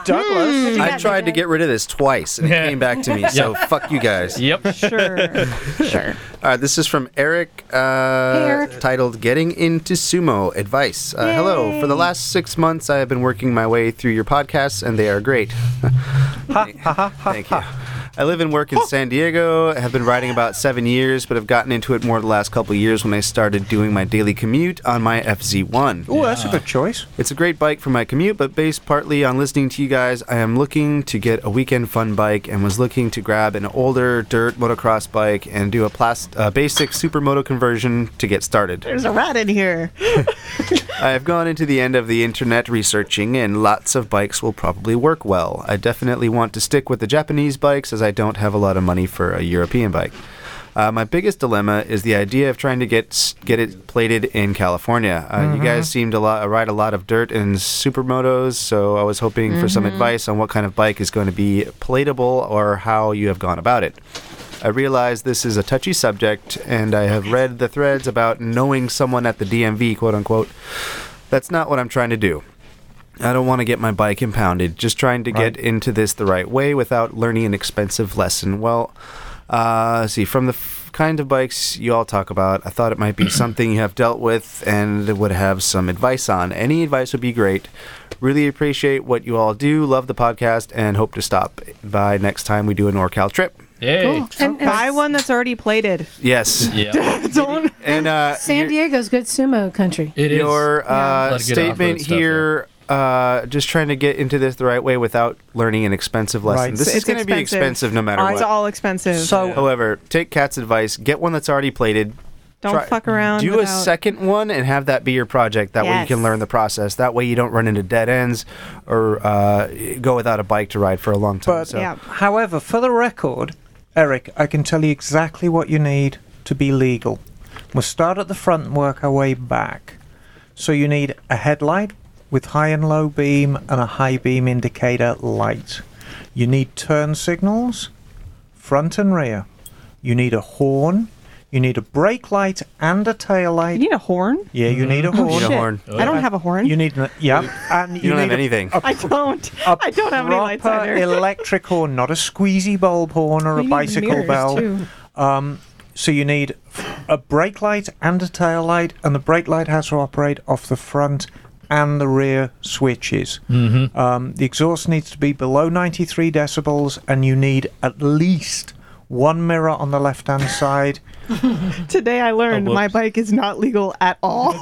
Speaker 8: Douglas.
Speaker 4: Hmm.
Speaker 7: I tried to get rid of this twice, and it came back to me. So
Speaker 1: Yeah.
Speaker 7: fuck you guys.
Speaker 3: Yep.
Speaker 1: Sure.
Speaker 7: Sure. All right, this is from Eric, uh, titled Getting Into Sumo Advice. Uh, hello. For the last six months, I have been working my way through your podcasts, and they are great. Thank you. I live and work in San Diego. I have been riding about seven years, but have gotten into it more the last couple of years when I started doing my daily commute on my FZ1.
Speaker 8: Oh, that's a good choice.
Speaker 7: It's a great bike for my commute, but based partly on listening to you guys, I am looking to get a weekend fun bike and was looking to grab an older dirt motocross bike and do a plas- uh, basic supermoto conversion to get started.
Speaker 1: There's a rat in here.
Speaker 7: I have gone into the end of the internet researching, and lots of bikes will probably work well. I definitely want to stick with the Japanese bikes as I don't have a lot of money for a European bike. Uh, my biggest dilemma is the idea of trying to get s- get it plated in California. Uh, You guys seem to lo- ride a lot of dirt and supermotos, so I was hoping for some
Speaker 17: Mhm.
Speaker 7: advice on what kind of bike is going to be platable or how you have gone about it. I realize this is a touchy subject, and I have read the threads about knowing someone at the DMV, quote unquote. That's not what I'm trying to do. I don't want to get my bike impounded. Just trying to get into this the right way without learning an expensive lesson. Well, uh, let's see, from the f- kind of bikes you all talk about, I thought it might be something you have dealt with and would have some advice on. Any advice would be great. Really appreciate what you all do. Love the podcast and hope to stop by next time we do a NorCal trip.
Speaker 1: Cool. And, buy one that's already plated.
Speaker 7: Yes.
Speaker 1: Yeah.
Speaker 7: Don't. And uh,
Speaker 4: San Diego's good sumo country.
Speaker 7: your
Speaker 4: Yeah.
Speaker 7: uh, statement here. Uh, just trying to get into this the right way without learning an expensive lesson. This
Speaker 1: It's Oh,
Speaker 7: is going to be expensive no matter
Speaker 1: It's
Speaker 7: what.
Speaker 1: all expensive.
Speaker 7: however, take Kat's advice. Get one that's already plated.
Speaker 1: Don't fuck around
Speaker 7: Do a
Speaker 1: without-
Speaker 7: second one and have that be your project. That way you can
Speaker 1: Yes.
Speaker 7: learn the process. That way you don't run into dead ends or uh, go without a bike to ride for a long time.
Speaker 8: But
Speaker 7: so.
Speaker 8: however, for the record, Eric, I can tell you exactly what you need to be legal. We'll start at the front and work our way back. So you need a headlight with high and low beam and a high beam indicator light. You need turn signals, front and rear. You need a horn. You need a brake light and a tail light. You
Speaker 1: need a horn?
Speaker 8: Yeah, you need a
Speaker 1: Oh,
Speaker 8: horn.
Speaker 1: shit. I don't have a horn.
Speaker 8: You need, an, yeah, and
Speaker 7: You don't have
Speaker 8: need a-
Speaker 7: anything.
Speaker 8: a
Speaker 1: I don't. I don't have any lights
Speaker 8: proper
Speaker 1: either.
Speaker 8: electric horn, not a squeezy bulb horn or
Speaker 1: We
Speaker 8: a
Speaker 1: need
Speaker 8: bicycle
Speaker 1: mirrors,
Speaker 8: bell.
Speaker 1: too.
Speaker 8: Um, so you need a brake light and a tail light, and the brake light has to operate off the front and the rear switches.
Speaker 3: Mhm.
Speaker 8: Um, the exhaust needs to be below 93 decibels, and you need at least one mirror on the left hand side.
Speaker 1: Today I learned
Speaker 8: Oh,
Speaker 1: my
Speaker 8: whoops.
Speaker 1: bike is not legal at all.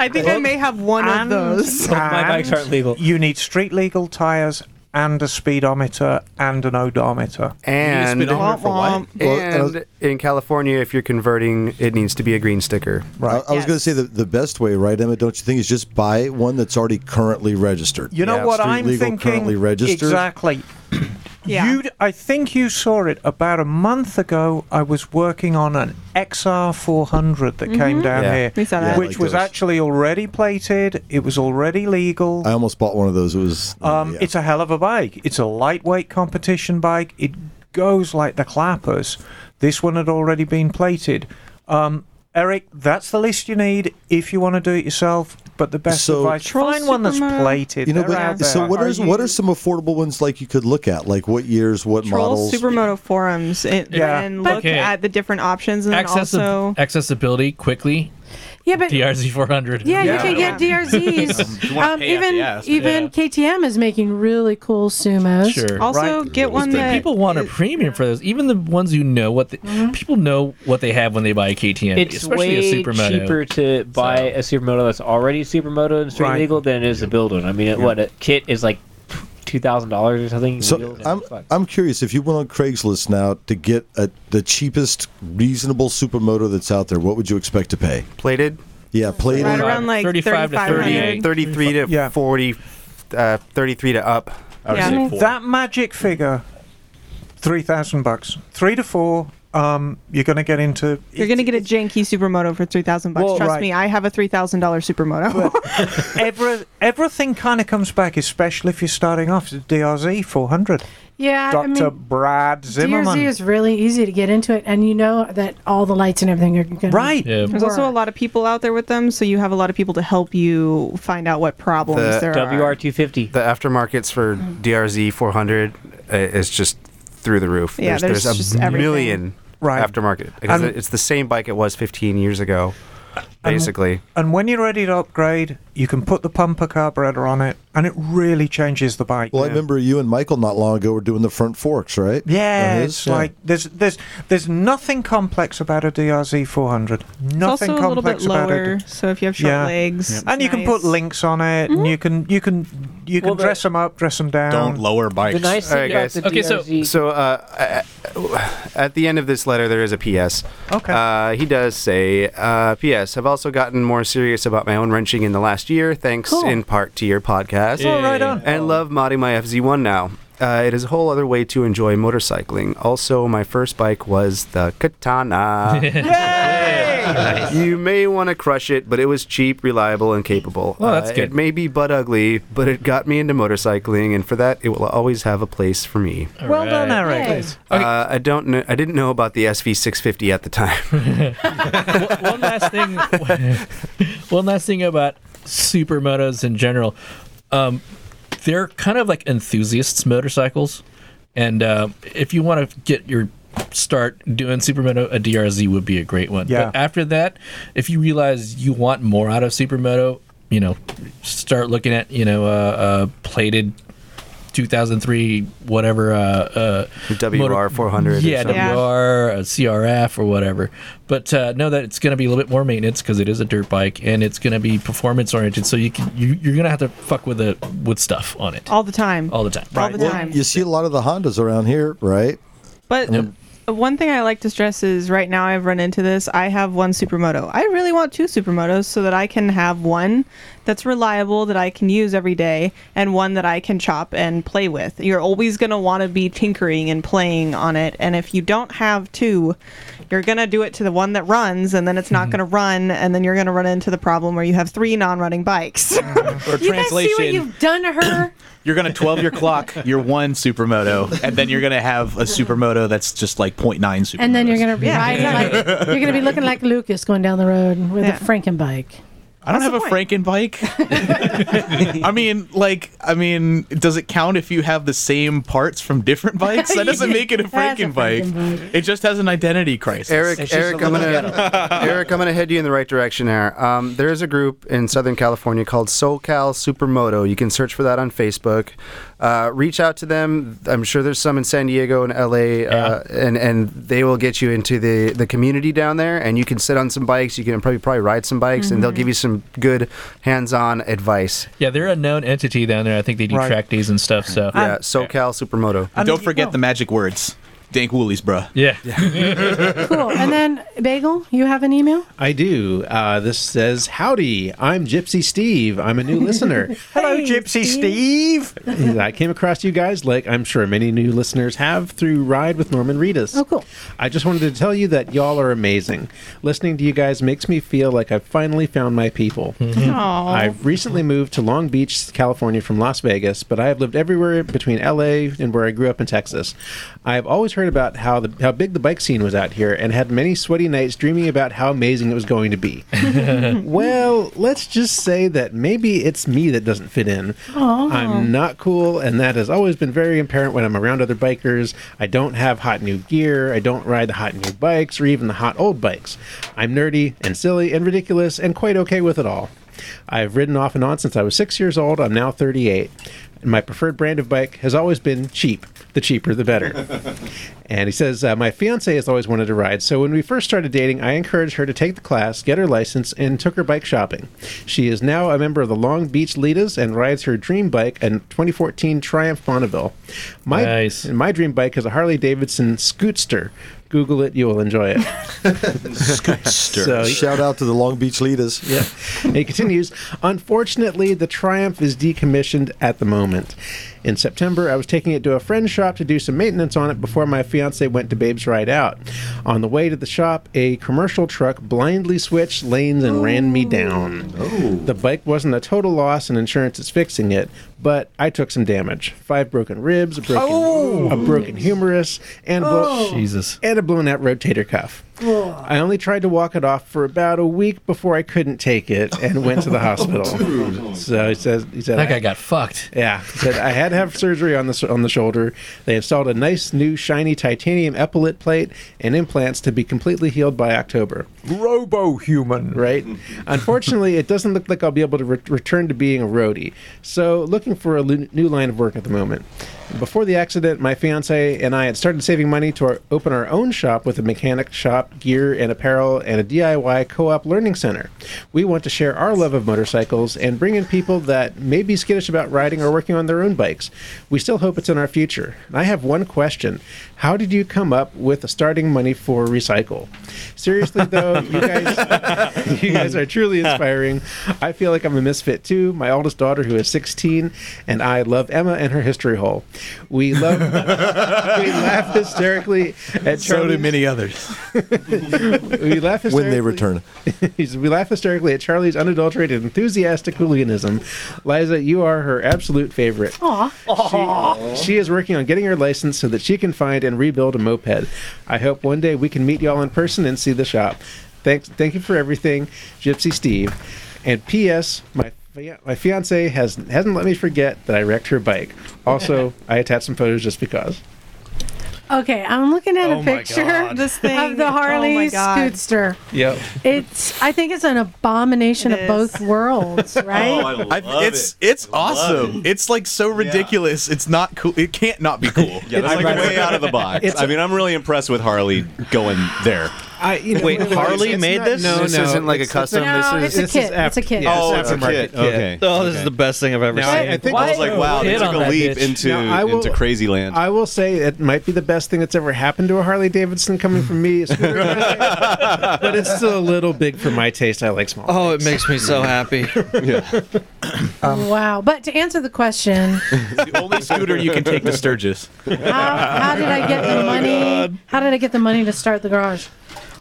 Speaker 1: I think I may have one of those.
Speaker 8: and You need street legal tires and a speedometer and an odometer.
Speaker 7: And,
Speaker 8: Well,
Speaker 7: and in California, if you're converting, it needs to be a green sticker.
Speaker 9: Right. I, I was going to say the, the best way, right, Emma? Don't you think is just buy one that's already currently registered.
Speaker 8: You know
Speaker 9: Yeah.
Speaker 8: what
Speaker 9: Street
Speaker 8: I'm
Speaker 9: legal,
Speaker 8: thinking?
Speaker 9: Currently registered.
Speaker 8: Exactly. You'd, I think you saw it about a month ago. I was working on an XR400 that came
Speaker 9: Mhm.
Speaker 8: down
Speaker 9: Yeah.
Speaker 8: here,
Speaker 9: We saw that. Yeah,
Speaker 8: which
Speaker 9: like
Speaker 8: was
Speaker 9: those.
Speaker 8: actually already plated. It was already legal.
Speaker 9: I almost bought one of those. It was
Speaker 8: Um, It's a hell of a bike. It's a lightweight competition bike. It goes like the clappers. This one had already been plated. Um, Eric, that's the list you need if you want to do it yourself. But the best
Speaker 9: So-
Speaker 8: advice: find one that's plated.
Speaker 9: You know,
Speaker 8: They're out
Speaker 9: but, so
Speaker 8: there.
Speaker 9: what
Speaker 8: Are
Speaker 9: is
Speaker 8: you-
Speaker 9: what are some affordable ones like you could look at? Like what years, what
Speaker 1: Troll
Speaker 9: models?
Speaker 1: supermoto forums and,
Speaker 9: Yeah.
Speaker 1: and look
Speaker 3: Okay.
Speaker 1: at the different options and then
Speaker 3: Accessi-
Speaker 1: also
Speaker 3: accessibility quickly.
Speaker 4: Yeah, but
Speaker 3: DRZ 400.
Speaker 4: Yeah, you can get DRZs. um, even even KTM is making really cool sumos.
Speaker 3: people want a premium for those. Even the ones who know what the,
Speaker 4: Mm-hmm.
Speaker 3: people know what they have when they buy a KTM,
Speaker 5: It's
Speaker 3: especially
Speaker 5: way
Speaker 3: a supermoto.
Speaker 5: cheaper to buy a supermoto that's already supermoto and straight
Speaker 3: Right.
Speaker 5: legal than it is to build one. I mean, it- what a kit is like two thousand dollars or something.
Speaker 9: So I'm I'm curious if you went on Craigslist now to get a, the cheapest reasonable supermoto that's out there, what would you expect to pay?
Speaker 7: Plated?
Speaker 9: Yeah, plated.
Speaker 1: right around like 35 to 38.
Speaker 7: 33 to 40, uh, 33 to up.
Speaker 1: Yeah. say four.
Speaker 8: That magic figure, three thousand bucks, three to four. Um, you're going to get into.
Speaker 1: You're gonna get a janky supermoto for three thousand bucks.
Speaker 8: Well,
Speaker 1: Trust
Speaker 8: right.
Speaker 1: me, I have a three thousand dollar supermoto.
Speaker 8: Every, everything kind of comes back, especially if you're starting off with DRZ 400.
Speaker 4: Yeah, I
Speaker 8: Dr.
Speaker 4: mean,
Speaker 8: Brad Zimmerman.
Speaker 4: DRZ is really easy to get into it, and you know that all the lights and everything are going to
Speaker 8: right.
Speaker 1: There's also a lot of people out there with them, so you have a lot of people to help you find out what problems there are.
Speaker 5: WR250.
Speaker 7: The aftermarkets for DRZ 400 uh, is just through the roof.
Speaker 1: Yeah,
Speaker 7: there's,
Speaker 1: there's just
Speaker 7: a
Speaker 1: everything.
Speaker 7: million
Speaker 8: Right.
Speaker 7: aftermarket. Because
Speaker 8: And-
Speaker 7: it's the same bike it was 15 years ago, basically.
Speaker 8: And when you're ready to upgrade, you can put the pumper carburetor on it, and it really changes the bike.
Speaker 9: Well, I remember you and Michael not long ago were doing the front forks, right?
Speaker 8: Yeah,
Speaker 9: On his?
Speaker 8: it's like there's there's there's nothing complex about a DRZ 400. Nothing
Speaker 1: it's also a little bit
Speaker 8: complex about
Speaker 1: lower,
Speaker 8: it.
Speaker 1: so if you have short
Speaker 8: Yeah.
Speaker 1: legs, it's
Speaker 8: and you can put
Speaker 1: nice.
Speaker 8: links on it, and you can you can you can
Speaker 1: Well, the-
Speaker 8: dress them up, dress them down.
Speaker 7: Don't
Speaker 10: lower bikes.
Speaker 7: All right, guys. so uh, uh, at the end of this letter, there is a PS.
Speaker 8: Okay.
Speaker 7: Uh, he does say, uh, "PS. I've also gotten more serious about my own wrenching in the last year, thanks
Speaker 8: Cool.
Speaker 7: in part to your podcast.
Speaker 8: Oh, right Yay. on.
Speaker 7: And love modding my FZ1 now. Uh, it is a whole other way to enjoy motorcycling. Also, my first bike was the Katana. You may want to crush it, but it was cheap, reliable, and capable.
Speaker 3: Well, Oh, that's
Speaker 7: Uh,
Speaker 3: good.
Speaker 7: It may be butt ugly, but it got me into motorcycling, and for that, it will always have a place for me.
Speaker 8: Well done, Eric.
Speaker 7: Uh, I don't know. I didn't know about the SV650 at the time.
Speaker 3: one last thing. one last thing about supermotos in general. Um, they're kind of like enthusiasts motorcycles, and uh, if you want to get your start doing supermoto, a DRZ would be a great one.
Speaker 8: Yeah.
Speaker 3: But after that, if you realize you want more out of supermoto, you know, start looking at you know uh, uh, plated. 2003 whatever uh uh
Speaker 7: WR 400 or
Speaker 3: yeah
Speaker 7: something.
Speaker 3: WR or a CRF or whatever. But uh, know that it's going to be a little bit more maintenance because it is a dirt bike and it's going to be performance oriented. So you can you, you're going to have to fuck with the with stuff on it
Speaker 1: all the time.
Speaker 3: all the time.
Speaker 1: All the
Speaker 9: Well,
Speaker 1: time.
Speaker 9: you see a lot of the Hondas around here, right?
Speaker 1: But
Speaker 9: I mean-
Speaker 1: uh, one thing I like to stress is right now I've run into this. I have one supermoto. I really want two supermotos so that I can have one that's reliable that I can use every day and one that I can chop and play with. You're always going to want to be tinkering and playing on it. And if you don't have two, you're going to do it to the one that runs and then it's not going to run. And then you're going to run into the problem where you have three non running bikes.
Speaker 10: Or translation,
Speaker 4: You've done to her.
Speaker 10: you're gonna 12 your clock, your one supermoto, and then you're gonna have a supermoto that's just like 0.9 super.
Speaker 4: And then you're gonna be riding like,
Speaker 10: Yeah.
Speaker 4: you're gonna be looking like Lucas going down the road with a Franken bike.
Speaker 10: I don't have a Franken bike. I mean, like, I mean, does it count if you have the same parts from different bikes? That doesn't make it a
Speaker 4: That's a
Speaker 10: Franken bike.
Speaker 4: Franken bike.
Speaker 10: It just has an identity crisis.
Speaker 7: Eric, Eric, I'm gonna, Eric, I'm gonna head you in the right direction here. Um, there is a group in Southern California called SoCal Supermoto. You can search for that on Facebook. Uh, reach out to them. I'm sure there's some in San Diego and LA, uh, and and they will get you into the the community down there. And you can sit on some bikes. You can probably probably ride some bikes, and they'll
Speaker 3: Mhm.
Speaker 7: give you some good hands-on advice.
Speaker 3: Yeah, they're a known entity down there. I think they do
Speaker 7: Right.
Speaker 3: track days and stuff. So
Speaker 7: Yeah,
Speaker 1: Um,
Speaker 7: SoCal Supermoto.
Speaker 10: And don't forget the magic words, dank woolies, bruh.
Speaker 3: Yeah.
Speaker 4: cool. And then Bagel, you have an email?
Speaker 15: I do. Uh, this says, Howdy, I'm Gypsy Steve. I'm a new listener.
Speaker 8: Hello, Gypsy Steve.
Speaker 15: I came across you guys, like I'm sure many new listeners have, through Ride with Norman Reedus. Oh,
Speaker 4: cool.
Speaker 15: I just wanted to tell you that y'all are amazing. Listening to you guys makes me feel like I've finally found my people.
Speaker 1: Aw.
Speaker 15: I've recently moved to Long Beach, California from Las Vegas, but I have lived everywhere between LA and where I grew up in Texas. I have always heard about how the how big the bike scene was out here and had many sweaty nights dreaming about how amazing it was going to be. well, let's just say that maybe it's me that doesn't fit in.
Speaker 4: Aw.
Speaker 15: I'm not cool, and that has always been very apparent when I'm around other bikers. I don't have hot new gear, I don't ride the hot new bikes, or even the hot old bikes. I'm nerdy and silly and ridiculous and quite okay with it all. I've ridden off and on since I was six years old. I'm now 38. And my preferred brand of bike has always been cheap. The cheaper, the better. And he says, uh, My fiance has always wanted to ride, so when we first started dating, I encouraged her to take the class, get her license, and took her bike shopping. She is now a member of the Long Beach Litas and rides her dream bike, a 2014 Triumph Bonneville. My, nice. My dream bike is a Harley Davidson Scootster. Google it, you will enjoy it. So-
Speaker 9: Shout out to the Long Beach leaders.
Speaker 15: Yeah. And he continues Unfortunately, the Triumph is decommissioned at the moment. In September, I was taking it to a friend's shop to do some maintenance on it before my fiance went to Babe's Ride Out. On the way to the shop, a commercial truck blindly switched lanes and ran me down. The bike wasn't a total loss, and insurance is fixing it, but I took some damage. Five broken ribs, a broken, a broken humerus, and, blo-
Speaker 3: Oh. Jesus.
Speaker 15: and a blown out rotator cuff. I only tried to walk it off for about a week before I couldn't take it and went to the hospital. so he says, he said
Speaker 3: That guy
Speaker 15: got fucked. Yeah, he said I had to have surgery on the s- on the shoulder. They installed a nice new shiny titanium epaulet plate and implants to be completely healed by October.
Speaker 8: Robo human,
Speaker 15: right? Unfortunately, it doesn't look like I'll be able to re- return to being a roadie. So, looking for a lu- new line of work at the moment. Before the accident, my fiance and I had started saving money to our- open our own shop with a mechanic shop, gear and apparel, and a DIY co op learning center. We want to share our love of motorcycles and bring in people that may be skittish about riding or working on their own bikes. We still hope it's in our future. And I have one question How did you come up with the starting money for Recycle? Seriously, though, you guys, you guys are truly inspiring. I feel like I'm a misfit too. My oldest daughter, who is 16, and I love Emma and her history hole. We love, we laugh hysterically at
Speaker 10: So do
Speaker 15: Charlie's-
Speaker 10: many others.
Speaker 15: we laugh hysterically.
Speaker 9: When they return.
Speaker 15: He's- we laugh hysterically at Charlie's unadulterated, enthusiastic hooliganism. Liza, you are her absolute favorite.
Speaker 4: Aw.
Speaker 15: She is working on getting her license so that she can find and rebuild a moped. I hope one day we can meet y'all in person and see the shop. Thanks, thank you for everything, Gypsy Steve. And P.S. My fia- my fiance has hasn't let me forget that I wrecked her bike. Also, I attached some photos just because.
Speaker 4: Okay, I'm looking at
Speaker 15: Oh
Speaker 4: a
Speaker 15: my
Speaker 4: picture
Speaker 15: God.
Speaker 1: This thing-
Speaker 4: of
Speaker 1: oh
Speaker 4: the
Speaker 1: my
Speaker 4: Harley
Speaker 1: God.
Speaker 4: Scootster.
Speaker 15: Yep.
Speaker 4: It's I think it's an abomination of both worlds,
Speaker 12: Oh,
Speaker 4: right?
Speaker 10: I- it's it's awesome. It's like so ridiculous. It's not cool. It can't not be cool.
Speaker 12: Yeah, that's like way out of the box.
Speaker 10: It's
Speaker 12: I mean, I'm really impressed with Harley going there.
Speaker 15: I, you know,
Speaker 12: Wait,
Speaker 15: it's-
Speaker 12: Harley
Speaker 15: it's
Speaker 12: made
Speaker 15: not-
Speaker 12: this?
Speaker 15: No,
Speaker 12: This
Speaker 15: no,
Speaker 12: isn't like a
Speaker 15: it's- it's not-
Speaker 12: custom,
Speaker 4: No, this it's a is- kit, it's
Speaker 15: after-
Speaker 4: a kit.
Speaker 15: yeah,
Speaker 12: Oh, it's a
Speaker 15: aftermarket
Speaker 12: kit. Okay.
Speaker 2: Oh, this is the best thing I've ever
Speaker 15: Now,
Speaker 2: seen.
Speaker 15: I- I think- I was like, wow, they
Speaker 2: Hit
Speaker 15: took
Speaker 2: on
Speaker 15: a
Speaker 2: that
Speaker 15: leap
Speaker 2: bitch.
Speaker 12: into-
Speaker 15: Now, I will-
Speaker 12: into crazy land.
Speaker 15: I will say it might be the best thing that's ever happened to a Harley Davidson coming from me, but it's still a little big for my taste. I like small.
Speaker 2: Oh, it makes me so happy.
Speaker 15: yeah.
Speaker 4: wow. But to answer the question,
Speaker 10: the only scooter you can take to Sturgis. Oh
Speaker 4: how did I get the money? How did I get the money to start the garage?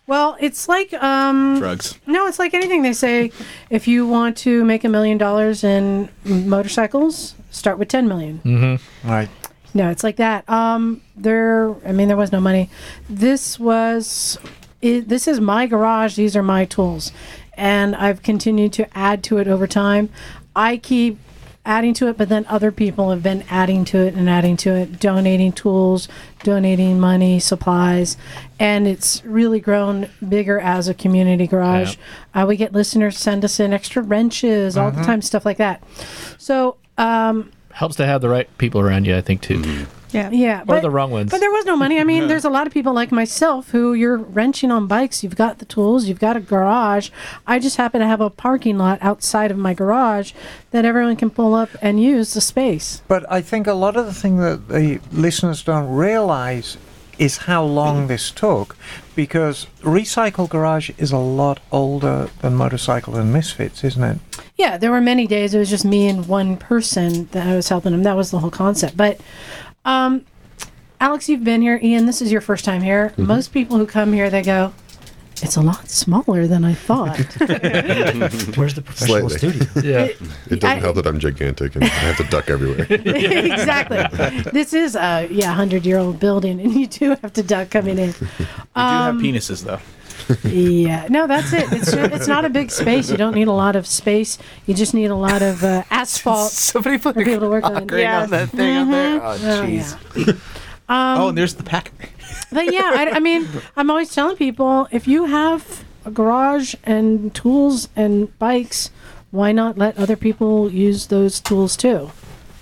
Speaker 4: Well, it's like um
Speaker 10: Drugs.
Speaker 4: No, it's like anything they say if you want to make a million dollars in motorcycles, start with 10 million.
Speaker 8: Mm-hmm. All right.
Speaker 4: No, it's like that. Um, there. I mean, there was no money. This was. It, this is my garage. These are my tools, and I've continued to add to it over time. I keep adding to it, but then other people have been adding to it and adding to it, donating tools, donating money, supplies, and it's really grown bigger as a community garage. Uh, we get listeners send us in extra wrenches all the
Speaker 3: Mhm.
Speaker 4: time, stuff like that. So, um,
Speaker 3: Helps to have the right people around you, I think, too.
Speaker 4: yeah, yeah,
Speaker 3: Or the wrong ones.
Speaker 4: But there was no money. I mean,
Speaker 3: Yeah.
Speaker 4: there's a lot of people like myself who you're wrenching on bikes. You've got the tools. You've got a garage. I just happen to have a parking lot outside of my garage that everyone can pull up and use the space.
Speaker 8: But I think a lot of the thing that the listeners don't realize is how long this took because Recycle Garage is a lot older than Motorcycle and Misfits, isn't it?
Speaker 4: Yeah, there were many days it was just me and one person that I was helping them. That was the whole concept. But um, Alex, you've been here. Ian, this is your first time here. Most people who come here, they go, it's a lot smaller than I thought.
Speaker 14: Where's the
Speaker 13: professional
Speaker 14: studio?
Speaker 13: Yeah.
Speaker 14: It doesn't
Speaker 4: I-
Speaker 14: help that I'm gigantic and I have to duck everywhere.
Speaker 4: exactly. This is a yeah, hundred year old building, and you do have to duck coming in. Um,
Speaker 10: do have penises though.
Speaker 4: yeah, no, that's it. It's ju- it's not a big space. You don't need a lot of space. You just need a lot of uh, asphalt.
Speaker 7: Somebody put
Speaker 4: for people to work on.
Speaker 7: concrete on that thing out there?
Speaker 4: Mhm.
Speaker 7: Oh, jeez.
Speaker 4: yeah. Um,
Speaker 10: oh, and there's the pack.
Speaker 4: but yeah, I, I mean, I'm always telling people if you have a garage and tools and bikes, why not let other people use those tools too?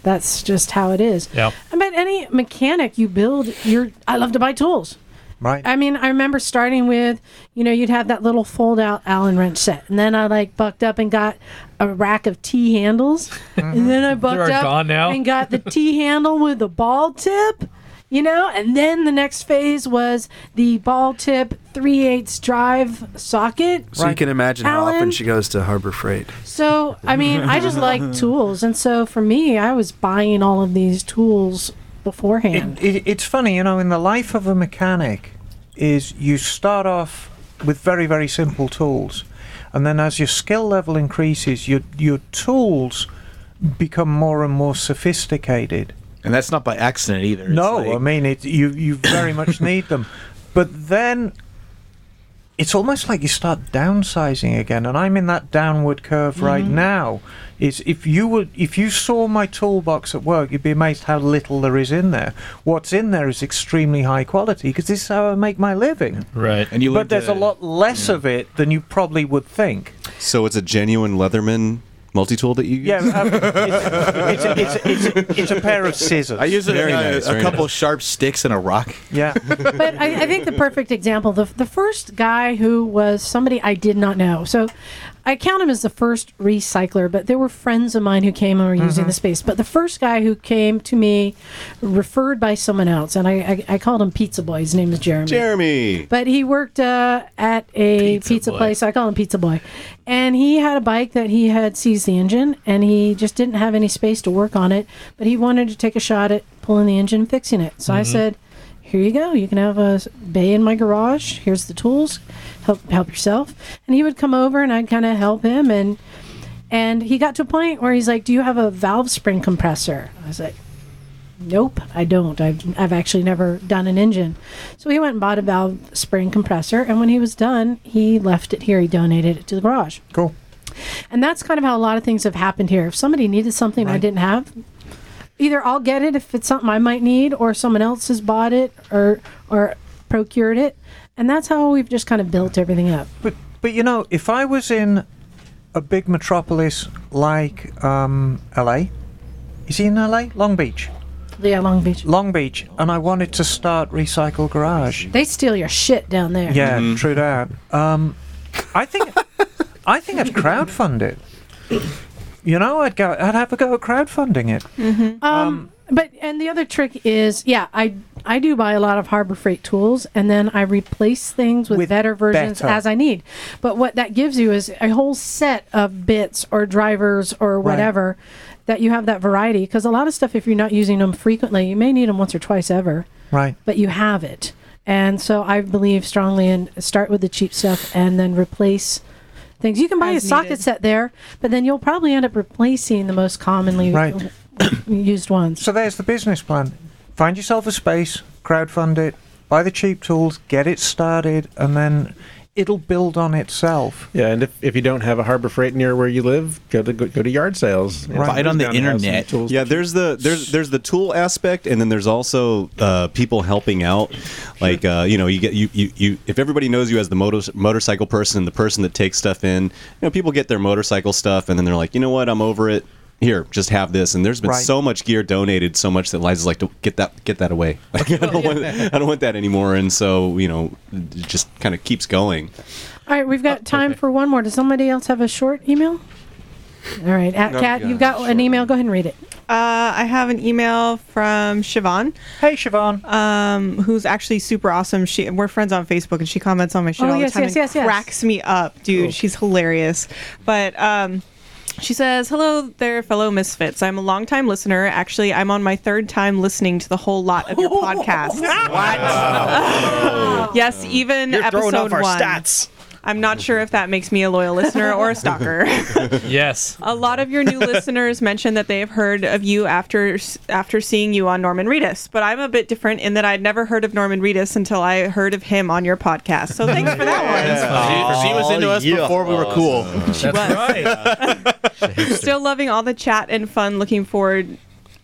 Speaker 4: That's just how it is.
Speaker 3: Yeah.
Speaker 4: I mean, any mechanic you build, you're. I love to buy tools.
Speaker 8: Right.
Speaker 4: I mean, I remember starting with, you know, you'd have that little fold out Allen wrench set. And then I like bucked up and got a rack of T handles. And then I bucked
Speaker 3: are
Speaker 4: up
Speaker 3: gone now.
Speaker 4: and got the T handle with the ball tip, you know? And then the next phase was the ball tip 3 eighths drive socket.
Speaker 7: So you can imagine how
Speaker 4: Allen.
Speaker 7: often she goes to Harbor Freight.
Speaker 4: So, I mean, I just like tools. And so for me, I was buying all of these tools beforehand.
Speaker 8: It, it, it's funny, you know, in the life of a mechanic, is you start off with very very simple tools, and then as your skill level increases, your your tools become more and more sophisticated.
Speaker 10: And that's not by accident either. It's
Speaker 8: no,
Speaker 10: like-
Speaker 8: I mean it. You you very much need them, but then it's almost like you start downsizing again, and I'm in that downward curve right now. Is if you would if you saw my toolbox at work, you'd be amazed how little there is in there. What's in there is extremely high quality because this is how I make my living.
Speaker 3: Right.
Speaker 10: And you
Speaker 8: but
Speaker 10: learn
Speaker 8: there's a
Speaker 10: to-
Speaker 8: lot less of it than you probably would think.
Speaker 12: So it's a genuine Leatherman multi tool that you use?
Speaker 8: Yeah, um, it's, it's, it's, it's, it's a pair of scissors.
Speaker 10: I use a,
Speaker 12: Very
Speaker 10: a-
Speaker 12: nice,
Speaker 10: a
Speaker 12: very
Speaker 10: couple sharp sticks and a rock.
Speaker 8: Yeah.
Speaker 4: but I, I think the perfect example the, the first guy who was somebody I did not know. So I count him as the first recycler, but there were friends of mine who came and were using
Speaker 11: Mhm.
Speaker 4: the space. But the first guy who came to me, referred by someone else, and I, I, I called him Pizza Boy. His name is Jeremy.
Speaker 12: Jeremy.
Speaker 4: But he worked uh, at a pizza,
Speaker 12: Boy.
Speaker 4: place. I call him Pizza Boy. And he had a bike that he had seized the engine, and he just didn't have any space to work on it. But he wanted to take a shot at pulling the engine, and fixing it. So I
Speaker 11: Mhm.
Speaker 4: said, "Here you go. You can have a s- bay in my garage. Here's the tools. Help help yourself." And he would come over, and I'd kind of help him. And and he got to a point where he's like, "Do you have a valve spring compressor?" I was like. Nope, I don't. I've, I've actually never done an engine. So he went and bought a valve spring compressor, and when he was done, he left it here. He donated it to the garage.
Speaker 8: Cool.
Speaker 4: And that's kind of how a lot of things have happened here. If somebody needed something I didn't have, either I'll get it if it's something I might need, or someone else has bought it or or procured it, and that's how we've just kind of built everything up.
Speaker 8: But but you know, if I was in a big metropolis like um, LA, is he in LA? Long Beach.
Speaker 4: Yeah, Long Beach.
Speaker 8: Long Beach, and I wanted to start Recycle Garage.
Speaker 4: They steal your shit down there.
Speaker 8: Yeah, true that. Um, I think I think I'd crowdfund it. You know, I'd go. I'd have a go at crowdfunding it.
Speaker 11: Mm-hmm.
Speaker 4: Um, but and the other trick is, yeah, I I do buy a lot of Harbor Freight tools, and then I replace things with, better versions
Speaker 11: better.
Speaker 4: as I need. But what that gives you is a whole set of bits or drivers or
Speaker 11: Right.
Speaker 4: whatever that you have that variety. Because a lot of stuff, if you're not using them frequently, you may need them once or twice ever,
Speaker 8: Right.
Speaker 4: but you have it. And so I believe strongly in start with the cheap stuff and then replace things. You can buy
Speaker 11: As
Speaker 4: a socket
Speaker 11: needed.
Speaker 4: set there, but then you'll probably end up replacing the most commonly
Speaker 8: Right.
Speaker 4: used ones.
Speaker 8: So there's the business plan. Find yourself a space, crowdfund it, buy the cheap tools, get it started, and then it'll build on itself.
Speaker 15: Yeah, and if, if you don't have a Harbor Freight near where you live, go to go, go to yard sales.
Speaker 8: Right. Buy it
Speaker 15: on
Speaker 8: the
Speaker 15: internet. Tools.
Speaker 12: Yeah, there's the there's there's the tool aspect, and then there's also uh, people helping out. Like uh, you know, you get you, you you if everybody knows you as the motor, motorcycle person, the person that takes stuff in, you know, people get their motorcycle stuff, and then they're like, you know what, I'm over it. Here, just have this. And there's been
Speaker 8: Right.
Speaker 12: so much gear donated, so much that Liza's like, get that get that away. Like, I don't want I don't want that anymore. And so you know, it just kind of keeps going.
Speaker 4: All right, we've got time for one more. Does somebody else have a short email? All right, at
Speaker 12: No,
Speaker 4: Kat,
Speaker 12: yeah,
Speaker 4: you've got an email. Go ahead and read it.
Speaker 1: Uh, I have an email from Siobhan.
Speaker 8: Hey, Siobhan.
Speaker 1: Um, who's actually super awesome. She we're friends on Facebook, and she comments on my shit
Speaker 4: Oh,
Speaker 1: all
Speaker 4: yes,
Speaker 1: the time.
Speaker 4: yes,
Speaker 1: and
Speaker 4: yes, yes.
Speaker 1: Cracks me up, dude.
Speaker 8: Oh.
Speaker 4: Cool.
Speaker 1: She's hilarious. But um, she says, "Hello there, fellow misfits. I'm a longtime listener. Actually, I'm on my third time listening to the whole lot of your podcasts. yes, even
Speaker 2: You're
Speaker 1: episode
Speaker 2: throwing off our
Speaker 1: one.
Speaker 2: stats.
Speaker 1: I'm not sure if that makes me a loyal listener or a stalker."
Speaker 3: yes.
Speaker 1: A lot of your new listeners mentioned that they have heard of you after after seeing you on Norman Reedus, but I'm a bit different in that I'd never heard of Norman Reedus until I heard of him on your podcast. So thanks for that one.
Speaker 10: She, she
Speaker 7: Oh,
Speaker 10: was into us before we were cool.
Speaker 1: Oh, She was. Still loving all the chat and fun. Looking forward.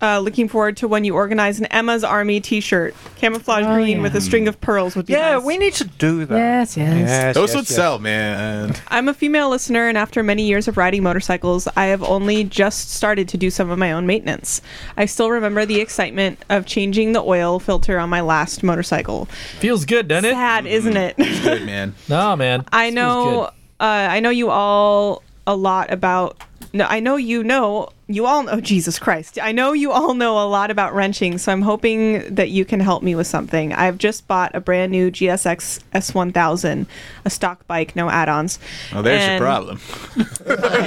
Speaker 1: Uh, looking forward to when you organize an Emma's Army T-shirt, camouflage green with a string of pearls would be
Speaker 8: Oh, Yeah,
Speaker 1: nice.
Speaker 8: we need to do that.
Speaker 1: Yes, yes. Yes,
Speaker 10: Those
Speaker 1: yes,
Speaker 10: would
Speaker 1: yes.
Speaker 10: sell, man.
Speaker 1: I'm a female listener, and after many years of riding motorcycles, I have only just started to do some of my own maintenance. I still remember the excitement of changing the oil filter on my last motorcycle.
Speaker 3: Feels good, doesn't it?
Speaker 1: Sad, isn't it?
Speaker 10: Good man.
Speaker 3: No, man.
Speaker 1: I
Speaker 3: This feels
Speaker 1: know.
Speaker 3: good.
Speaker 1: Uh, I know you all a lot about. No, I know you know. You all know. Jesus Christ! I know you all know a lot about wrenching, so I'm hoping that you can help me with something. I've just bought a brand new GSX S1000, a stock bike, no add-ons.
Speaker 10: Oh, there's
Speaker 1: And-
Speaker 10: your problem.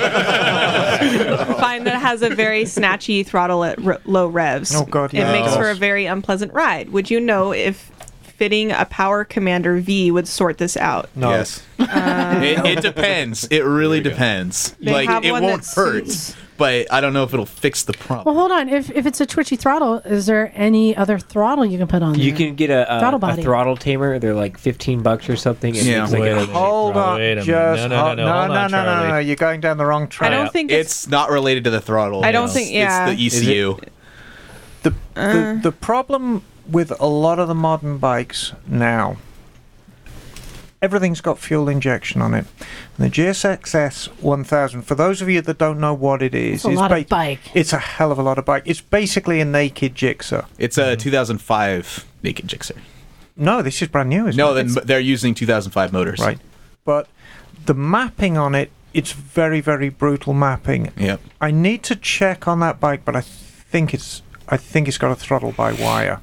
Speaker 1: find that it has a very snatchy throttle at r- low revs.
Speaker 8: Oh, God,
Speaker 1: It
Speaker 8: yeah.
Speaker 1: makes
Speaker 8: Oh.
Speaker 1: for a very unpleasant ride. Would you know if fitting a Power Commander V would sort this out?
Speaker 10: No. Yes. it, it depends. It really depends.
Speaker 1: They
Speaker 10: like
Speaker 1: have
Speaker 10: it
Speaker 1: one
Speaker 10: won't
Speaker 1: that
Speaker 10: hurt,
Speaker 1: suits-
Speaker 10: but I don't know if it'll fix the problem.
Speaker 4: Well, hold on. If, if it's a twitchy throttle, is there any other throttle you can put on
Speaker 5: You
Speaker 4: there?
Speaker 5: can get a, a,
Speaker 4: Throttle
Speaker 5: throttle,
Speaker 4: body.
Speaker 5: a throttle tamer. They're like fifteen bucks or something. It
Speaker 10: Yeah.
Speaker 5: makes, like,
Speaker 10: Wait
Speaker 5: a-
Speaker 10: a
Speaker 5: a
Speaker 10: minute.
Speaker 8: Hold
Speaker 5: throttle.
Speaker 8: on,
Speaker 5: Wait a minute.
Speaker 8: just
Speaker 5: No, no,
Speaker 8: hold-
Speaker 5: no, no. Hold
Speaker 8: no,
Speaker 5: on,
Speaker 8: no, no, no,
Speaker 5: Charlie.
Speaker 8: You're going down the wrong track.
Speaker 1: don't think
Speaker 10: it's, not related to the throttle.
Speaker 1: I don't think- yeah. Uh.
Speaker 10: It's the E
Speaker 1: Is it-
Speaker 10: ECU.
Speaker 8: The, the, the problem with a lot of the modern bikes now, everything's got fuel injection on it. And the GSXS 1000, for those of you that don't know what it is,
Speaker 4: It's a lot of bike.
Speaker 8: It's a hell of a lot of bike. It's basically a naked Gixxer.
Speaker 10: It's a 2005 naked Gixxer.
Speaker 8: No, this is brand new, isn't
Speaker 10: No,
Speaker 8: it?
Speaker 10: then they're using 2005 motors.
Speaker 8: Right. But the mapping on it, it's very, very brutal mapping.
Speaker 10: Yep.
Speaker 8: I need to check on that bike, but I think it's I think it's got a throttle by wire,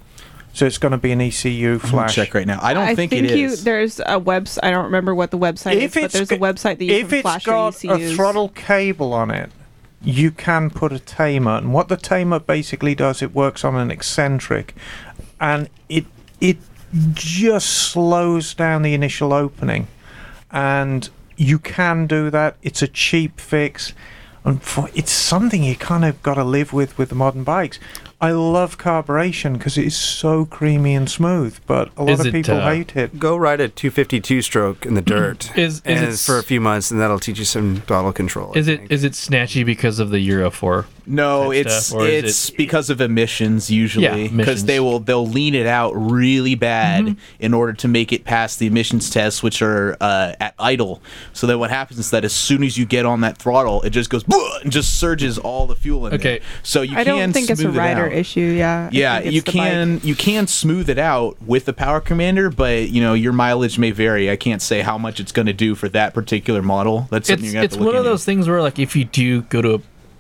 Speaker 8: so it's going to be an ECU flash.
Speaker 10: check right now. I
Speaker 1: you, There's a website. I don't remember what the website
Speaker 8: If
Speaker 1: is, but
Speaker 8: it's
Speaker 1: there's a
Speaker 8: go-
Speaker 1: website that you
Speaker 8: If
Speaker 1: can
Speaker 8: it's
Speaker 1: flash
Speaker 8: got
Speaker 1: your E
Speaker 8: a
Speaker 1: ECUs.
Speaker 8: throttle cable on it, you can put a tamer, and what the tamer basically does, it works on an eccentric, and it it just slows down the initial opening, and you can do that. It's a cheap fix, and for, it's something you kind of got to live with with the modern bikes. I love carburation because it is so creamy and smooth, but a lot
Speaker 7: Is
Speaker 8: of
Speaker 7: it,
Speaker 8: people
Speaker 7: uh,
Speaker 8: hate it.
Speaker 7: Go ride a 252 stroke in the dirt
Speaker 3: Is- is
Speaker 7: and
Speaker 3: it-
Speaker 7: for a few months, and that'll teach you some throttle control.
Speaker 3: Is it is it snatchy because of the Euro four?
Speaker 10: No,
Speaker 3: type
Speaker 10: it's
Speaker 3: stuff, or is
Speaker 10: it's because of emissions usually
Speaker 3: Yeah, Mm-hmm.
Speaker 10: because they will they'll lean it out really bad in order to make it pass the emissions tests, which are uh, at idle. So then what happens is that as soon as you get on that throttle, it just goes "Bwah!" and just surges all the fuel in there.
Speaker 1: Okay.
Speaker 10: So you
Speaker 1: I
Speaker 10: can
Speaker 1: don't think it's a
Speaker 10: smooth it
Speaker 1: rider
Speaker 10: out.
Speaker 1: issue. Yeah. I
Speaker 10: Yeah,
Speaker 1: think it's
Speaker 10: you
Speaker 1: the bike.
Speaker 10: can you can smooth it out with the power commander, but you know your mileage may vary. I can't say how much it's going to do for that particular model. That's something
Speaker 3: it's
Speaker 10: you're going
Speaker 3: it's
Speaker 10: to have to look
Speaker 3: one of
Speaker 10: into.
Speaker 3: those things where like if you do go to a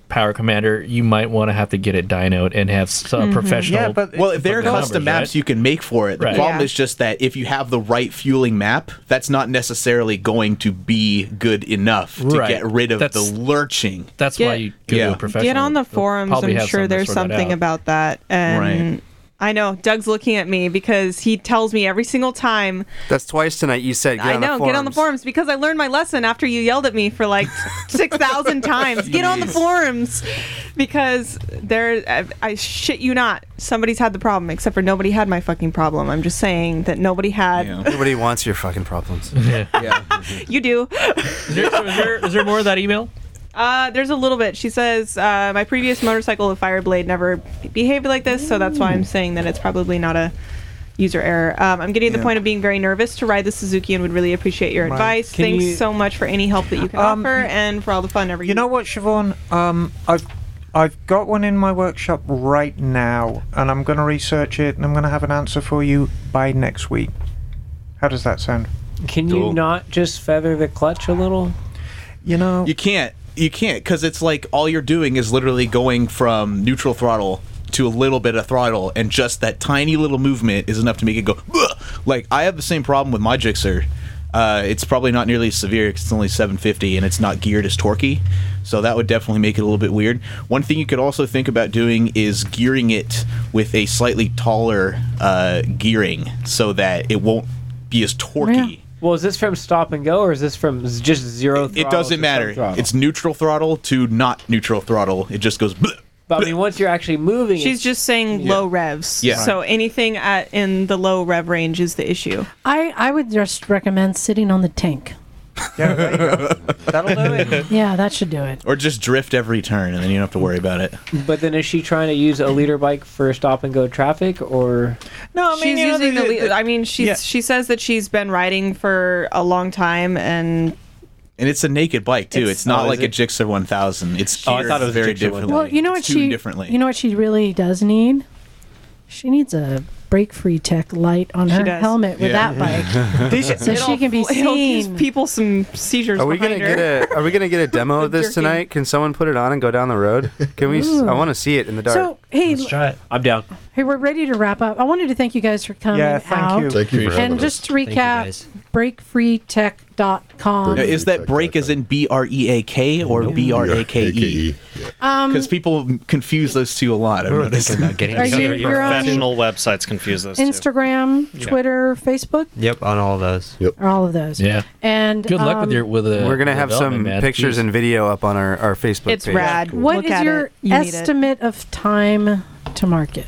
Speaker 3: power commander, you might want to have to get it dynoed and have some
Speaker 1: Mm-hmm.
Speaker 10: Mm-hmm.
Speaker 3: professional.
Speaker 10: well, if there are
Speaker 3: fucking
Speaker 10: custom
Speaker 3: numbers,
Speaker 10: maps you can make for it. The
Speaker 3: Right.
Speaker 10: problem
Speaker 3: Yeah.
Speaker 10: is just that if you have the right fueling map, that's not necessarily going to be good enough to
Speaker 3: Right.
Speaker 10: get rid of
Speaker 3: That's-
Speaker 10: the lurching.
Speaker 3: That's why you go to a professional.
Speaker 1: Get on the
Speaker 3: They'll
Speaker 1: forums.
Speaker 3: probably
Speaker 1: I'm
Speaker 3: have
Speaker 1: sure
Speaker 3: something to
Speaker 1: there's
Speaker 3: sort that
Speaker 1: something
Speaker 3: out.
Speaker 1: about that. And
Speaker 7: Right.
Speaker 1: I know Doug's looking at me because he tells me every single time.
Speaker 7: That's twice tonight you said, get
Speaker 1: I
Speaker 7: on
Speaker 1: know,
Speaker 7: the
Speaker 1: get on the
Speaker 7: forums.
Speaker 1: forums because I learned my lesson after you yelled at me for like 6,000 times. Get on the forums. because there, I, I shit you not, somebody's had the problem. Except for nobody had my fucking problem. I'm just saying that nobody had.
Speaker 7: Nobody wants your fucking problems.
Speaker 3: Yeah.
Speaker 1: you do.
Speaker 3: Is there, so is there- is there more of that email?
Speaker 1: Uh, there's a little bit. She says, uh, "My previous motorcycle, the Fireblade, never behaved like this, so that's why I'm saying that it's probably not a user error. Um, I'm getting to the
Speaker 8: Yeah.
Speaker 1: point of being very nervous to ride the Suzuki, and would really appreciate your
Speaker 8: Right.
Speaker 1: advice.
Speaker 8: Can
Speaker 1: Thanks
Speaker 8: you-
Speaker 1: so much for any help that you can
Speaker 8: Um,
Speaker 1: offer, and for all the fun every
Speaker 8: You know what, Siobhan? Um, I've I've got one in my workshop right now, and I'm going to research it, and I'm going to have an answer for you by next week. How does that sound?
Speaker 5: Can you
Speaker 8: Cool.
Speaker 5: not just feather the clutch a little?
Speaker 8: You know,
Speaker 10: You can't. You can't because it's like all you're doing is literally going from neutral throttle to a little bit of throttle, and just that tiny little movement is enough to make it go. "Ugh." Like I have the same problem with my Gixxer. Uh, it's probably not nearly as severe 'cause it's only 750 and it's not geared as torquey, so that would definitely make it a little bit weird. One thing you could also think about doing is gearing it with a slightly taller uh, gearing so that it won't be as torquey.
Speaker 5: Well, is this from stop and go, or is this from z- just zero?
Speaker 10: It doesn't matter. It's neutral throttle to not neutral throttle. It just goes. bleh.
Speaker 5: But I mean, once you're actually moving,
Speaker 1: She's just saying
Speaker 10: Yeah.
Speaker 1: low revs.
Speaker 10: Yeah.
Speaker 1: So anything at, in the low rev range is the issue.
Speaker 4: I, I would just recommend sitting on the tank.
Speaker 10: That'll do it.
Speaker 4: Yeah, that should do it.
Speaker 10: Or just drift every turn, and then you don't have to worry about it.
Speaker 5: But then is she trying to use a leader bike for stop and go traffic, or
Speaker 8: No, I mean,
Speaker 1: she's
Speaker 8: you know,
Speaker 1: using
Speaker 8: the-
Speaker 1: the.
Speaker 8: the-
Speaker 1: le- I mean, she's
Speaker 8: yeah.
Speaker 1: she says that she's been riding for a long time, and
Speaker 10: And it's a naked bike too. It's,
Speaker 1: It's-
Speaker 10: not
Speaker 1: Oh,
Speaker 10: like
Speaker 1: is
Speaker 10: a Gixxer 1000. It's
Speaker 5: Oh, I
Speaker 10: geared
Speaker 5: thought it was
Speaker 10: very
Speaker 5: Gixxer 1000.
Speaker 10: differently.
Speaker 4: Well, you know what
Speaker 10: It's tuned
Speaker 4: she
Speaker 10: differently.
Speaker 4: you know what she really does need. She needs a brake free tech light on
Speaker 1: She
Speaker 4: her
Speaker 1: does.
Speaker 4: helmet with
Speaker 7: Yeah.
Speaker 4: that bike, so she
Speaker 1: It'll-
Speaker 4: can be
Speaker 1: it'll give
Speaker 4: seen.
Speaker 1: people some seizures.
Speaker 7: Are we gonna
Speaker 1: behind her.
Speaker 7: get a Are we gonna get a demo of this
Speaker 1: Jerking.
Speaker 7: tonight? Can someone put it on and go down the road? Can we? s
Speaker 4: Ooh.
Speaker 7: I want to see it in the dark.
Speaker 4: So hey, l-
Speaker 5: it. I'm down.
Speaker 4: hey, we're ready to wrap up. I wanted to thank you guys for coming
Speaker 7: Yeah, thank
Speaker 4: out.
Speaker 7: you. Thank you for having
Speaker 4: and
Speaker 7: us.
Speaker 4: just to
Speaker 7: Thank
Speaker 4: recap,
Speaker 7: you, guys.
Speaker 4: breakfreetech.com.
Speaker 10: Now, is that break as in B R E A K or B R A K E?
Speaker 4: Um,
Speaker 10: Because people confuse those two a lot. I've noticed.
Speaker 13: getting
Speaker 4: Are together. you- you're on-
Speaker 2: Professional websites confuse us. Too.
Speaker 4: Instagram,
Speaker 2: Yeah.
Speaker 4: Twitter, Facebook,
Speaker 13: Yep, on all those.
Speaker 14: Yep.
Speaker 4: or all of those.
Speaker 13: Yeah.
Speaker 4: And um,
Speaker 7: We're gonna have some
Speaker 13: development, man.
Speaker 7: pictures
Speaker 13: Jeez.
Speaker 7: and video up on our, our Facebook.
Speaker 1: It's
Speaker 7: page.
Speaker 1: rad.
Speaker 4: What is
Speaker 1: Look at
Speaker 4: your
Speaker 1: it. You need it.
Speaker 4: estimate of time to market?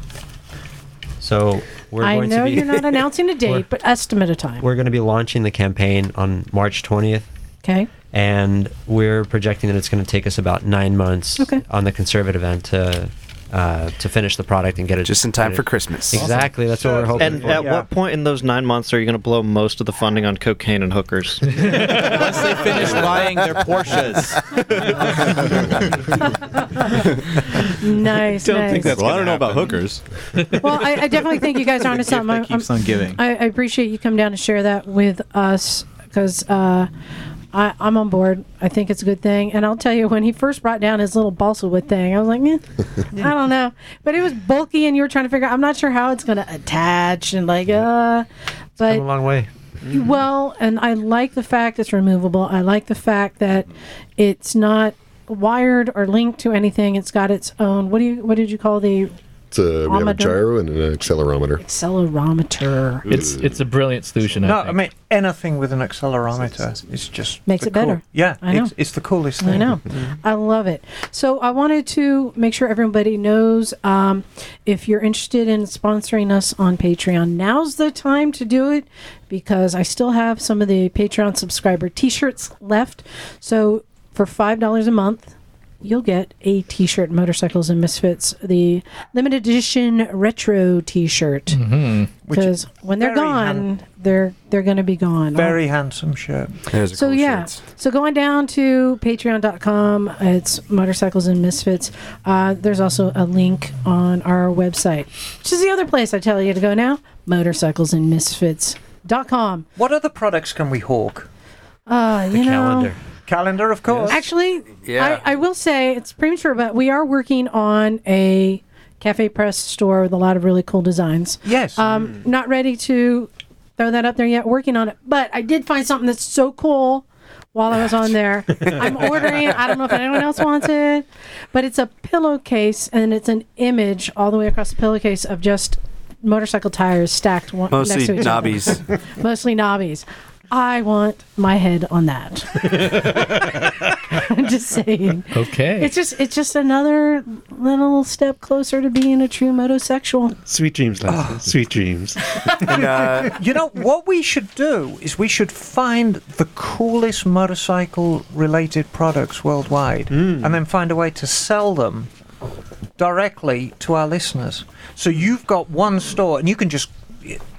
Speaker 13: So we're
Speaker 4: I
Speaker 13: going
Speaker 4: know
Speaker 13: to be
Speaker 4: you're not announcing a
Speaker 13: We're-
Speaker 4: date, but estimate of time.
Speaker 13: We're going to be launching the campaign on March 20th,
Speaker 4: Okay.
Speaker 13: and we're projecting that it's going to take us about nine months
Speaker 4: Okay.
Speaker 13: on the conservative end to uh, to finish the product and get it
Speaker 7: just in time for Christmas.
Speaker 13: Exactly, that's what we're hoping
Speaker 2: And
Speaker 13: for.
Speaker 2: at what point in those nine months are you going to blow most of the funding on cocaine and hookers?
Speaker 10: Once they finish buying their Porsches.
Speaker 4: Nice. nice.
Speaker 12: well. I don't know about hookers.
Speaker 4: well, I, I definitely think you guys are onto
Speaker 12: The gift
Speaker 4: something.
Speaker 12: that
Speaker 4: I'm- I'm-
Speaker 12: keeps on giving.
Speaker 4: I, I appreciate you come down to share that with us because uh, I- I'm on board. I think it's a good thing. And I'll tell you, when he first brought down his little balsa wood thing, I was like, eh, I don't know. But it was bulky, and you were trying to figure out, I'm not sure how it's going to attach. And like, uh, but Mm-hmm.
Speaker 13: Come a long way.
Speaker 4: well, and I like the fact it's removable. I like the fact that it's not wired or linked to anything. It's got its own. What do you? What did you call the
Speaker 14: It's a, we have a
Speaker 4: Ometer.
Speaker 14: gyro and an accelerometer.
Speaker 4: accelerometer?
Speaker 3: It's it's a brilliant solution.
Speaker 8: no,
Speaker 3: I
Speaker 8: I
Speaker 3: think.
Speaker 8: mean anything with an accelerometer is just
Speaker 4: Makes
Speaker 8: the
Speaker 4: it better.
Speaker 8: cool- Yeah,
Speaker 4: I know.
Speaker 8: It's, it's the coolest
Speaker 4: I
Speaker 8: thing. Mm-hmm.
Speaker 4: know. I love it. So I wanted to make sure everybody knows um, if you're interested in sponsoring us on Patreon, now's the time to do it because I still have some of the Patreon subscriber t shirts left. So for $5 a month, you'll get a t shirt, Motorcycles and Misfits, the limited edition retro t shirt.
Speaker 8: Mhm. Which-
Speaker 4: Because when they're
Speaker 8: Very
Speaker 4: gone, they're they're going to be gone.
Speaker 8: Very handsome shirt.
Speaker 4: So yeah, so going down to patreon.com, uh, it's motorcycles and misfits. Uh, there's also a link on our website, which is the other place I tell you to go now, motorcycles and misfits.com.
Speaker 8: What other products can we hawk?
Speaker 4: Uh, you know,
Speaker 8: Calendar, of course.
Speaker 4: Actually,
Speaker 8: Yeah.
Speaker 4: I, I will say it's premature, but we are working on a cafe press store with a lot of really cool designs.
Speaker 8: Yes. Mm.
Speaker 4: Um, Not ready to throw that up there yet. Working on it, but I did find something that's so cool. While I was on there, I'm ordering. I don't know if anyone else wants it, but it's a pillowcase and it's an image all the way across the pillowcase of just motorcycle tires stacked one
Speaker 7: Mostly
Speaker 4: next to each other.
Speaker 7: knobbies.
Speaker 4: Mostly knobbies. I want my head on that. I'm just saying.
Speaker 3: Okay.
Speaker 4: It's just it's just another little step closer to being a true motosexual.
Speaker 15: Sweet dreams, Leslie. Sweet dreams.
Speaker 8: And, you know what we should do is we should find the coolest motorcycle-related products worldwide, and then find a way to sell them directly to our listeners. So you've got one store, and you can just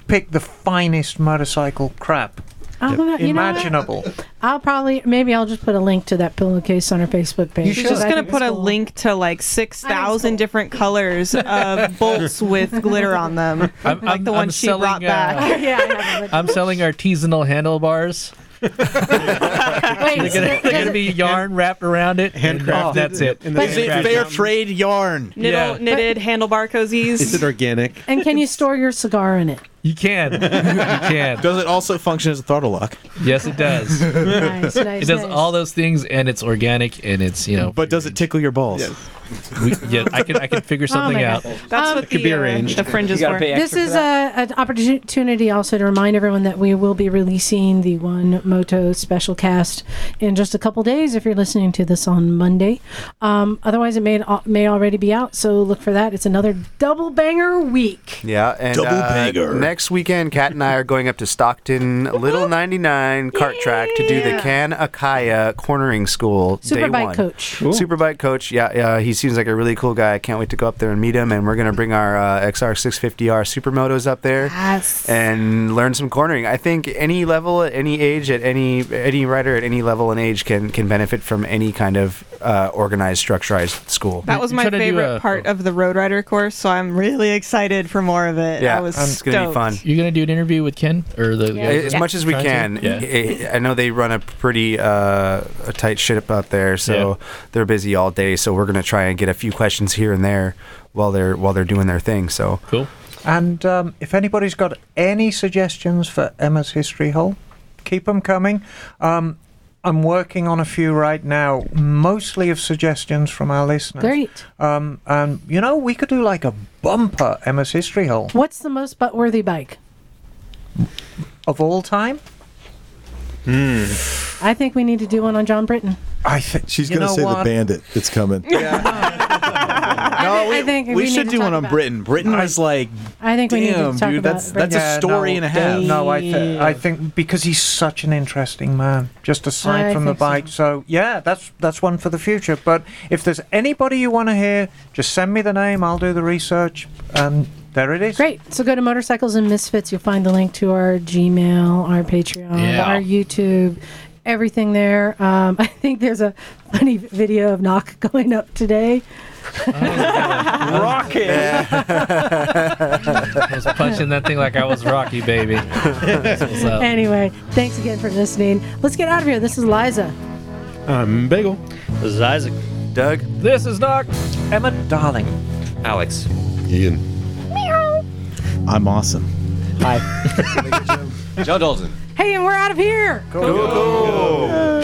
Speaker 8: pick the finest motorcycle crap
Speaker 4: Oh, you know what?
Speaker 8: imaginable.
Speaker 4: I'll probably maybe I'll just put a link to that pillowcase on our Facebook page.
Speaker 1: She's just gonna put a link to like six thousand different colors of bolts with glitter on them,
Speaker 3: I'm-
Speaker 1: like the
Speaker 3: I'm-
Speaker 1: one
Speaker 3: I'm
Speaker 1: she
Speaker 3: selling,
Speaker 1: brought
Speaker 3: uh,
Speaker 1: back.
Speaker 3: I'm selling artisanal handlebars. they're gonna, they're gonna be yarn wrapped around it. Handcrafted. that's it.
Speaker 15: And then
Speaker 3: Is
Speaker 15: Is it handcrafted. fair
Speaker 10: trade yarn?
Speaker 1: Knittle,
Speaker 3: Yeah.
Speaker 1: knitted handlebar cozies.
Speaker 15: Is it organic?
Speaker 4: And can you store your cigar in it?
Speaker 3: You can. You can.
Speaker 10: Does it also function as a throttle lock?
Speaker 3: Yes, it does.
Speaker 4: Nice, nice,
Speaker 3: it does
Speaker 4: nice.
Speaker 3: all those things, and it's organic, and it's you know.
Speaker 10: But does it tickle your balls?
Speaker 3: We, yeah, I can I can figure something
Speaker 4: Oh my
Speaker 3: out.
Speaker 4: God. That's Um, what
Speaker 3: could
Speaker 4: the,
Speaker 3: be
Speaker 4: uh,
Speaker 3: arranged.
Speaker 1: the fringes You gotta were. pay
Speaker 4: This is a, an opportunity also to remind everyone that we will be releasing the One Moto special cast in just a couple days if you're listening to this on Monday. Um, otherwise, it may, may already be out, so look for that. It's another double banger week.
Speaker 7: Yeah, and
Speaker 4: Double
Speaker 7: uh,
Speaker 4: banger.
Speaker 7: next weekend, Kat and I are going up to Stockton Little 99 Cart Track to do the Can Akaya Cornering School day
Speaker 4: Superbike
Speaker 7: one.
Speaker 4: coach. Cool.
Speaker 7: Superbike coach. Yeah, yeah, he seems like a really cool guy. I can't wait to go up there and meet him. And we're gonna bring our uh, XR650R Supermotos up there
Speaker 4: Yes.
Speaker 7: and learn some cornering. I think any level, at any age, at any any rider at any level and age can can benefit from any kind of uh, organized, structurized school.
Speaker 1: That was my favorite part of the Road Rider course, so I'm really excited for more of it. I was stoked.
Speaker 3: You're gonna do an interview with Ken or the
Speaker 1: Yeah.
Speaker 3: guys
Speaker 7: as
Speaker 3: that-
Speaker 7: much as we
Speaker 3: trying
Speaker 7: can.
Speaker 3: to-
Speaker 7: I- I know they run a pretty uh, a tight ship out there, so they're busy all day. So we're gonna try and get a few questions here and there while they're while they're doing their thing. So
Speaker 3: cool.
Speaker 8: And um, if anybody's got any suggestions for Emma's history hole, keep them coming. Um, I'm working on a few right now, mostly of suggestions from our listeners.
Speaker 4: Great.
Speaker 8: Um, and you know, we could do like a bumper Emma's history hole
Speaker 4: What's the most butt worthy bike?
Speaker 8: of all time.
Speaker 9: Hmm.
Speaker 4: I think we need to do one on John Britton.
Speaker 8: I think
Speaker 9: she's
Speaker 4: You
Speaker 9: gonna
Speaker 4: know
Speaker 9: say
Speaker 4: what?
Speaker 9: the bandit. It's coming.
Speaker 4: I, thi- I think
Speaker 10: we, should
Speaker 4: need
Speaker 10: do
Speaker 4: to
Speaker 10: one
Speaker 4: talk
Speaker 10: on
Speaker 4: about-
Speaker 10: Britain. Britain was like,
Speaker 4: I think we need to
Speaker 10: damn,
Speaker 4: talk
Speaker 10: dude,
Speaker 4: about
Speaker 10: that's
Speaker 4: Britain.
Speaker 10: that's a story
Speaker 8: no,
Speaker 10: and a half.
Speaker 8: No, I, th- I think because he's such an interesting man. Just aside
Speaker 10: I
Speaker 8: from the
Speaker 10: think so.
Speaker 8: bike, so. yeah, that's that's one for the future. But if there's anybody you want to hear, just send me the name. I'll do the research, and there it is.
Speaker 4: Great. So go to Motorcycles and Misfits. You'll find the link to our Gmail, our Patreon,
Speaker 8: Yeah.
Speaker 4: our YouTube, everything there. Um, I think there's a funny video of Knock going up today.
Speaker 8: Rocket.
Speaker 3: I was punching that thing like I was Rocky, baby. That's what's up.
Speaker 4: Anyway, thanks again for listening. Let's get out of here. This is Liza. Um,
Speaker 15: I'm Bagel.
Speaker 2: This is Isaac.
Speaker 7: Doug.
Speaker 3: This is Doc.
Speaker 8: Emma Darling.
Speaker 2: Alex.
Speaker 14: Ian.
Speaker 10: I'm awesome.
Speaker 5: Hi.
Speaker 6: Joe Dolson.
Speaker 4: Hey, and we're out of here.
Speaker 6: Go. Go.
Speaker 4: Uh,